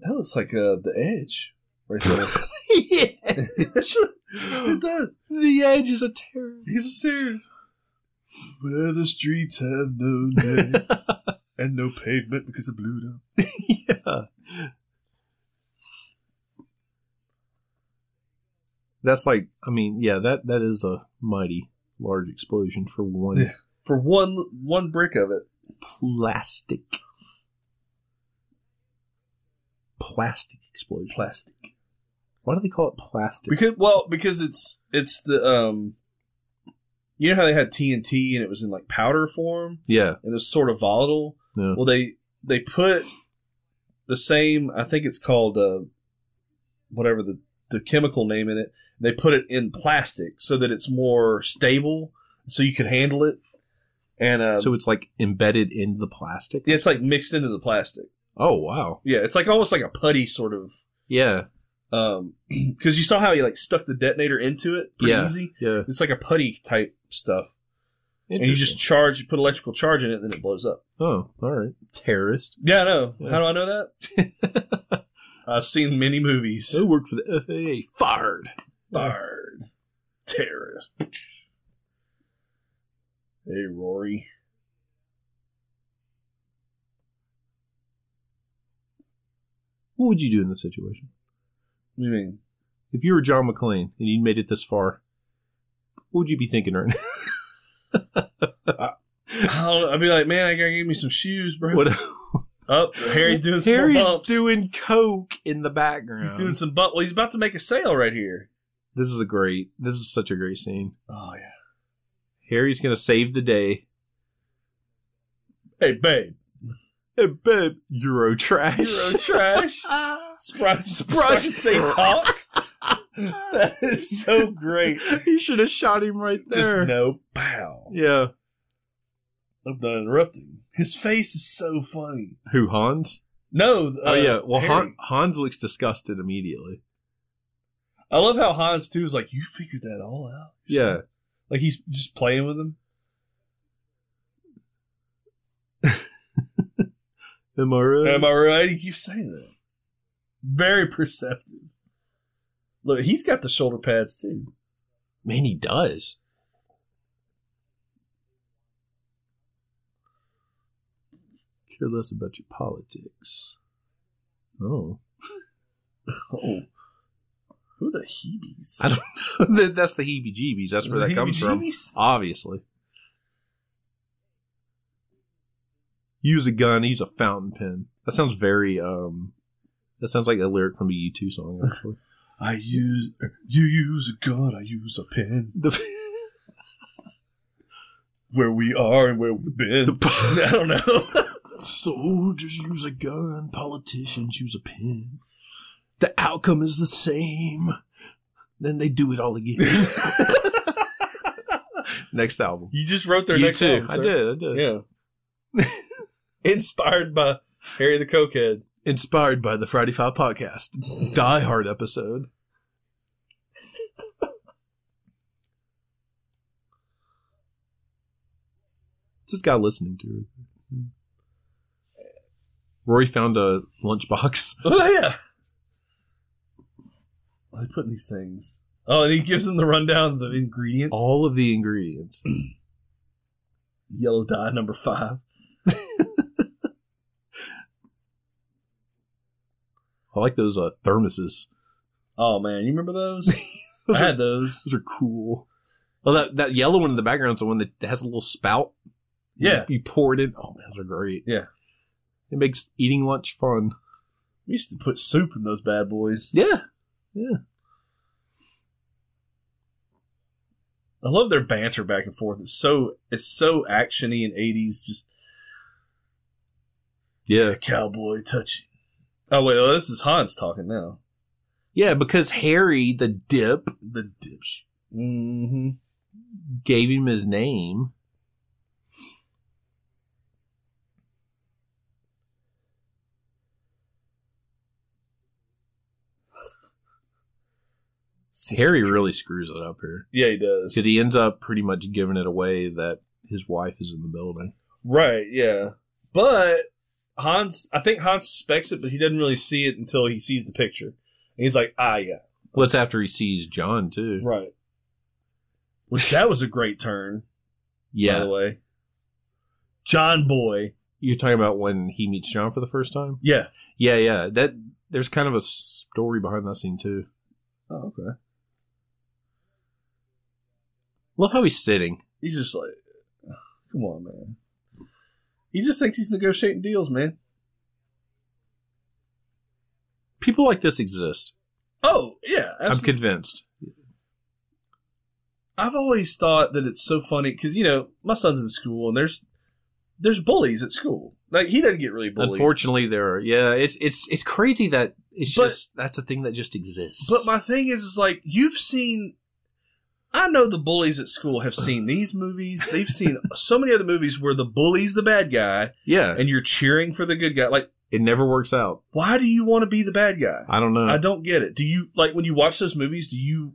S4: that looks like uh, the edge. Right there.
S1: yeah.
S4: it does.
S1: The edge is a terror.
S4: He's a dude.
S7: Where the streets have no name and no pavement because of blew up.
S4: yeah.
S1: That's like, I mean, yeah, that that is a mighty large explosion for one
S7: Yeah.
S4: For one one brick of it.
S1: plastic plastic explosion.
S4: Plastic.
S1: Why do they call it plastic?
S4: Because well, because it's it's the um you know how they had TNT and it was in like powder form
S1: yeah,
S4: and it's sort of volatile?
S1: yeah.
S4: Well, they they put the same. I think it's called uh, whatever the the chemical name in it. They put it in plastic so that it's more stable, so you can handle it. And uh,
S1: so it's like embedded in the plastic.
S4: it's like mixed into the plastic.
S1: Oh wow.
S4: Yeah, it's like almost like a putty sort of.
S1: Yeah,
S4: Um, because you saw how he like stuck the detonator into it pretty
S1: Yeah.
S4: easy.
S1: yeah.
S4: It's like a putty type stuff, and you just
S1: Interesting.
S4: charge, you put electrical charge in it, then it blows up.
S1: oh, all right. Terrorist.
S4: Yeah, I know.
S1: Yeah.
S4: How do I know that? I've seen many movies.
S1: They work for the FAA. Fired.
S4: Fired. Terrorist. Hey, Rory.
S1: What would you do in this situation?
S4: What do you mean?
S1: If you were John McClane and you made it this far, what would you be thinking right now?
S4: I don't know. I'd be like, man, I gotta give me some shoes, bro.
S1: What,
S4: Up, Harry's doing some
S1: Harry's
S4: more bumps.
S1: doing coke in the background.
S4: He's doing some bump. Well, he's about to make a sale right here.
S1: This is a great. This is such a great scene.
S4: Oh yeah.
S1: Harry's gonna save the day.
S4: Hey, babe.
S1: Hey, babe, Euro trash.
S4: Euro trash. Sprots. Sprots. Say talk. that is so great.
S1: you should have shot him right
S4: Just
S1: there.
S4: no pow.
S1: Yeah.
S4: I'm not interrupting. His face is so funny.
S1: Who Hans?
S4: No. uh,
S1: oh yeah. Well,
S4: Harry.
S1: Han, Hans looks disgusted immediately.
S4: I love how Hans too is like, you figured that all out.
S1: Yeah.
S4: Like he's just playing with him.
S1: Am I right?
S4: Am I right? He keeps saying that. Very perceptive. Look, he's got the shoulder pads too.
S1: Man, he does. Care less about your politics. Oh,
S4: Oh. Who are the Hebees?
S1: I don't know. That's the heebie-jeebies. That's where
S4: The
S1: that comes from.
S4: heebie-jeebies?
S1: Obviously. Use a gun. Use a fountain pen. That sounds very. um That sounds like a lyric from a U two song. Actually,
S7: I use er, you use a gun, I use a pen.
S1: the,
S7: Where we are and where we've been. I don't know.
S1: Soldiers use a gun, politicians use a pen. The outcome is the same. Then they do it all again. Next album.
S4: you just wrote their
S1: you
S4: next
S1: too.
S4: album,
S1: I
S4: sir.
S1: did. I did.
S4: Yeah. Inspired by Harry the Cokehead.
S1: Inspired by the Friday Five podcast, Die Hard episode. What's this guy listening to? Rory found a lunchbox.
S4: Oh yeah.
S7: Why are they putting these things? Oh, and he gives him the rundown of the ingredients.
S1: All of the ingredients.
S7: Yellow dye number five.
S1: I like those uh, thermoses.
S7: Oh man, you remember those? I
S1: Those are,
S7: had those.
S1: those are cool. Well, that, that yellow one in the background is the one that has a little spout.
S7: Yeah.
S1: You pour it in. Oh, man, those are great.
S7: Yeah.
S1: It makes eating lunch fun.
S7: We used to put soup in those bad boys.
S1: Yeah.
S7: I love their banter back and forth. It's so it's so actiony and eighties. Just
S1: Yeah.
S7: a cowboy touching. Oh wait, oh, this is Hans talking now.
S1: Yeah, because Harry, the dip,
S7: The dipsh. Mm-hmm.
S1: gave him his name. Harry really screws it up here.
S4: Yeah, he does.
S1: Because he ends up pretty much giving it away that his wife is in the building.
S4: Right, yeah. But Hans, I think Hans suspects it, but he doesn't really see it until he sees the picture. And he's like, ah, yeah.
S1: Well, it's after he sees John, too.
S4: Right. Which that was a great turn. by
S1: Yeah.
S4: the way. John Boy.
S1: You're talking about when he meets John for the first time?
S4: Yeah.
S1: Yeah, yeah. That there's kind of a story behind that scene too.
S4: Oh, okay.
S1: Love how he's sitting.
S4: He's just like, come on, man. He just thinks he's negotiating deals, man.
S1: People like this exist.
S4: Oh, yeah. Absolutely.
S1: I'm convinced.
S4: I've always thought that it's so funny because you know my son's in school and there's there's bullies at school. Like he doesn't get really bullied.
S1: Unfortunately, there are. Yeah, it's it's it's crazy that it's
S4: But-
S1: just that's a thing that just exists.
S4: But my thing is, is like you've seen. I know the bullies at school have seen these movies. They've seen so many other movies where the bully's the bad guy
S1: yeah,
S4: and you're cheering for the good guy. Like,
S1: it never works out.
S4: why do you want to be the bad guy?
S1: I don't know.
S4: I don't get it. Do you like when you watch those movies? Do you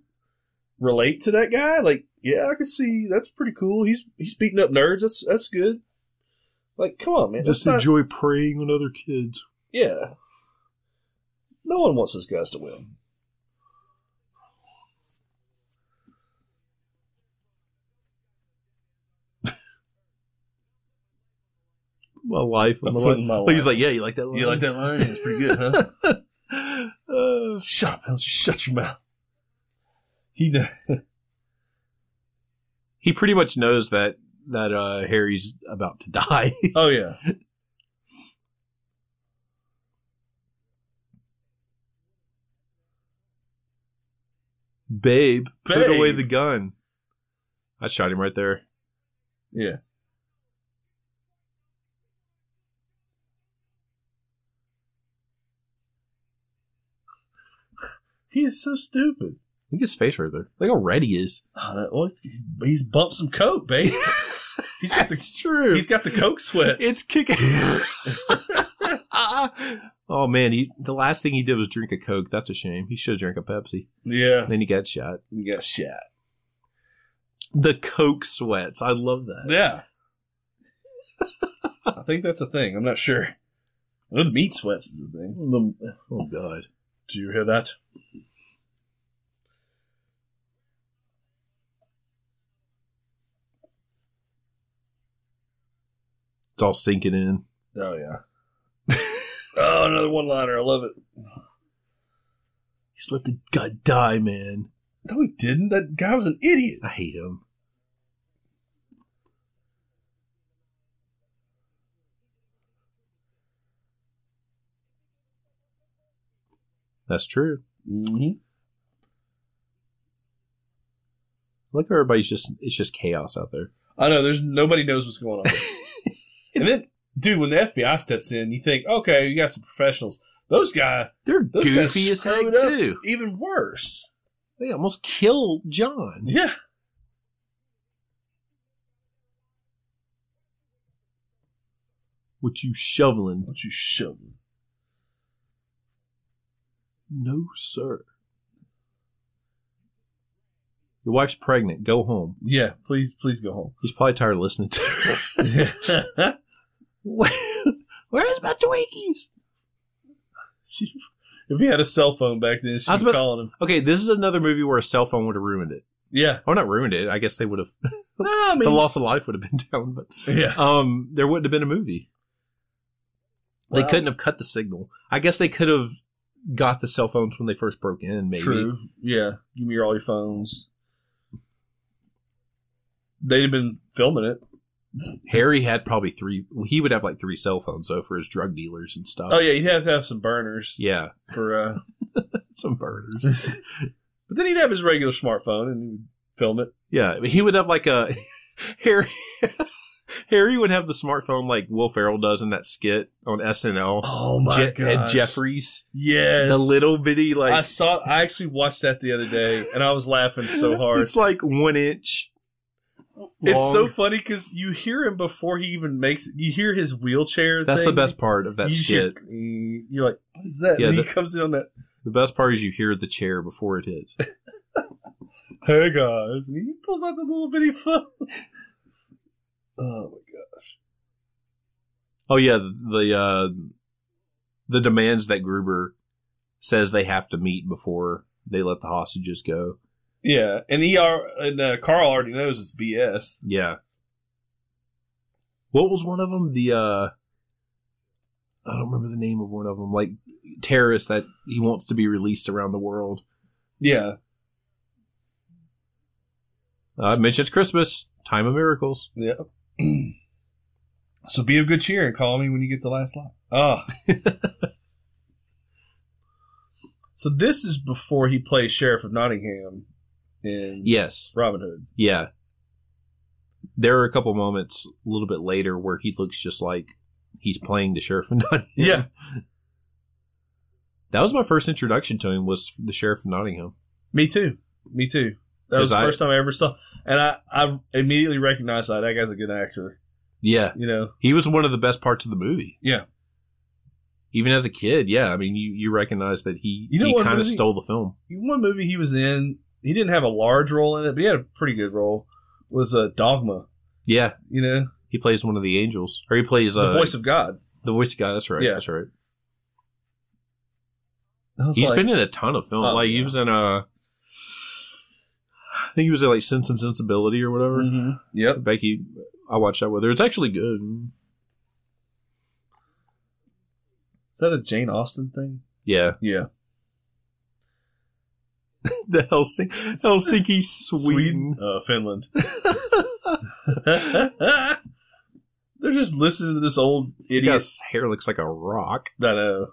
S4: relate to that guy? Like, yeah, I could see that's pretty cool. He's he's beating up nerds. That's that's good. Like, come on, man. That's not-
S1: preying on other kids.
S4: yeah. No one wants those guys to win.
S1: My life.
S4: I'm
S1: my
S4: putting
S1: life.
S4: my
S1: He's
S4: life.
S1: like, yeah, you like that? Line?
S4: that line? It's pretty good, huh?
S1: Uh,
S4: shut up, Helen. Shut your mouth. He. kn-
S1: he pretty much knows that that uh, Harry's about to die.
S4: Oh yeah.
S1: Babe, put
S4: Babe.
S1: away the gun. I shot him right there.
S4: Yeah. He is so stupid.
S1: Look at his face right there. Look how red he is.
S4: Oh, that, well, he's, he's bumped some coke, babe. he's got the
S1: true.
S4: he's got the coke sweats.
S1: It's kicking. oh man, he, the last thing he did was drink a Coke. That's a shame. He should have drank a Pepsi.
S4: yeah.
S1: Then he got shot.
S4: You got shot.
S1: The Coke sweats. I love that.
S4: Yeah. I think that's a thing. I'm not sure. I know the meat sweats is a thing. The-
S1: Oh god.
S4: Do you hear that?
S1: It's all sinking in.
S4: Oh yeah. oh, another one liner. I love it.
S1: He's let the gut die, man.
S4: No, he didn't. That guy was an idiot.
S1: I hate him. That's true.
S4: Mm-hmm.
S1: Look, everybody's just—it's just chaos out there.
S4: I know. There's nobody knows what's going on. and then, dude, when the FBI steps in, you think, okay, you got some professionals. Those guy,
S1: They're
S4: those guys
S1: goofy as heck
S4: screwed up
S1: too.
S4: Even worse.
S1: They almost killed John.
S4: Yeah.
S1: What you shoveling?
S4: Don't you shove him.
S1: No, sir. Your wife's pregnant. Go home.
S4: Yeah. Please, please go home.
S1: He's probably tired of listening to her. Where's my Twinkies?
S4: She- if he had a cell phone back then, she'd
S1: I was
S4: be
S1: about-
S4: calling him.
S1: Okay, this is another movie where a cell phone would have ruined it.
S4: Yeah.
S1: Or not ruined it. I guess they would have.
S4: No, I
S1: The
S4: mean,
S1: loss of life would have been down, but
S4: yeah.
S1: um, there wouldn't have been a movie. They
S4: Well-
S1: couldn't have cut the signal. I guess they could have got the cell phones when they first broke in. Maybe.
S4: True. Yeah. Give me your, all your phones. They'd have been filming it.
S1: Harry had probably three. He would have like three cell phones though for his drug dealers and stuff.
S4: Oh yeah, he'd have to have some burners
S1: yeah,
S4: for. uh
S1: some burners.
S4: But then he'd have his regular smartphone and he'd film it.
S1: yeah, but he would have like a Harry. Harry would have the smartphone like Will Ferrell does in that skit on SNL.
S4: Oh
S1: Je- Ed Jeffries,
S4: Yes.
S1: the little bitty like
S4: I saw. I actually watched that the other day, and I was laughing so hard.
S1: It's like one inch.
S4: It's so
S1: long.
S4: funny because you hear him before he even makes. You hear his wheelchair.
S1: That's the
S4: thing.
S1: best part of that
S4: you
S1: skit.
S4: hear- mm, you're like, what is that?
S1: Yeah,
S4: and he
S1: the-
S4: comes in on that.
S1: The best part is you hear the chair before it hits.
S4: Hey guys, and he pulls out the little bitty phone. oh my gosh.
S1: Oh yeah, the uh, the demands that Gruber says they have to meet before they let the hostages go.
S4: Yeah, and er and uh, Carl already knows it's BS.
S1: Yeah, what was one of them? The uh, I don't remember the name of one of them. Like terrorist that he wants to be released around the world.
S9: Yeah.
S1: Uh, I mentioned it's Christmas, time of miracles.
S9: Yeah. so be of good cheer and call me when you get the last lot.
S4: Oh. so this is before he plays Sheriff of Nottingham in
S1: Yes,
S4: Robin Hood.
S1: yeah. There are a couple moments a little bit later where he looks just like he's playing the sheriff of Nottingham.
S4: Yeah.
S1: That was my first introduction to him was the sheriff of Nottingham.
S4: Me too. Me too. That
S1: 'Cause
S4: was the
S1: I-
S4: first time I ever saw and I, I immediately recognized that that guy's a good actor.
S1: Yeah,
S4: You know?
S1: he was one of the best parts of the movie.
S4: Yeah.
S1: Even as a kid, yeah. I mean, you, you recognize that he
S4: You know
S1: he
S4: what
S1: kind of
S4: movie-
S1: stole the film.
S4: One movie he was in, he didn't have a large role in it, but he had a pretty good role, was uh, Dogma.
S1: Yeah,
S4: You know?
S1: he plays one of the angels, or he plays
S4: The
S1: uh,
S4: voice of God.
S1: the voice guy. That's right.
S4: Yeah.
S1: That's right.
S4: I was
S1: He's
S4: like,
S1: been in a ton of films.
S4: Oh,
S1: like he
S4: yeah.
S1: was in a, I think he was in like Sense and Sensibility or whatever.
S4: Mhm. Yep.
S1: Becky, I watched that with her. It's actually good.
S4: Is that a Jane Austen thing?
S1: Yeah,
S4: Yeah.
S1: the Helsinki, Helsinki, Sweden.
S4: Uh, Finland. They're just listening to this old
S1: His
S4: idiot.
S1: hair looks like a rock.
S4: I know.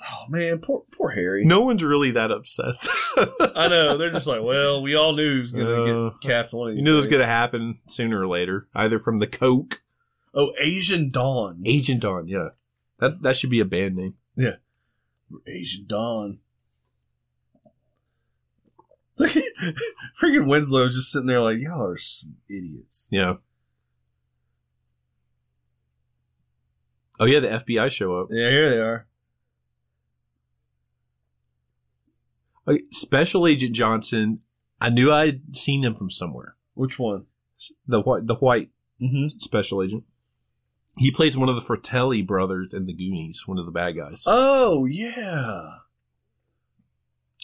S4: Oh man, poor poor Harry.
S1: No one's really that upset.
S4: I know. They're just like, well, we all knew he was going to
S1: Uh,
S4: get capped one of these.
S1: you knew it was
S4: days.
S1: going to happen sooner or later, either from the Coke,
S4: Oh, Asian Dawn.
S1: Agent Dawn. Yeah, that that should be a band name.
S4: Asian Dawn. Freaking Winslow's just sitting there like, y'all are some idiots.
S1: Yeah. Oh yeah, the FBI show up.
S4: Yeah, here they are.
S1: Okay, Uh, Special Agent Johnson, I knew I'd seen him from somewhere.
S4: Which one?
S1: The white, the white
S4: Mm-hmm.
S1: special agent. He plays one of the Fratelli brothers in the Goonies, one of the bad guys.
S4: Oh yeah,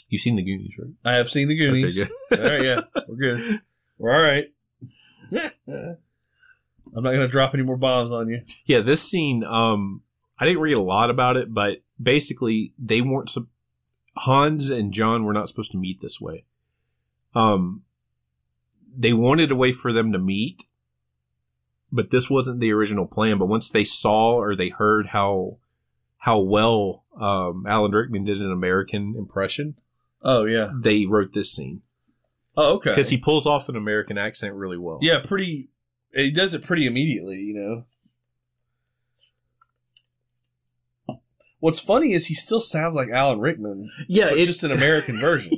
S1: You've seen the Goonies, right?
S4: I have seen the Goonies.
S1: Okay,
S4: all right, yeah, we're good. We're all right. I'm not gonna drop any more bombs on you.
S1: Yeah, this scene, um, I didn't read a lot about it, but basically they weren't sup- Hans and John were not supposed to meet this way. Um, they wanted a way for them to meet, but this wasn't the original plan. But once they saw or they heard how how well um, Alan Rickman did an American impression,
S4: Oh yeah.
S1: they wrote this scene
S4: Oh okay.
S1: because he pulls off an American accent really well.
S4: yeah, pretty. He does it pretty immediately, you know. What's funny is he still sounds like Alan Rickman,
S1: yeah,
S4: but
S1: it's
S4: just an American version.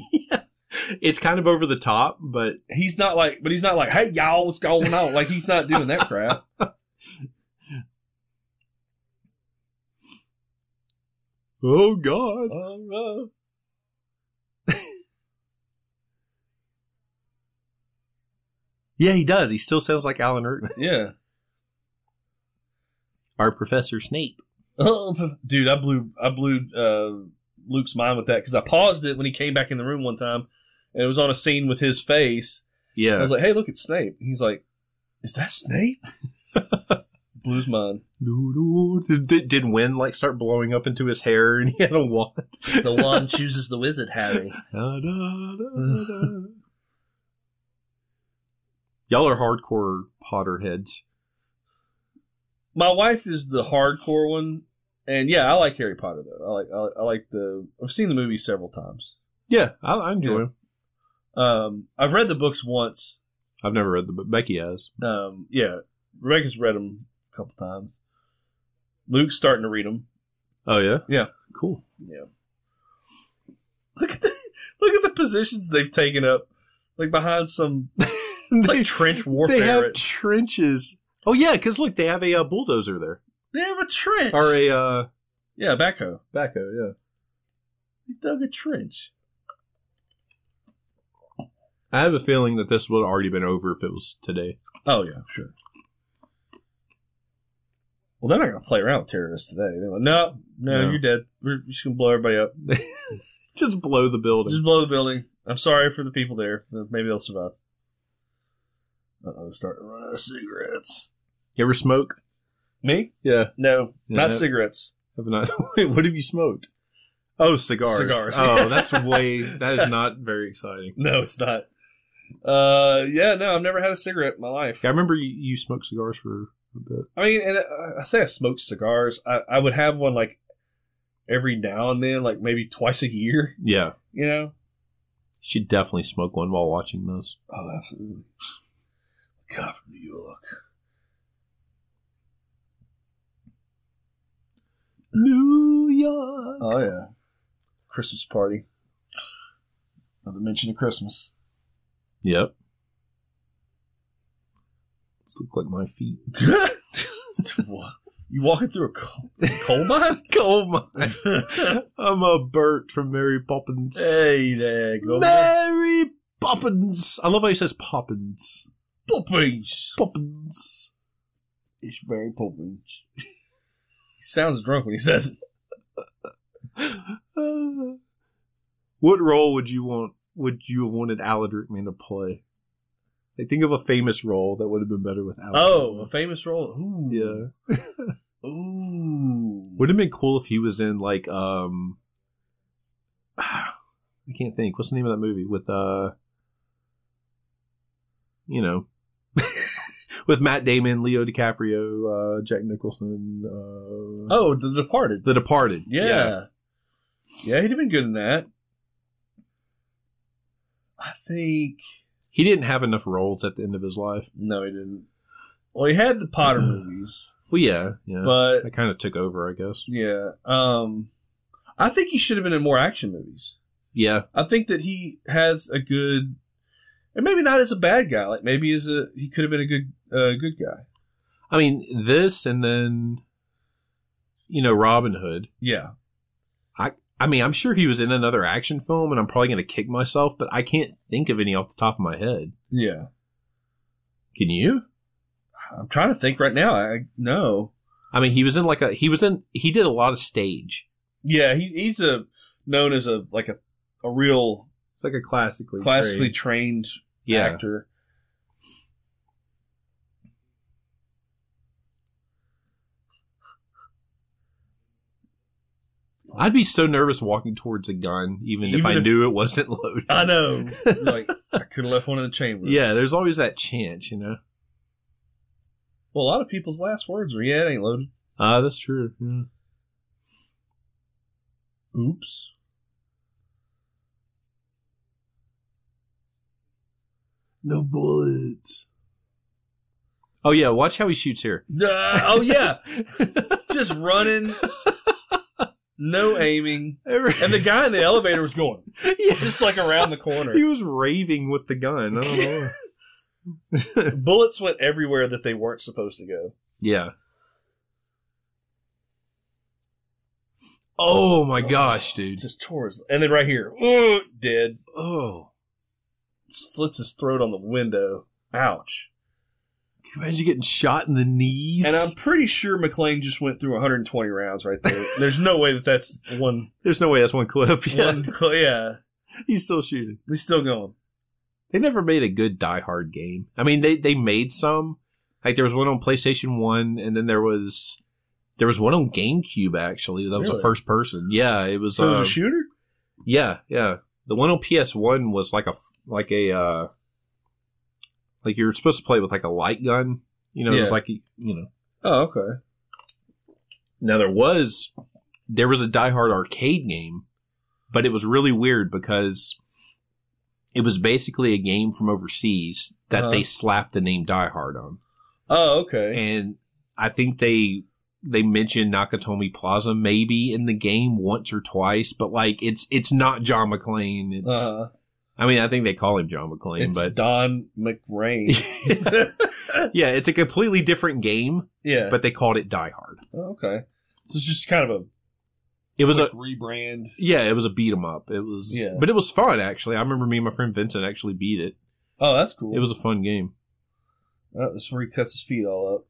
S1: It's kind of over the top, but
S4: He's not like, but he's not like, hey y'all, what's going on? Like he's not doing that crap.
S1: oh god,
S4: Oh, no.
S1: yeah, he does. He still sounds like Alan Rickman.
S4: Yeah.
S1: Our Professor Snape.
S4: Oh, dude, I blew I blew uh, Luke's mind with that because I paused it when he came back in the room one time, and it was on a scene with his face.
S1: Yeah,
S4: I was like, "Hey, look at Snape." He's like, "Is that Snape?" blew his mind.
S1: Doo-doo. did, did, did wind like start blowing up into his hair, and he had a wand.
S4: The wand chooses the wizard, Harry.
S1: Da, da, da, da. Y'all are hardcore Potter heads.
S4: My wife is the hardcore one, and yeah, I like Harry Potter though. I like I, I like the I've seen the movie several times.
S1: Yeah, I, I enjoy
S4: Yeah.
S1: him.
S4: Um, I've read the books once,
S1: I've never read the book. Becky has.
S4: Um, yeah, Rebecca's read them a couple times. Luke's starting to read them.
S1: Oh yeah,
S4: Yeah.
S1: cool.
S4: Yeah. Look at the look at the positions they've taken up, like behind some it's like trench warfare.
S1: they have trenches. Oh yeah, because look, they have a uh, bulldozer there
S4: They have a trench.
S1: or a uh,
S4: Yeah, backhoe.
S1: backhoe. Yeah,
S4: They dug a trench.
S1: I have a feeling that this would have already been over if it was today.
S4: Oh yeah, sure. Well, they're not gonna play around with terrorists today. They're like, no, no,
S1: No.
S4: you're dead. We're just gonna blow everybody up.
S1: Just blow the building.
S4: Just blow the building. I'm sorry for the people there. Maybe they'll survive. Uh oh, starting to run out of cigarettes.
S1: You ever smoke?
S4: Me?
S1: Yeah.
S4: No, not
S1: Yeah.
S4: cigarettes.
S1: Have not. Wait, what have you smoked? Oh, cigars.
S4: Cigars.
S1: Oh, that's way. That is not very exciting.
S4: No, it's not. Uh, yeah, no, I've never had a cigarette in my life.
S1: Yeah, I remember you, you smoked cigars for a bit.
S4: I mean, and uh, I say I smoked cigars. I, I would have one like every now and then, like maybe twice a year.
S1: Yeah,
S4: You know?
S1: should definitely smoke one while watching this.
S4: Oh, absolutely. God from New York.
S1: New York.
S4: Oh yeah, Christmas party. Another mention of Christmas.
S1: Yep. This look like my feet.
S4: What? you walking through a coal, coal mine?
S1: Oh my! I'm a Bert from Mary Poppins.
S4: hey there, go
S1: Mary Poppins. I love how he says Poppins.
S4: puppies.
S1: Poppins.
S4: It's Barry Poppins. he sounds drunk when he says it.
S1: Uh, what role would you want? Would you have wanted Alan Rickman to play? Like, think of a famous role that would have been better with Alan.
S4: Oh, a
S1: Rickman.
S4: famous role. Ooh.
S1: yeah.
S4: Ooh.
S1: Would have been cool if he was in like um. I can't think. What's the name of that movie with uh? You know, with Matt Damon, Leo DiCaprio, uh, Jack Nicholson. Uh,
S4: Oh, The Departed.
S1: The Departed.
S4: Yeah. yeah. he'd have been good in that. I think.
S1: He didn't have enough roles at the end of his life.
S4: No, he didn't. Well, he had the Potter movies,
S1: Well, yeah, yeah.
S4: but
S1: that kind of took over, I guess.
S4: yeah. Um, I think he should have been in more action movies.
S1: Yeah,
S4: I think that he has a good, and maybe not as a bad guy. Like maybe as a he could have been a good uh, good guy.
S1: I mean this, and then you know Robin Hood.
S4: Yeah.
S1: I mean, I'm sure he was in another action film, and I'm probably going to kick myself, but I can't think of any off the top of my head.
S4: Yeah.
S1: Can you?
S4: I'm trying to think right now. I no.
S1: I mean, he was in like a he was in he did a lot of stage.
S4: Yeah, he's he's a known as a like a a real
S1: It's like a classically
S4: classically trained
S1: yeah.
S4: actor.
S1: I'd be so nervous walking towards a gun, even, if
S4: Even
S1: I
S4: if-
S1: knew it wasn't loaded.
S4: I know. like I could have left one in the chamber.
S1: Yeah, there's always that chance, you know.
S4: Well, a lot of people's last words are "Yeah, it ain't loaded."
S1: Uh, that's true. Yeah.
S4: Oops.
S1: No bullets. Oh yeah, watch how he shoots here.
S4: Uh, oh yeah, just running, no aiming,
S1: Every-
S4: and the guy in the elevator was going
S1: Yeah.
S4: just like around the corner.
S1: He was raving with the gun. I don't know.
S4: Bullets went everywhere that they weren't supposed to go.
S1: Yeah. Oh my gosh, dude.
S4: Just tours, and then right here, oh, dead.
S1: Oh.
S4: Slits his throat on the window. Ouch.
S1: Can you Imagine getting shot in the knees.
S4: And I'm pretty sure McLean just went through 120 rounds right there. There's no way that that's one.
S1: There's no way that's one clip. Yeah.
S4: one cl- yeah.
S1: He's still shooting.
S4: They're still going.
S1: They never made a good Die Hard game. I mean, they they made some. Like there was one on PlayStation 1 and then there was there was one on GameCube actually. That was a
S4: Really?
S1: first person. Yeah, it was
S4: So
S1: um,
S4: the shooter?
S1: Yeah, yeah. The one on PS1 was like a like a uh like you were supposed to play with like a light gun. You know, it was
S4: Yeah.
S1: like you know.
S4: Oh, okay.
S1: Now there was there was a Die Hard arcade game, but it was really weird because it was basically a game from overseas that
S4: Uh-huh.
S1: they slapped the name Die Hard on.
S4: Oh, okay.
S1: And I think they they mentioned Nakatomi Plaza maybe in the game once or twice, but like it's it's not John McClane. It's
S4: Uh,
S1: I mean, I think they call him John McClane,
S4: it's
S1: but
S4: Don McRae.
S1: yeah, it's a completely different game,
S4: yeah.
S1: but they called it Die Hard.
S4: oh, okay. So it's just kind of a
S1: It was a
S4: rebrand.
S1: yeah, it was a beat 'em up. It was
S4: Yeah.
S1: but it was fun actually. I remember me and my friend Vincent actually beat it.
S4: Oh, that's cool.
S1: It was a fun game.
S4: Oh, that's where he cuts his feet all up.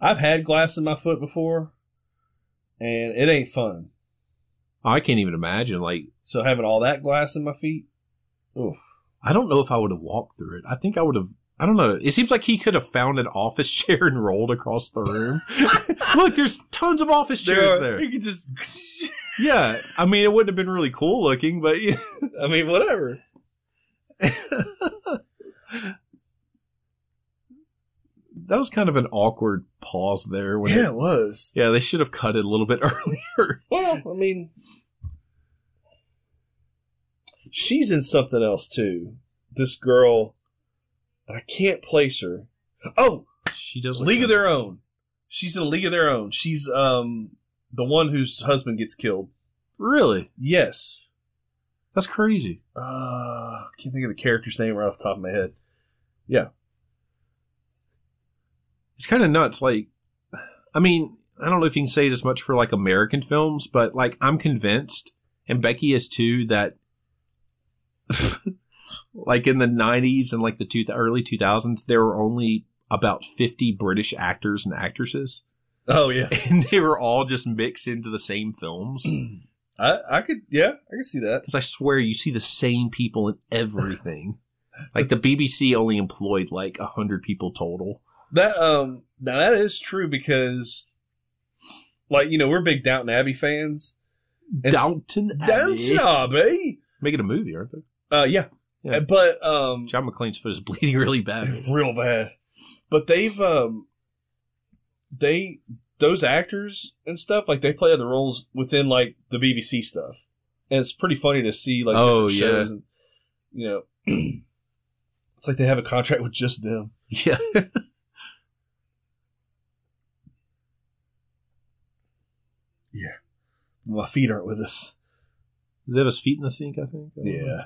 S4: I've had glass in my foot before, and it ain't fun.
S1: I can't even imagine like
S4: So having all that glass in my feet, oof.
S1: I don't know if I would have walked through it. I think I would have. I don't know. It seems like he could have found an office chair and rolled across the room. Look, there's tons of office chairs
S4: are-
S1: there.
S4: You could just.
S1: Yeah, I mean, it wouldn't have been really cool looking, but yeah.
S4: I mean, whatever.
S1: that was kind of an awkward pause there. When
S4: Yeah, it was.
S1: yeah, they should have cut it a little bit earlier.
S4: Well, I mean, she's in something else too. This girl, I can't place her. Oh,
S1: She does look
S4: League of
S1: good.
S4: Their Own. She's in a League of Their Own. She's um the one whose husband gets killed.
S1: Really?
S4: Yes.
S1: That's crazy.
S4: Uh, I can't think of the character's name right off the top of my head.
S1: It's kind of nuts. Like, I mean, I don't know if you can say it as much for like American films, but like I'm convinced, and Becky is too, that like in the 90s and like the two, early 2000s, there were only about 50 British actors and actresses,
S4: Oh yeah,
S1: and they were all just mixed into the same films.
S4: I I could yeah I could see that.
S1: Because I swear you see the same people in everything. like the BBC only employed like 100 people total.
S4: That um now that is true because like you know we're big Downton Abbey fans. And-
S1: Downton Abbey.
S4: Downton Abbey.
S1: Making a movie, aren't they?
S4: Uh yeah.
S1: Yeah.
S4: But um
S1: John McClane's foot is bleeding really bad.
S4: real bad. But they've um they those actors and stuff like they play other roles within like the BBC stuff, and it's pretty funny to see like
S1: Oh,
S4: different
S1: yeah.
S4: shows and, you know it's like they have a contract with just them.
S1: yeah.
S4: My feet aren't with us.
S1: Does he have his feet in the sink, I think? I don't know.
S4: Yeah.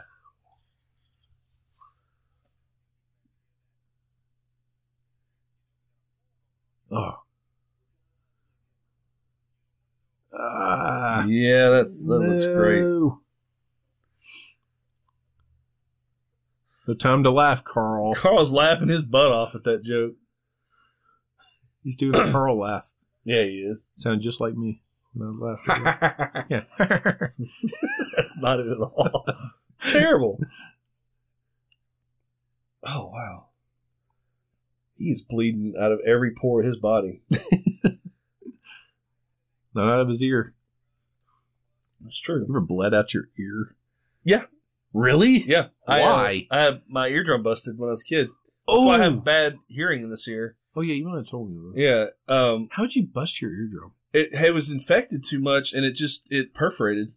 S1: Oh. Ah,
S4: Yeah, that's that looks great.
S1: no. No time to laugh, Carl.
S4: Carl's laughing his butt off at that joke.
S1: He's doing the Carl laugh.
S4: Yeah, he is.
S1: Sound just like me. when I laugh.
S4: that's
S1: yeah.
S4: not it at all. Terrible. Oh wow. He's bleeding out of every pore of his body.
S1: Not out of his ear.
S4: That's true.
S1: You ever bled out your ear?
S4: Yeah.
S1: Really?
S4: Yeah. I, uh,
S1: Why?
S4: I had my eardrum busted when I was a kid.
S1: Oh,
S4: So I have bad hearing in this ear.
S1: oh yeah, you might have told me that.
S4: Yeah. Um
S1: How'd you bust your eardrum?
S4: it, it was infected too much and it just it perforated.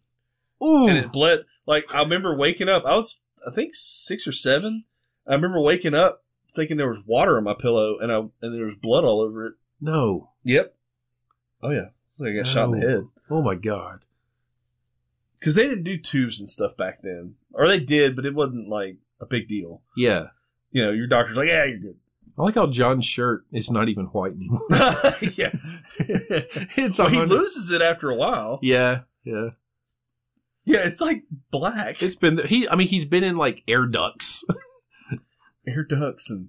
S1: Ooh.
S4: and it bled. Like I remember waking up. I was I think six or seven. I remember waking up thinking there was water on my pillow, and I and there was blood all over it.
S1: no.
S4: Yep. Oh yeah. It's like I got shot in the
S1: No.
S4: head
S1: Oh my god.
S4: because they didn't do tubes and stuff back then, or they did, but it wasn't like a big deal.
S1: Yeah.
S4: You know, your doctor's like, yeah, you're
S1: I like how John's shirt is not even white anymore.
S4: good. yeah.
S1: it's
S4: well, he
S1: 100
S4: loses it after a while.
S1: Yeah. Yeah.
S4: Yeah, it's like black
S1: It's been he. I mean, he's been in like air ducts.
S4: air ducts and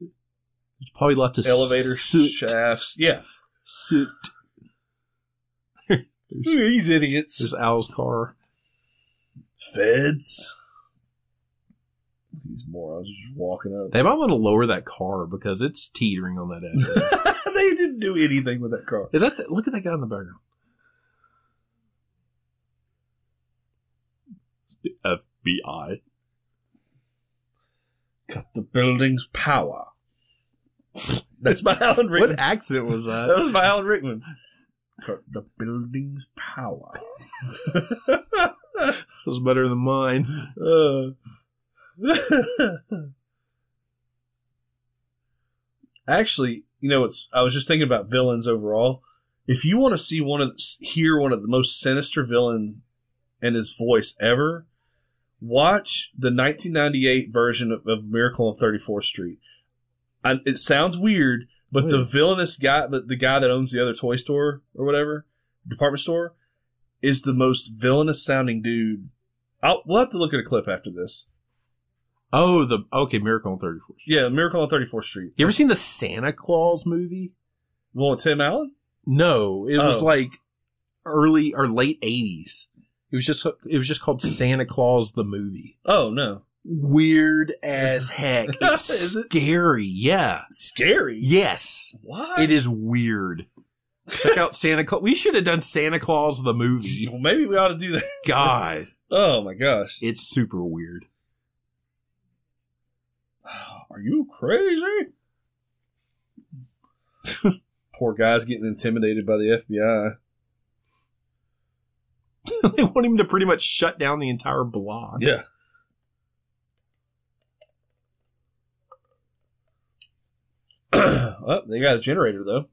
S1: There's probably lots of
S4: elevator
S1: soot.
S4: shafts. Yeah,
S1: soot.
S4: these idiots.
S1: There's Al's car.
S4: Feds. These morons are just walking up.
S1: They might want to lower that car because it's teetering on that edge.
S4: they didn't do anything with that car.
S1: is that the, look at that guy in the background? It's the FBI.
S4: Cut the building's power. That's by Alan Rickman.
S1: What accent was that?
S4: that was by Alan Rickman. Cut the building's power.
S1: this was better than mine.
S4: Uh. Actually, you know, it's. I was just thinking about villains overall. If you want to see one of, the, hear one of the most sinister villain and his voice ever, watch the 1998 version of, of Miracle on 34th Street. I, it sounds weird, but the
S1: Really?
S4: villainous guy, the, the guy that owns the other toy store or whatever department store, is the most villainous sounding dude. I'll, we'll have to look at a clip after this.
S1: Oh, the okay Miracle on 34th. Street.
S4: Yeah, Miracle on 34th Street.
S1: You ever seen the Santa Claus movie?
S4: Well, with Tim Allen?
S1: No, it was
S4: Oh.
S1: like early or late 80s. It was just it was just called Santa Claus the movie.
S4: Oh, no.
S1: weird as heck. It's
S4: Is it?
S1: scary. Yeah.
S4: Scary.
S1: Yes.
S4: What?
S1: It is weird. Check out Santa Claus. We should have done Santa Claus the movie.
S4: Well, maybe we ought to do that.
S1: God,
S4: Oh my gosh.
S1: it's super weird.
S4: Are you crazy? Poor guy's getting intimidated by the FBI.
S1: they want him to pretty much shut down the entire block.
S4: Yeah. well, Oh, they got a generator though.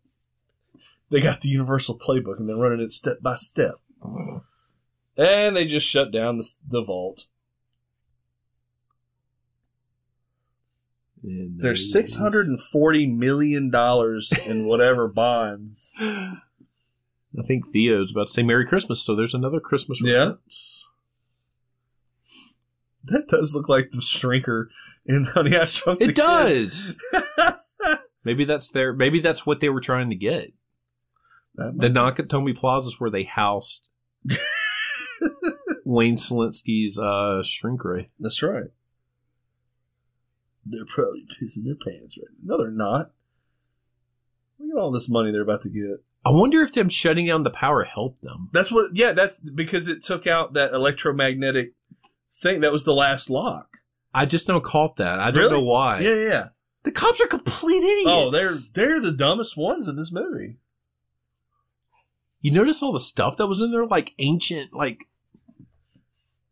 S4: They got the universal playbook and they're running it step by step. And they just shut down the, the vault.
S1: And
S4: There's six hundred and forty million dollars in whatever bonds.
S1: I think Theo's about to say Merry Christmas, so there's another Christmas
S4: Yeah.
S1: reference.
S4: That does look like the shrinker in Honey I Shrunk the
S1: It does. maybe that's their maybe that's what they were trying to get.
S4: Kid.
S1: The Nakatomi Plaza is where they housed Wayne Selinsky's uh, shrink ray.
S4: That's right. They're probably pissing their pants right now. No, they're not. Look at all this money they're about to get.
S1: I wonder if them shutting down the power helped them.
S4: That's what. Yeah, that's because it took out that electromagnetic thing. That was the last lock.
S1: I just don't caught that. I don't
S4: Really?
S1: know why.
S4: yeah, yeah.
S1: The cops are complete idiots.
S4: Oh, they're they're the dumbest ones in this movie.
S1: You notice all the stuff that was in there, like ancient, like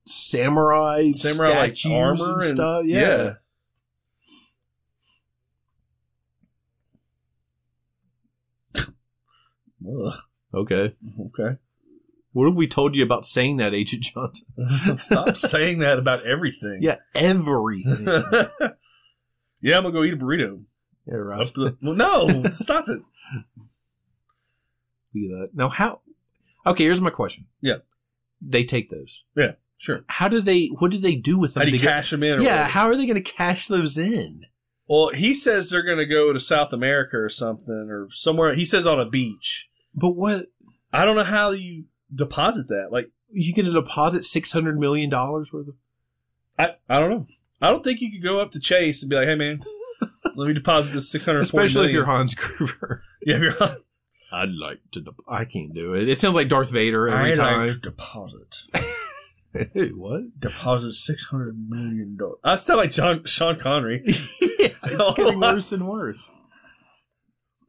S1: samurai,
S4: Samurai like
S1: statues
S4: armor
S1: and
S4: and
S1: stuff. Yeah.
S4: yeah. Ugh,
S1: Okay.
S4: okay.
S1: What have we told you about saying that, Agent Johnson?
S4: Stop saying that about everything.
S1: Yeah, everything.
S4: yeah, I'm gonna go eat a burrito.
S1: yeah, right.
S4: Up to the- well, no, stop it.
S1: Look at that. Now, how? Okay, here's my question.
S4: Yeah.
S1: They take those.
S4: Sure.
S1: How do they? What do they do with them?
S4: How do you
S1: They get-
S4: cash them in? Or
S1: yeah.
S4: whatever?
S1: How are they going to cash those in?
S4: well, he says they're gonna go to South America or something or somewhere. He says on a beach.
S1: But what?
S4: I don't know how you deposit that. Like
S1: You get to deposit six hundred million dollars worth of.
S4: I, I don't know. I don't think you could go up to Chase and be like, "Hey, man, let me deposit this six hundred.
S1: Especially if you're Hans Gruber.
S4: yeah, if you're hot.
S1: I'd like to. Dep- I can't do it. It sounds like Darth Vader every
S4: I
S1: time.
S4: like to deposit
S1: Hey, what?
S4: deposit six hundred million dollars. I sound like John Sean Connery.
S1: it's getting worse and worse.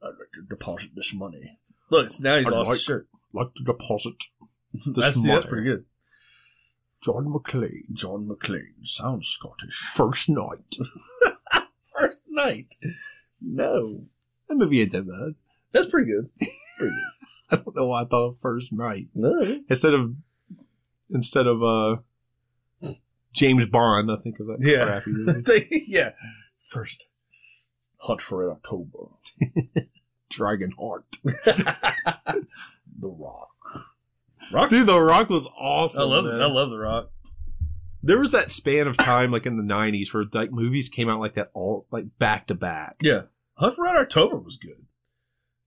S4: I'd like to deposit this money. Look, it's- now he's
S1: I'd
S4: lost
S1: like
S4: his shirt.
S1: Like to deposit this
S4: That's, that's pretty good.
S1: John McClane.
S4: John McClane sounds Scottish.
S1: First night.
S4: First night. No,
S1: That movie ain't that bad.
S4: that's pretty good.
S1: I don't know why I thought of first night
S4: No,
S1: instead of instead of uh James Bond. I think of that
S4: Yeah.
S1: crappy movie.
S4: yeah. First, hot for October.
S1: Dragon Heart.
S4: The Rock. Rock.
S1: Dude, The Rock was awesome.
S4: I love
S1: man.
S4: I love The Rock.
S1: There was that span of time, like in the '90s, where like movies came out like that all like back to back.
S4: Yeah. Hunt for Red October was good.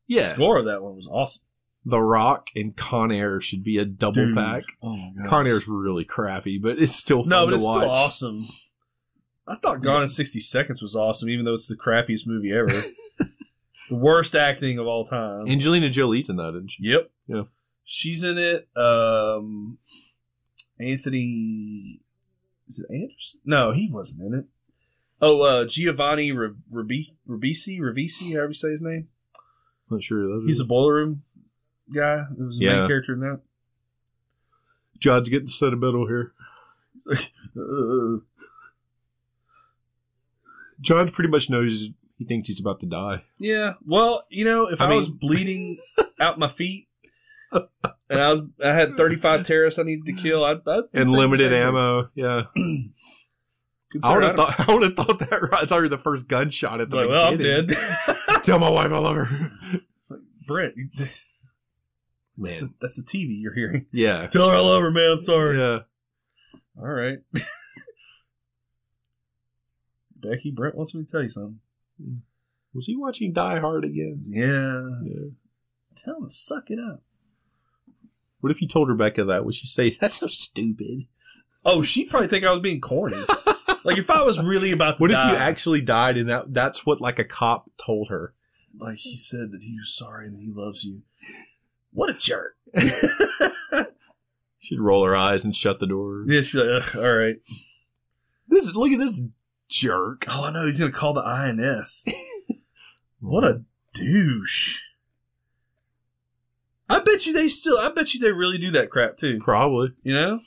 S4: The
S1: Yeah,
S4: score of that one was awesome.
S1: The Rock and Con Air should be a double
S4: Dude.
S1: pack.
S4: Oh my god.
S1: Con Air's really crappy, but it's still fun
S4: no,
S1: to
S4: but it's
S1: watch.
S4: still awesome. I thought Gone in 60 Seconds was awesome, even though it's the crappiest movie ever. the worst acting of all time.
S1: Angelina Jolie's in that, isn't she?
S4: yep.
S1: Yeah.
S4: She's in it. Um Anthony is it Anderson? No, he wasn't in it. Oh, uh Giovanni Rib- Ribi- Ribisi, Ribisi, however you say his name.
S1: I'm not sure. That
S4: He's a boiler room guy. It was the
S1: Yeah.
S4: main character in that.
S1: Judd's getting sentimental here.
S4: Uh,
S1: John pretty much knows he thinks he's about to die.
S4: yeah. Well, you know, if
S1: I
S4: I,
S1: mean-
S4: was bleeding out my feet and I was I had 35 terrorists I needed to kill, I'd, I'd
S1: And
S4: I'd
S1: limited
S4: say-
S1: ammo. Yeah. I
S4: Consider
S1: would have
S4: I'd-
S1: thought I would have thought that right. I saw the first gunshot at the
S4: like, well, I'm
S1: beginning.
S4: dead.
S1: Tell my wife I love her.
S4: Brent, you- that's a,
S1: Man.
S4: that's the TV you're hearing.
S1: Yeah.
S4: Tell her I love her, man. I'm sorry.
S1: Yeah.
S4: All right. Becky, Brent wants me to tell you something.
S1: Was he watching Die Hard again?
S4: Yeah.
S1: Yeah.
S4: Tell him to suck it up.
S1: What if you told Rebecca that? Would she say, That's so stupid?
S4: Oh, she probably think I was being corny. Like if I was really about to
S1: What if
S4: die,
S1: you actually died and that that's what like a cop told her?
S4: like he said that he was sorry and that he loves you. What a jerk!
S1: She'd roll her eyes and shut the door.
S4: Yeah, she's like, "Ugh, all right.
S1: This is look at this jerk.
S4: Oh, I know he's gonna call the INS. what a douche! I bet you they still. I bet you they really do that crap too.
S1: Probably.
S4: You know?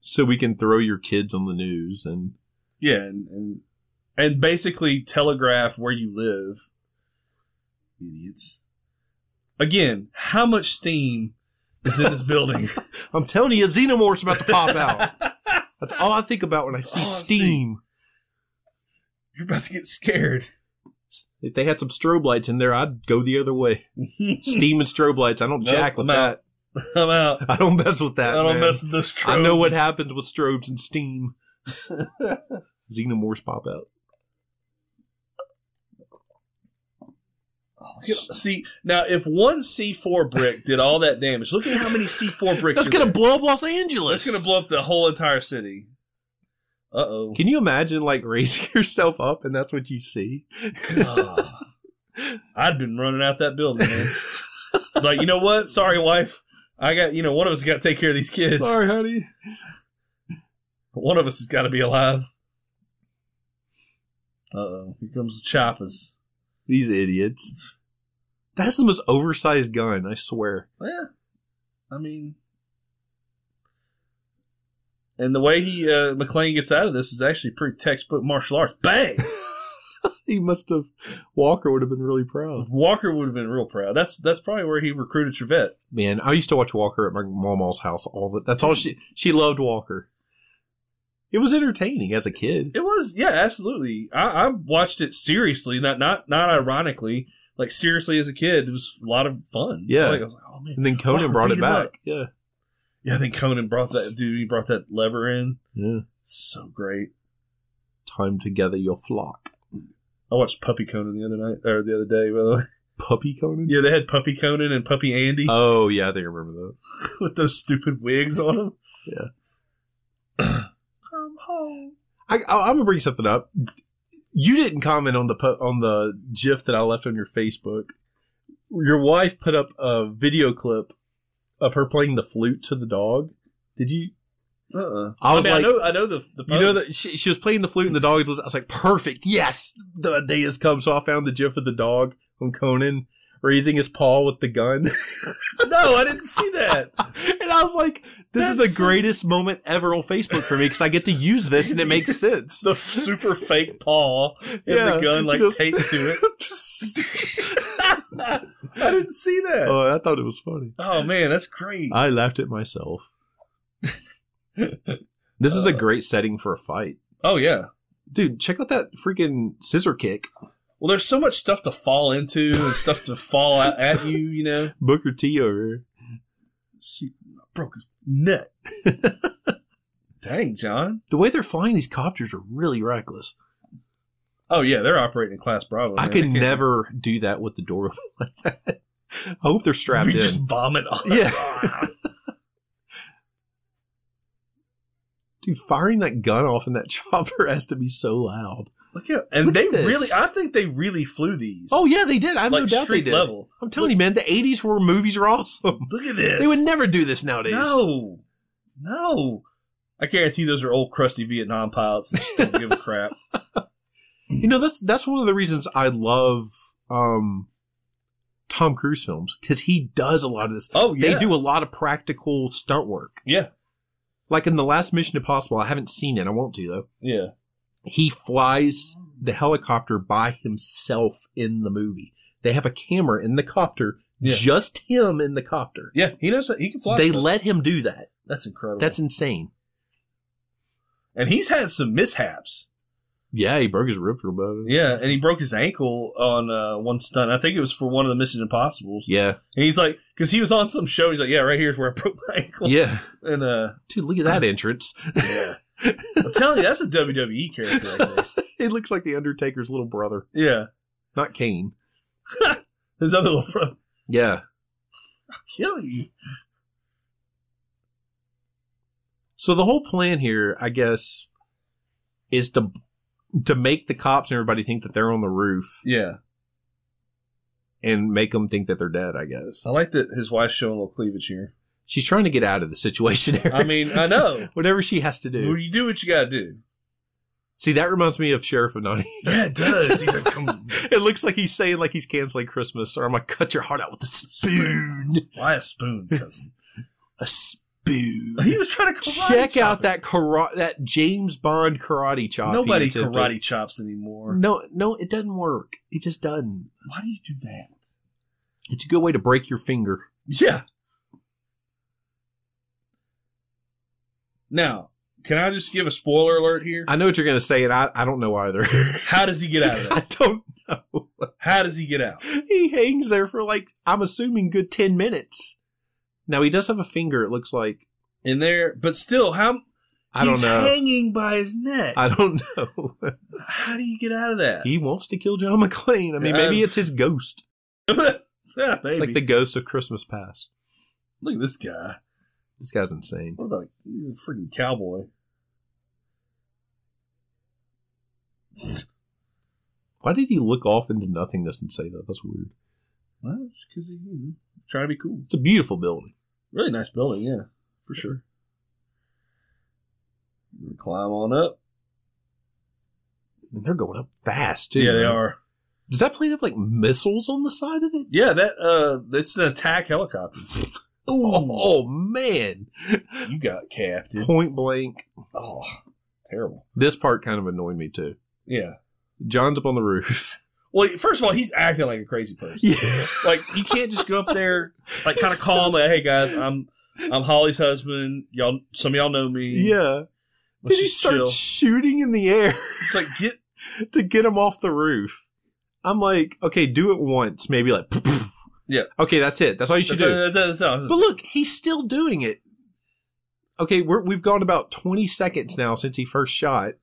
S1: So we can throw your kids on the news and
S4: Yeah, and and, and basically telegraph where you live. Idiots. Again, how much steam is in this building?
S1: I'm telling you, a xenomorph's about to pop out. That's all I think about when I see
S4: All Oh, I see.
S1: steam.
S4: You're about to get scared.
S1: If they had some strobe lights in there, I'd go the other way. steam and strobe lights. I don't
S4: Nope,
S1: jack with that.
S4: I'm out. I'm out.
S1: I don't mess with
S4: I
S1: that.
S4: don't
S1: man.
S4: mess with those.
S1: I know
S4: strobes.
S1: what happens with strobes and steam. Xenomorphs pop out.
S4: Get- See now, if one C four brick did all that damage, look at how many C four bricks.
S1: That's
S4: are
S1: gonna
S4: there.
S1: blow up Los Angeles.
S4: That's gonna blow up the whole entire city. Uh oh.
S1: Can you imagine like raising yourself up and that's what you see?
S4: Ah. I'd been running out that building, man. like you know what? Sorry, wife. I got you know one of us got to take care of these kids.
S1: Sorry, honey.
S4: One of us has got to be alive. Uh oh. Here comes the choppers.
S1: These idiots. That's the most oversized gun, I swear.
S4: Yeah. I mean, and the way he uh, McLean gets out of this is actually pretty textbook martial arts. Bang!
S1: He must have Walker would have been really proud.
S4: Walker would have been real proud. That's that's probably where he recruited Trevette.
S1: Man, I used to watch Walker at my mom's house all the that's all she she loved Walker. It was entertaining as a kid.
S4: It was yeah, absolutely. I, I watched it seriously, not not not ironically. Like seriously, as a kid, it was a lot of fun.
S1: Yeah.
S4: Like, I was like, oh man.
S1: And then Conan
S4: Walker
S1: brought
S4: beat
S1: it
S4: him up.
S1: back. Yeah.
S4: Yeah, I think Conan brought that dude. He brought that lever in.
S1: Yeah.
S4: So great.
S1: Time together you'll flock.
S4: I watched Puppy Conan the other night or the other day. By the way,
S1: Puppy Conan?
S4: yeah, they had Puppy Conan and Puppy Andy.
S1: Oh yeah, I think I remember
S4: with those stupid wigs on them.
S1: Yeah.
S4: Come home.
S1: that. I, I, I'm gonna bring something up. You didn't comment on the po- on the GIF that I left on your Facebook. Your wife put up a video clip of her playing the flute to the dog. Did you?
S4: Uh-uh.
S1: I was
S4: I mean,
S1: like,
S4: I know, I know the, the
S1: you know
S4: pose.
S1: that she, she was playing the flute and the dog was. listening. I was like, perfect, yes, the day has come. So I found the GIF of the dog on Conan raising his paw with the gun.
S4: no, I didn't see that.
S1: and I was like, this is the
S4: That's-
S1: greatest moment ever on Facebook for me because I get to use this and it makes sense.
S4: the super fake paw and
S1: Yeah,
S4: the gun like
S1: just-
S4: taped to it. I didn't see that.
S1: oh, I thought it was funny.
S4: oh man, that's great.
S1: I laughed at myself. Uh. this is a great setting for a fight.
S4: oh yeah.
S1: Dude, check out that freaking scissor kick.
S4: Well, there's so much stuff to fall into and stuff to fall at, at you. You know,
S1: Booker T over here.
S4: she broke his nut. Dang, John.
S1: The way they're flying these copters are really reckless.
S4: Oh yeah, they're operating in class Bravo.
S1: I
S4: man.
S1: could
S4: They can't-
S1: never do that with the door open like that. I hope they're strapped
S4: We
S1: in.
S4: just vomit on.
S1: Yeah. Dude, firing that gun off in that chopper has to be so loud.
S4: Look at and
S1: Look
S4: they
S1: at this.
S4: really. I think they really flew these.
S1: Oh yeah, they did. I have
S4: like
S1: no doubt they
S4: street
S1: did.
S4: level.
S1: I'm telling you, man, the '80s were movies are awesome.
S4: Look at this.
S1: They would never do this nowadays.
S4: No, no. I guarantee those are old crusty Vietnam pilots that just don't give a crap.
S1: You know that's that's one of the reasons I love um, Tom Cruise films because he does a lot of this.
S4: Oh
S1: They do a lot of practical stunt work.
S4: Yeah,
S1: Like in the last Mission Impossible, I haven't seen it. I want to though.
S4: yeah.
S1: He flies the helicopter by himself in the movie. They have a camera in the copter,
S4: Yeah.
S1: just him in the copter.
S4: Yeah, he knows that he can fly.
S1: they
S4: stuff.
S1: let him do that.
S4: That's incredible.
S1: That's insane.
S4: and he's had some mishaps.
S1: Yeah, he broke his ribs real bad.
S4: Yeah, and he broke his ankle on uh, one stunt. I think it was for one of the Mission Impossibles.
S1: Yeah,
S4: And he's like, because he was on some show. He's like, yeah, right here is where I broke my ankle.
S1: yeah.
S4: And uh,
S1: Dude, look at that entrance.
S4: yeah, I'm telling you, that's a WWE character. Right there.
S1: It looks like the Undertaker's little brother,
S4: Yeah,
S1: not Kane.
S4: his other little brother.
S1: Yeah.
S4: kill you.
S1: So the whole plan here, I guess, is to to make the cops and everybody think that they're on the roof
S4: Yeah,
S1: and make them think that they're dead. I guess
S4: I like that his wife's showing a little cleavage here.
S1: she's trying to get out of the situation. Eric.
S4: I mean, I know.
S1: whatever she has to do.
S4: Well, you do what you got to do.
S1: See, that reminds me of Sheriff of Nottingham.
S4: Yeah, it does. He's like, come,
S1: it looks like he's saying like he's canceling Christmas, or I'm gonna cut your heart out with a spoon.
S4: why a spoon, cousin?
S1: A spoon.
S4: He was trying to karate
S1: Check
S4: chop
S1: out
S4: it.
S1: that karate, that James Bond karate chop. he
S4: Nobody
S1: attempted.
S4: karate chops anymore.
S1: No, no, it doesn't work. It just doesn't.
S4: Why do you do that?
S1: It's a good way to break your finger.
S4: Yeah. Now, can I just give a spoiler alert here?
S1: I know what you're gonna say, and I, I don't know either.
S4: How does he get out of
S1: I
S4: that?
S1: don't know.
S4: How does he get out?
S1: He hangs there for like I'm assuming good ten minutes. Now he does have a finger. It looks like
S4: In there, but still, how?
S1: I don't
S4: he's
S1: know.
S4: hanging by his neck.
S1: I don't know.
S4: How do you get out of that?
S1: he wants to kill John McClane. I mean,
S4: Yeah,
S1: maybe
S4: I-
S1: it's his ghost.
S4: yeah, baby.
S1: It's like the ghost of Christmas Past.
S4: Look at this guy.
S1: This guy's insane.
S4: What about he's a freaking cowboy?
S1: Why did he look off into nothingness and say that? That's weird.
S4: Well, it's because he you know, trying to be cool.
S1: It's a beautiful building.
S4: Really nice building, yeah, for sure. You Climb on up.
S1: And they're going up fast too.
S4: yeah, they
S1: man.
S4: are.
S1: Does that plane have like missiles on the side of it?
S4: Yeah, that uh, that's an attack helicopter.
S1: Oh, oh man.
S4: You got capped. dude.
S1: Point blank.
S4: Oh, terrible.
S1: This part kind of annoyed me too.
S4: Yeah.
S1: John's up on the roof.
S4: Well, first of all, he's acting like a crazy person.
S1: Yeah.
S4: Like you can't just go up there, like kind of calm, like, "Hey guys, I'm I'm Holly's husband. Y'all, some of y'all know me.
S1: Yeah. Did
S4: let's
S1: he
S4: just
S1: start
S4: chill."
S1: shooting in the air
S4: It's like get
S1: to get him off the roof? I'm like, okay, do it once, maybe like,
S4: Yeah.
S1: Okay, that's it. That's all you should
S4: that's,
S1: do.
S4: that's, that's, that's-
S1: But look, he's still doing it. Okay, we're, we've gone about 20 seconds now since he first shot.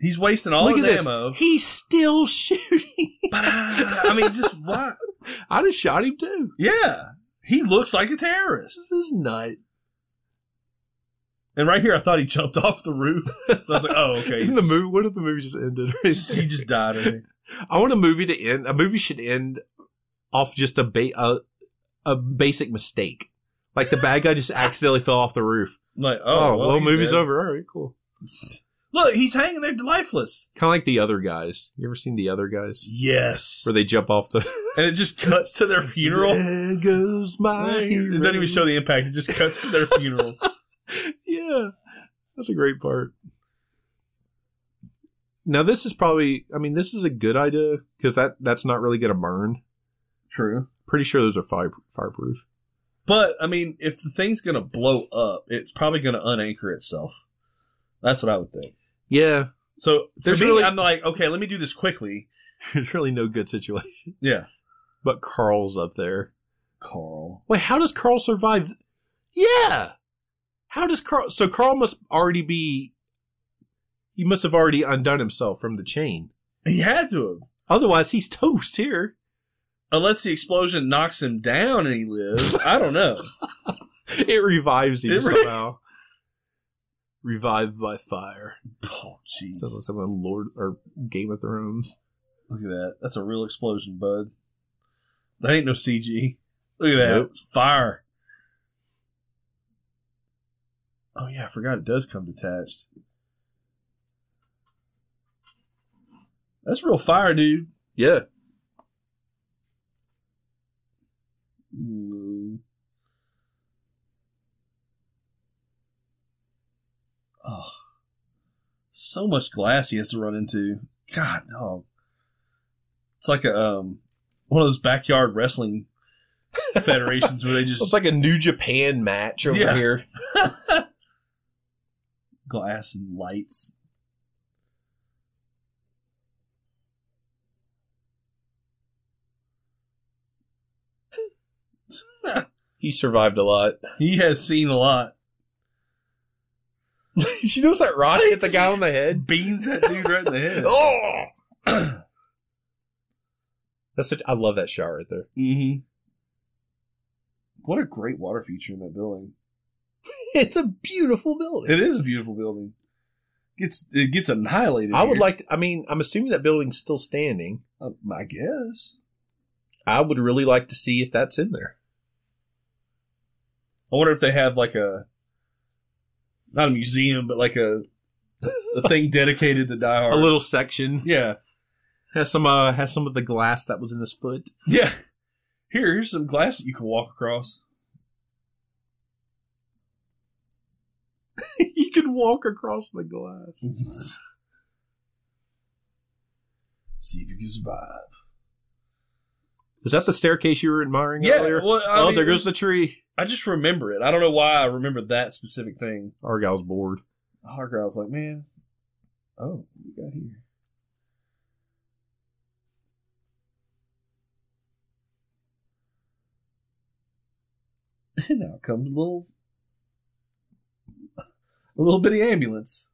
S4: he's wasting all
S1: look
S4: his
S1: at this.
S4: ammo.
S1: He's still shooting.
S4: I mean, just why?
S1: I just shot him too.
S4: Yeah, he looks like a terrorist.
S1: This is nut.
S4: And right here, I thought he jumped off the roof. I was like, "Oh, okay."
S1: In the movie, what if the movie just ended?
S4: he just, he just died. in there.
S1: I want a movie to end. A movie should end off just a ba- a, a basic mistake, like the bad guy just accidentally fell off the roof.
S4: I'm like,
S1: Oh,
S4: oh,
S1: well,
S4: he's
S1: movie's
S4: dead.
S1: over. All right, cool.
S4: Look, he's hanging there, lifeless.
S1: Kind of like the other guys. You ever seen the other guys
S4: Yes.
S1: where they jump off the
S4: and it just cuts to their funeral.
S1: There goes my hero.
S4: It doesn't even show the impact. It just cuts to their funeral.
S1: yeah, that's a great part. Now this is probably, I mean, this is a good idea because that that's not really going to burn.
S4: True.
S1: Pretty sure those are fire fireproof.
S4: But I mean, if the thing's gonna blow up, it's probably gonna unanchor itself. That's what I would think.
S1: Yeah,
S4: So
S1: There's
S4: to me,
S1: really-
S4: I'm like, okay, let me do this quickly.
S1: there's really no good situation.
S4: Yeah.
S1: But Carl's up there.
S4: Carl.
S1: Wait, how does Carl survive? Yeah, how does Carl? So Carl must already be. He must have already undone himself from the chain.
S4: He had to have.
S1: Otherwise, he's toast here.
S4: Unless the explosion knocks him down and he lives. I don't know.
S1: It revives him
S4: It re-
S1: somehow. Revived by fire.
S4: Oh jeez.
S1: Sounds like something in Lord or Game of Thrones.
S4: Look at that. That's a real explosion, bud. That ain't no CG. Look at that.
S1: Nope.
S4: It's fire. Oh yeah, I forgot it does come detached. That's real fire, dude.
S1: Yeah.
S4: Ooh. Oh, so much glass he has to run into. God, dog. It's like a um, one of those backyard wrestling federations where they
S1: It's
S4: just
S1: like a New Japan match over
S4: Yeah.
S1: here.
S4: glass and lights.
S1: He survived a lot.
S4: He has seen a lot.
S1: she knows that rock hit the guy on the head.
S4: Beans that dude right in the head.
S1: Oh! That's such, I love that shot right there.
S4: Mm-hmm. What a great water feature in that building.
S1: it's a beautiful building.
S4: It is a beautiful building. Gets it gets annihilated.
S10: I would
S4: here.
S10: like. To, I mean, I'm assuming that building's still standing.
S4: Um, I guess.
S10: I would really like to see if that's in there.
S4: I wonder if they have like a not a museum, but like a a thing dedicated to Die Hard.
S1: A little section
S4: yeah,
S1: has some uh, has some of the glass that was in his foot.
S4: yeah. Here, here's some glass that you can walk across.
S1: you could walk across the glass.
S4: See if you can survive.
S1: Is that the staircase you were admiring
S4: Yeah.
S1: earlier?
S4: Well, I
S1: oh,
S4: mean,
S1: there goes the tree.
S4: I just remember it. I don't know why I remember that specific thing.
S1: Argyle's bored.
S4: Harker, I was like, man. Oh, what we got here. And now comes a little, a little bitty ambulance.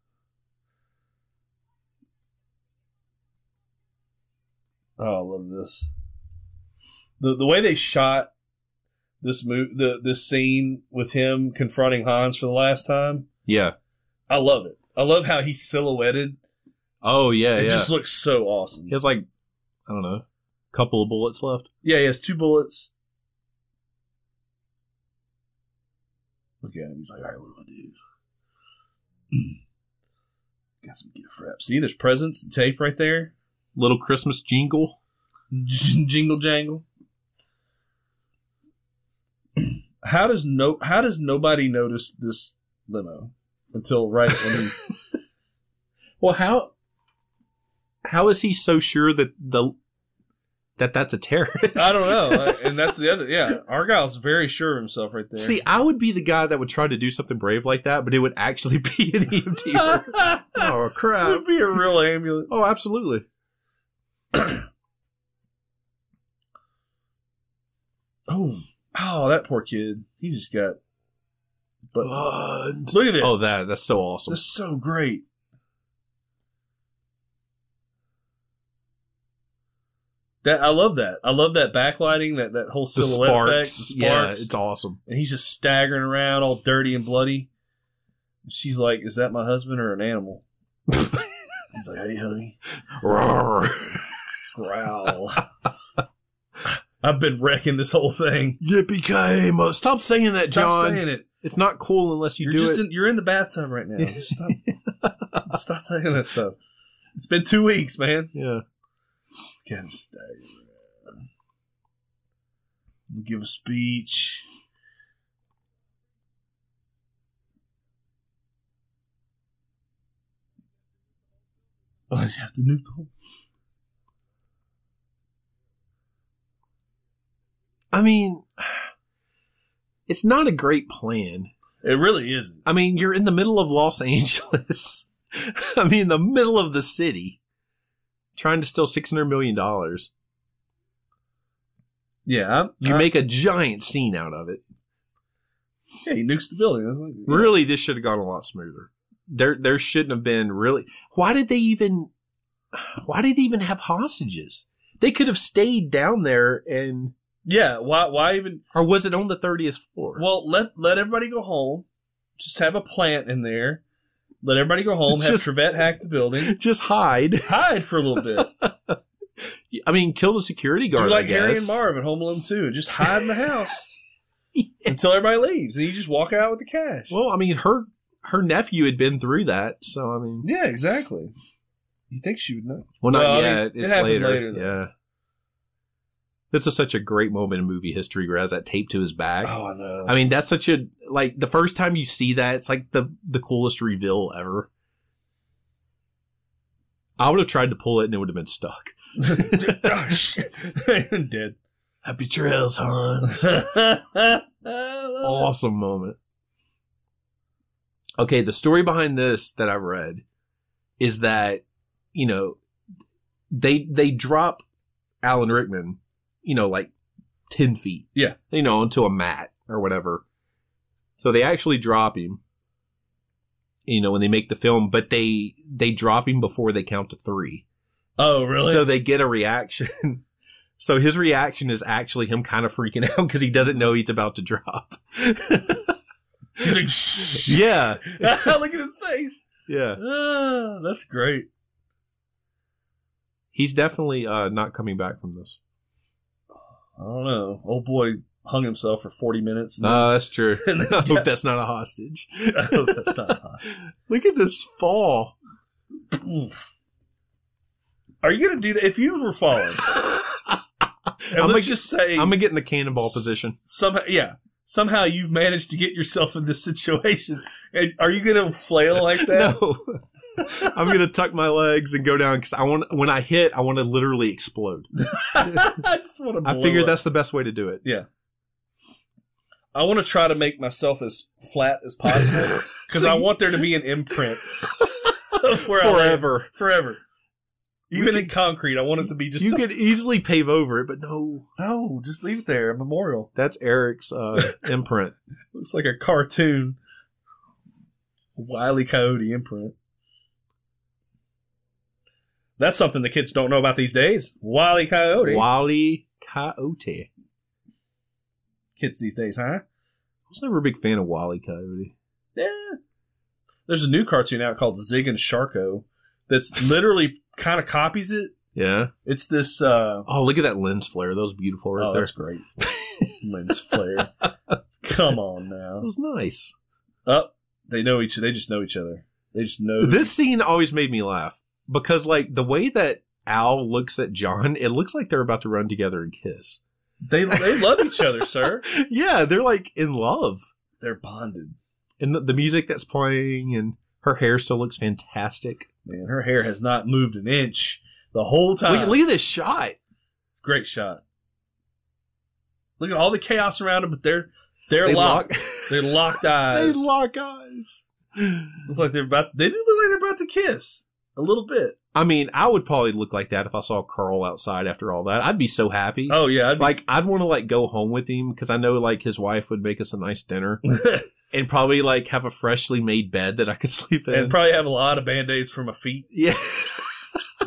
S4: Oh, I love this. the The way they shot this mo- the this scene with him confronting Hans for the last time,
S10: Yeah.
S4: I love it. I love how he's silhouetted.
S1: Oh yeah,
S4: It
S1: yeah.
S4: just looks so awesome.
S1: he has like I don't know, a couple of bullets left.
S4: Yeah, he has two bullets. Look at him. He's like, all right, what do I do? Got some gift wrap. See, there's presents and tape right there.
S1: Little Christmas jingle.
S4: Jingle jangle. How does no? How does nobody notice this limo until right? when he-
S1: Well, how how is he so sure that the that that's a terrorist?
S4: I don't know. Like, and that's the other. Yeah, Argyle's very sure of himself right there.
S1: See, I would be the guy that would try to do something brave like that, but it would actually be an E EMT. oh crap!
S4: would be a real ambulance.
S1: Oh, absolutely.
S4: Oh, oh, that poor kid. He just got. But
S1: Blood.
S4: look at this.
S1: Oh, that that's so awesome.
S4: This is so great. That I love that. I love that backlighting. That that whole
S1: the
S4: silhouette
S1: sparks.
S4: effect. the
S1: Yeah,
S4: sparks.
S1: it's awesome.
S4: and he's just staggering around, all dirty and bloody. She's like, "Is that my husband or an animal?" he's like, "Hey, honey."
S1: Roar.
S4: growl. I've been wrecking this whole thing.
S1: Yippee-ki-yay, Stop saying that,
S4: Stop
S1: John.
S4: saying it.
S1: It's not cool unless you
S4: You're
S1: do
S4: just
S1: it.
S4: in, you're in the bathtub right now. Just stop. just stop saying that stuff. It's been two weeks, man.
S1: yeah.
S4: Get him staggering. Give a speech. Oh, you have to nuke the whole
S1: I mean, it's not a great plan.
S4: It really isn't.
S1: I mean, you're in the middle of Los Angeles. I mean, the middle of the city, trying to steal six hundred million dollars.
S4: Yeah, I'm-
S1: You
S4: I-
S1: make a giant scene out of it.
S4: yeah, he nukes the building. That's like-
S1: Really, this should have gone a lot smoother. There, there shouldn't have been really. Why did they even? Why did they even have hostages? They could have stayed down there, and
S4: Yeah, why? Why even?
S1: or was it on the thirtieth floor?
S4: Well, let let everybody go home. Just have a plant in there. Let everybody go home. Have
S1: Just-
S4: Trevette hack the building.
S1: just hide.
S4: Hide for a little bit.
S1: I mean, kill the security guard.
S4: Do like
S1: I guess.
S4: Harry and Marv at Home Alone 2. Just hide in the house until everybody leaves, and you just walk out with the cash.
S1: Well, I mean, her her nephew had been through that, so I mean,
S4: yeah, exactly. You think she would know?
S1: well, not
S4: Well, I mean,
S1: yet.
S4: it
S1: it's
S4: happened
S1: later.
S4: later, though.
S1: yeah, this is such a great moment in movie history. Where he has that taped to his back.
S4: Oh, I know.
S1: I mean, that's such a like the first time you see that, it's like the the coolest reveal ever. I would have tried to pull it and it would have been stuck.
S4: oh, shit. Dead.
S1: Happy trails, Hans.
S4: awesome.
S1: awesome moment. Okay, the story behind this that I read is that you know they they drop Alan Rickman, you know, like ten feet,
S4: Yeah.
S1: you know, onto a mat or whatever. So they actually drop him, you know, when they make the film, but they they drop him before they count to three,
S4: Oh, really?
S1: so they get a reaction. So his reaction is actually him kind of freaking out because he doesn't know he's about to drop.
S4: He's like, "Shh."
S1: Yeah.
S4: look at his face.
S1: Yeah.
S4: Ah, that's great.
S1: He's definitely uh, not coming back from this.
S4: I don't know. Old boy hung himself for forty minutes. and-
S1: No, Uh, that's true.
S4: and then-
S1: I hope that's not a hostage.
S4: I hope that's not hot.
S1: Look at this fall.
S4: Oof. Are you gonna do that if you were falling? And
S1: I'm
S4: let's
S1: gonna-
S4: just say,
S1: I'm gonna get in the cannonball position.
S4: somehow, yeah, somehow you've managed to get yourself in this situation. And are you gonna flail like that?
S1: No, I'm gonna tuck my legs and go down because I want. When I hit, I want to literally explode.
S4: I just want to.
S1: I figured that's the best way to do it.
S4: I want to try to make myself as flat as possible because
S1: So
S4: I
S1: you-
S4: want there to be an imprint of where I land.
S1: Forever.
S4: forever.
S1: We
S4: Even
S1: could-
S4: in concrete, I want it to be just.
S1: you
S4: a-
S1: could easily pave over it, but no,
S4: no, just leave it there. A memorial
S1: that's Eric's uh, imprint.
S4: looks like a cartoon. Wile E. Coyote imprint. That's something the kids don't know about these days. Wile E. Coyote.
S1: Wally Coyote.
S4: Kids these days, huh?
S1: I was never a big fan of Wally Coyote.
S4: Yeah. There's a new cartoon out called Zig and Sharko that's literally kind of copies it.
S1: Yeah.
S4: It's this. uh
S1: Oh, look at that lens flare. That was beautiful right
S4: oh,
S1: there.
S4: that's great. Lens flare. Come on now.
S1: That was nice.
S4: Up. They know each. They just know each other. They just know.
S1: This scene always made me laugh because, like, the way that Al looks at John, it looks like they're about to run together and kiss.
S4: they they love each other, sir.
S1: Yeah, they're like in love.
S4: They're bonded.
S1: And the, the music that's playing and her hair still looks fantastic.
S4: Man, her hair has not moved an inch the whole time.
S1: Look, look at this shot.
S4: It's a great shot. Look at all the chaos around them, but they're they're
S1: They
S4: locked.
S1: lock-
S4: They're locked eyes.
S1: they lock eyes.
S4: Look like they're about. They do look like they're about to kiss a little bit.
S1: I mean, I would probably look like that if I saw Carl outside after all that. I'd be so happy.
S4: Oh yeah, I'd be-
S1: like I'd want to like go home with him because I know like his wife would make us a nice dinner and probably like have a freshly made bed that I could sleep in.
S4: and probably have a lot of band aids for my feet.
S1: yeah,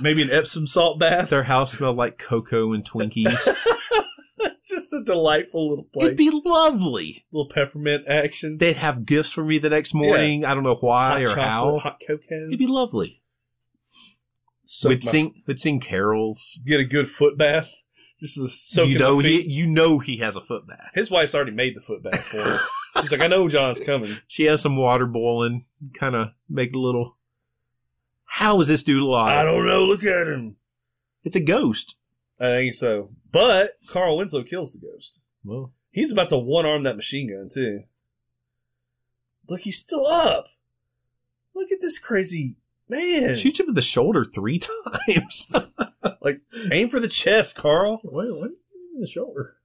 S4: Maybe an Epsom salt bath.
S1: their house smelled like cocoa and Twinkies.
S4: It's just a delightful little place.
S1: It'd be lovely.
S4: little peppermint action.
S1: They'd have gifts for me the next morning. I don't know why
S4: hot
S1: or
S4: chocolate,
S1: how.
S4: hot cocoa.
S1: It'd be lovely.
S4: Soak
S1: we'd
S4: my-
S1: sing, we'd sing carols.
S4: get a good foot bath. Just to soak
S1: you
S4: in my
S1: know, he,
S4: feet.
S1: you know, he has a foot bath.
S4: His wife's already made the foot bath for him. She's like, I know John's coming.
S1: She has some water boiling, kind of make a little. How is this dude alive?
S4: I don't know. Look at him.
S1: It's a ghost.
S4: I think so. But Carl Winslow kills the ghost.
S1: Well,
S4: He's about to one arm that machine gun too. Look, he's still up. Look at this crazy man.
S1: shoots him in the shoulder three times.
S4: Aim for the chest, Carl.
S11: Wait, what? In the shoulder.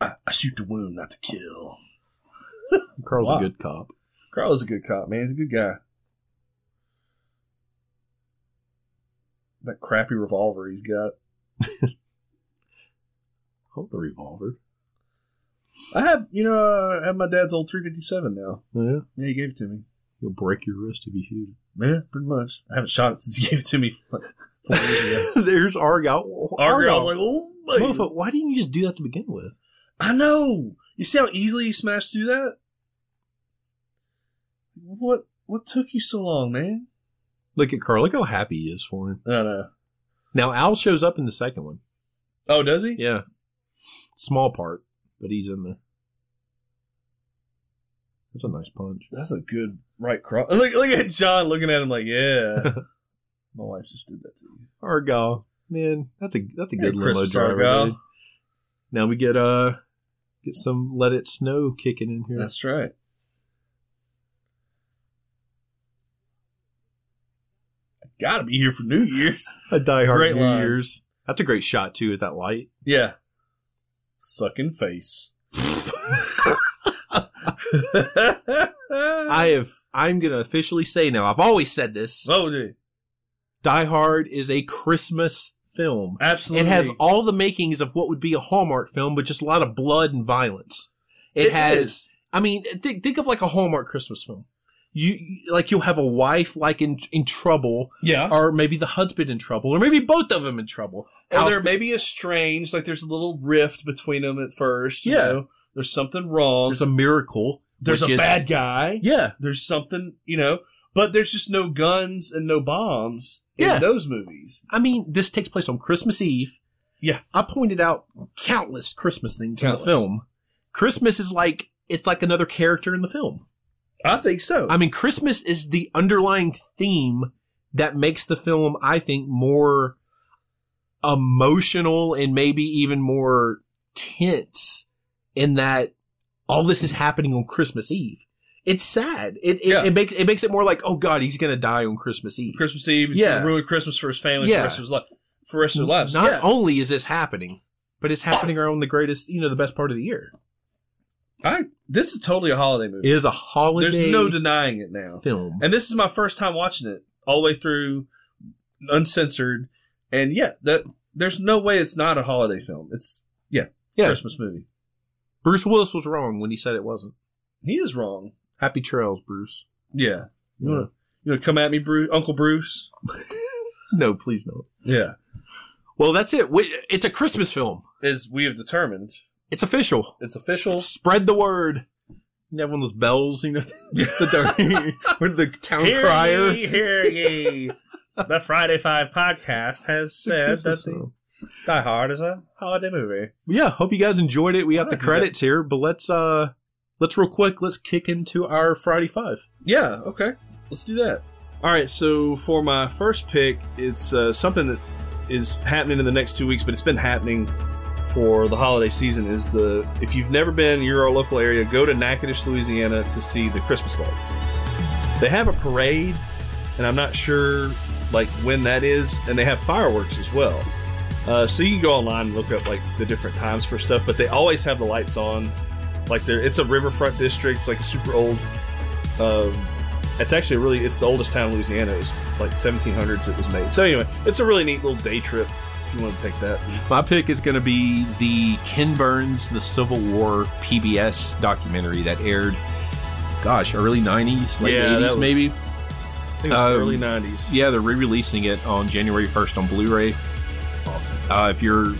S4: I, I shoot to wound, not to kill.
S1: Carl's
S4: Wow.
S1: a good cop.
S4: Carl is a good cop, man. He's a good guy. That crappy revolver he's got.
S1: Hold the revolver.
S4: I have, you know, uh, I have my dad's old 357 now.
S1: Yeah,
S4: Yeah, he gave it to me.
S1: you'll break your wrist if you shoot him.
S4: Yeah, pretty much. I haven't shot it since he gave it to me.
S1: There's Argyle.
S4: Argyle, I was like, oh, man.
S1: Motherfucker, why didn't you just do that to begin with?
S4: I know. You see how easily he smashed through that? What what took you so long, man?
S1: Look at Carl. Look how happy he is for him.
S4: I don't know.
S1: Now Al shows up in the second one.
S4: Oh, does he?
S1: Yeah, small part, but he's in there. That's a nice punch.
S4: That's a good right cross. And Look, look at John looking at him like, yeah. My wife just did that to you.
S1: Argyle, man, that's a that's a
S4: Merry
S1: good limo
S4: Christmas,
S1: driver.
S4: Argyle.
S1: dude. Now we get uh get some let it snow kicking in here.
S4: That's right. I gotta be here for New Year's.
S1: a diehard
S4: great
S1: New
S4: line.
S1: Year's. That's a great shot too at that light.
S4: Yeah. Sucking face.
S1: I
S4: I
S1: have I'm gonna officially say now. I've always said this.
S4: oh, dude.
S1: Die Hard is a Christmas film.
S4: Absolutely.
S1: It has all the makings of what would be a Hallmark film, but just a lot of blood and violence. It, has.
S4: is.
S1: I mean, think think of like a Hallmark Christmas film. You you- like you'll have a wife like in in trouble,
S4: Yeah.
S1: or maybe the husband in trouble, or maybe both of them in trouble.
S4: Or
S1: House-
S4: they're maybe estranged, like there's a little rift between them at first. You
S1: Yeah.
S4: Know?
S7: There's something wrong.
S12: There's a miracle.
S7: There's
S1: Which
S7: a
S1: is-
S7: bad guy.
S12: Yeah.
S7: There's something, you know, but there's just no guns and no bombs
S12: Yeah.
S7: in those movies.
S12: I mean, this takes place on Christmas Eve.
S7: Yeah.
S12: I pointed out countless Christmas things
S7: Countless.
S12: in the film. Christmas is like it's like another character in the film.
S7: I think so.
S12: I mean, Christmas is the underlying theme that makes the film, I think, more emotional and maybe even more tense in that all this is happening on Christmas Eve. It's sad. It it,
S7: Yeah.
S12: it makes it makes it more like, oh God, he's gonna die on Christmas Eve.
S7: Christmas Eve,
S12: Yeah.
S7: yeah, ruin Christmas for his family, for
S12: Yeah.
S7: the rest of his life, for the rest of their lives.
S12: Not
S7: yeah,
S12: only is this happening, but it's happening around the greatest, you know, the best part of the year.
S7: I, this is totally a holiday movie.
S12: It is a holiday
S7: There's no denying it now.
S12: film.
S7: And this is my first time watching it all the way through, uncensored, and yeah, that there's no way it's not a holiday film. It's yeah,
S12: Yeah.
S7: Christmas movie.
S12: Bruce Willis was wrong when he said it wasn't.
S7: He is wrong.
S12: Happy trails, Bruce.
S7: Yeah, you wanna you wanna come at me, Bruce, Uncle Bruce?
S12: No, please no.
S7: Yeah,
S12: Well, that's it. We, it's a Christmas film.
S7: as we have determined,
S12: It's official.
S7: it's official.
S12: Spread the word. You have one of those bells, you know, the, with the town crier.
S7: hear ye. The Friday Five podcast has said
S12: Christmas film.
S7: Die Hard is a holiday movie.
S12: Yeah, hope you guys enjoyed it. We got
S7: I
S12: the
S7: like that.
S12: credits here, but let's uh let's real quick let's kick into our Friday Five.
S7: Yeah, okay. Let's do that.
S4: All right, so for my first pick, it's uh, something that is happening in the next two weeks, but it's been happening for the holiday season. Is the if you've never been, you're our local area, go to Natchitoches, Louisiana, to see the Christmas lights. They have a parade, and I'm not sure like when that is, and they have fireworks as well. Uh, so you can go online and look up like the different times for stuff, but they always have the lights on. Like they're, it's a riverfront district, it's like a super old. Um, it's actually really it's the oldest town in Louisiana. It was like 1700s it was made. So anyway, it's a really neat little day trip if you want to take that.
S1: My pick is going to be the Ken Burns The Civil War PBS documentary that aired, gosh, early 90s, late
S4: Yeah, that
S1: 80s
S4: was-
S1: maybe.
S4: I think it was
S1: Um,
S4: early 90s.
S1: Yeah, they're re releasing it on January 1st on Blu ray.
S4: Awesome.
S1: Uh, if you're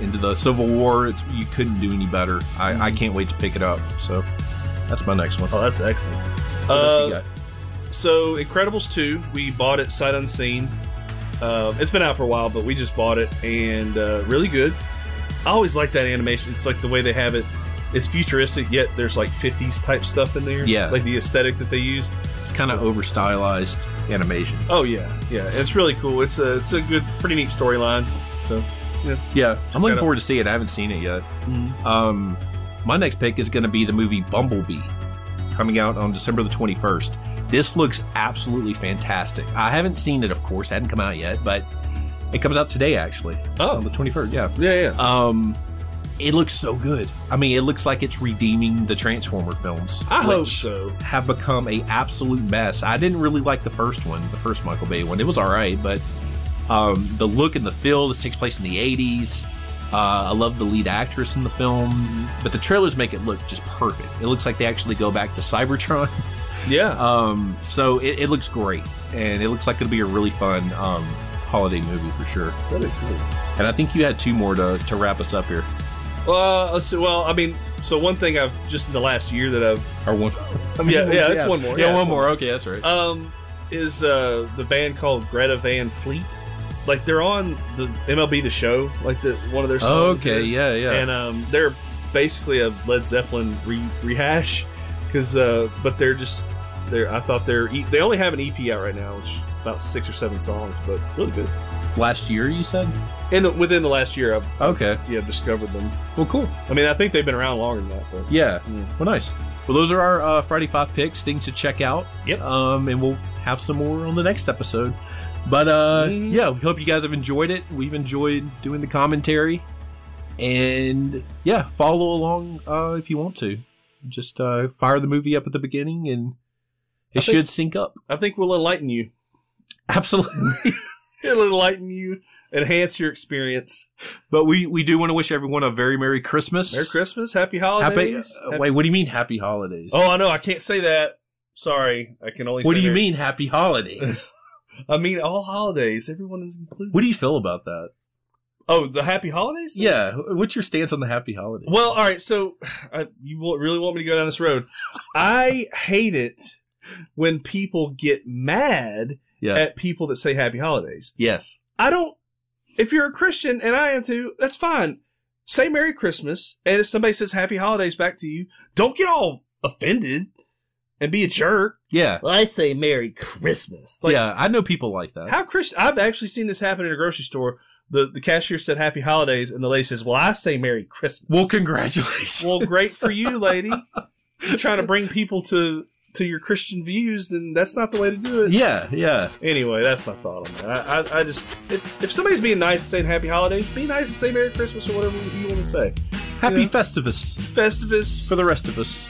S1: into the Civil War, it's, you couldn't do any better. I,
S4: Mm-hmm.
S1: I can't wait to pick it up. So that's my next one.
S4: Oh, that's excellent.
S1: What else you
S4: Uh,
S1: got?
S4: so Incredibles 2, we bought it sight unseen. Uh, it's been out for a while, but we just bought it and uh, really good. I always like that animation. It's like the way they have it. It's futuristic, yet there's like 50s type stuff in there.
S1: Yeah.
S4: Like the aesthetic that they use.
S1: It's kind of over stylized animation.
S4: Oh, yeah. Yeah. It's really cool. It's a, it's a good, pretty neat storyline.
S1: Yeah, I'm
S4: Kinda-
S1: looking forward to see it. I haven't seen it yet.
S4: Mm-hmm.
S1: Um, my next pick is going to be the movie Bumblebee, coming out on December the 21st. This looks absolutely fantastic. I haven't seen it, of course, hadn't come out yet, but it comes out today actually.
S4: Oh.
S1: on the 23rd. Yeah.
S4: Yeah, yeah.
S1: Um, it looks so good. I mean, it looks like it's redeeming the Transformer films.
S4: I hope
S1: which
S4: so.
S1: Have become a absolute mess. I didn't really like the first one, the first Michael Bay one. It was all right, but um, the look and the feel. This takes place in the 80s. Uh, I love the lead actress in the film, but the trailers make it look just perfect. It looks like they actually go back to Cybertron.
S4: Yeah.
S1: Um, so it, it looks great, and it looks like it'll be a really fun um, holiday movie for sure. And I think you had two more to, to wrap us up here.
S4: Uh, let's see, well, I mean, so one thing I've just in the last year that I've
S1: Or one.
S4: yeah yeah it's one more
S1: Yeah,
S4: it's
S1: one more. Okay, that's right.
S4: um is uh the band called Greta Van Fleet like they're on the MLB the show like the one of their songs
S1: Oh, okay,
S4: is.
S1: yeah, yeah.
S4: and um they're basically a Led Zeppelin re- rehash because uh but they're just they're I thought they're e- they only have an EP out right now which is about six or seven songs but really good
S1: Last year, you said?
S4: and the, within the last year I've
S1: Okay.
S4: yeah discovered them
S1: Well, cool.
S4: I mean I think they've been around longer than that but
S1: Yeah.
S4: Mm.
S1: Well, nice. Well, those are our uh, Friday Five picks, things to check out.
S4: Yep.
S1: Um, and we'll have some more on the next episode. But uh,
S4: Mm-hmm.
S1: yeah, we hope you guys have enjoyed it. We've enjoyed doing the commentary, and yeah, follow along uh, if you want to. Just uh, fire the movie up at the beginning, and it
S4: I think-
S1: should sync up.
S4: I think we'll enlighten you
S1: Absolutely.
S4: It'll enlighten you, enhance your experience.
S1: but we we do want to wish everyone a very merry Christmas.
S4: Merry Christmas, happy
S1: Happy,
S4: holidays.
S1: uh, wait, what do you mean happy holidays?
S4: oh, I know, I can't say that. Sorry, I can only.
S1: what
S4: say
S1: do you
S4: Merry-
S1: mean happy holidays?
S4: I mean all holidays. Everyone is included.
S1: what do you feel about that?
S4: Oh, the Happy Holidays. thing?
S1: Yeah. What's your stance on the happy holiday?
S4: Well, all right. So I, you wa- really want me to go down this road? I hate it when people get mad
S1: Yeah.
S4: at people that say Happy Holidays.
S1: Yes.
S4: I don't. If you're a Christian and I am too, that's fine. Say Merry Christmas, and if somebody says Happy Holidays back to you, don't get all offended and be a jerk.
S1: Yeah.
S4: I say Merry Christmas. Like,
S1: yeah. I know people like that.
S4: How Christian? I've actually seen this happen in a grocery store. The the cashier said Happy Holidays, and the lady says, "Well, I say Merry Christmas."
S1: well, congratulations.
S4: Well, great for you, lady. You're trying to bring people to to your Christian views, then that's not the way to do it.
S1: yeah. Yeah.
S4: Anyway, that's my thought on that. I, I, I just if, if somebody's being nice and saying Happy Holidays, be nice and say Merry Christmas or whatever you want to say.
S1: Happy
S4: Yeah.
S1: Festivus
S4: Festivus.
S1: for the rest of us.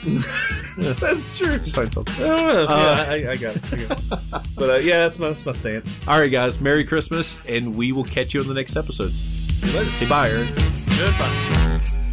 S4: that's true. Oh,
S1: Seinfeld.
S4: I don't
S1: Uh,
S4: know. yeah, I, I got it. I got it. but uh, yeah, that's my that's my stance.
S1: All right, guys. Merry Christmas, and we will catch you on the next episode. See you later. Say bye, Aaron.
S4: Goodbye.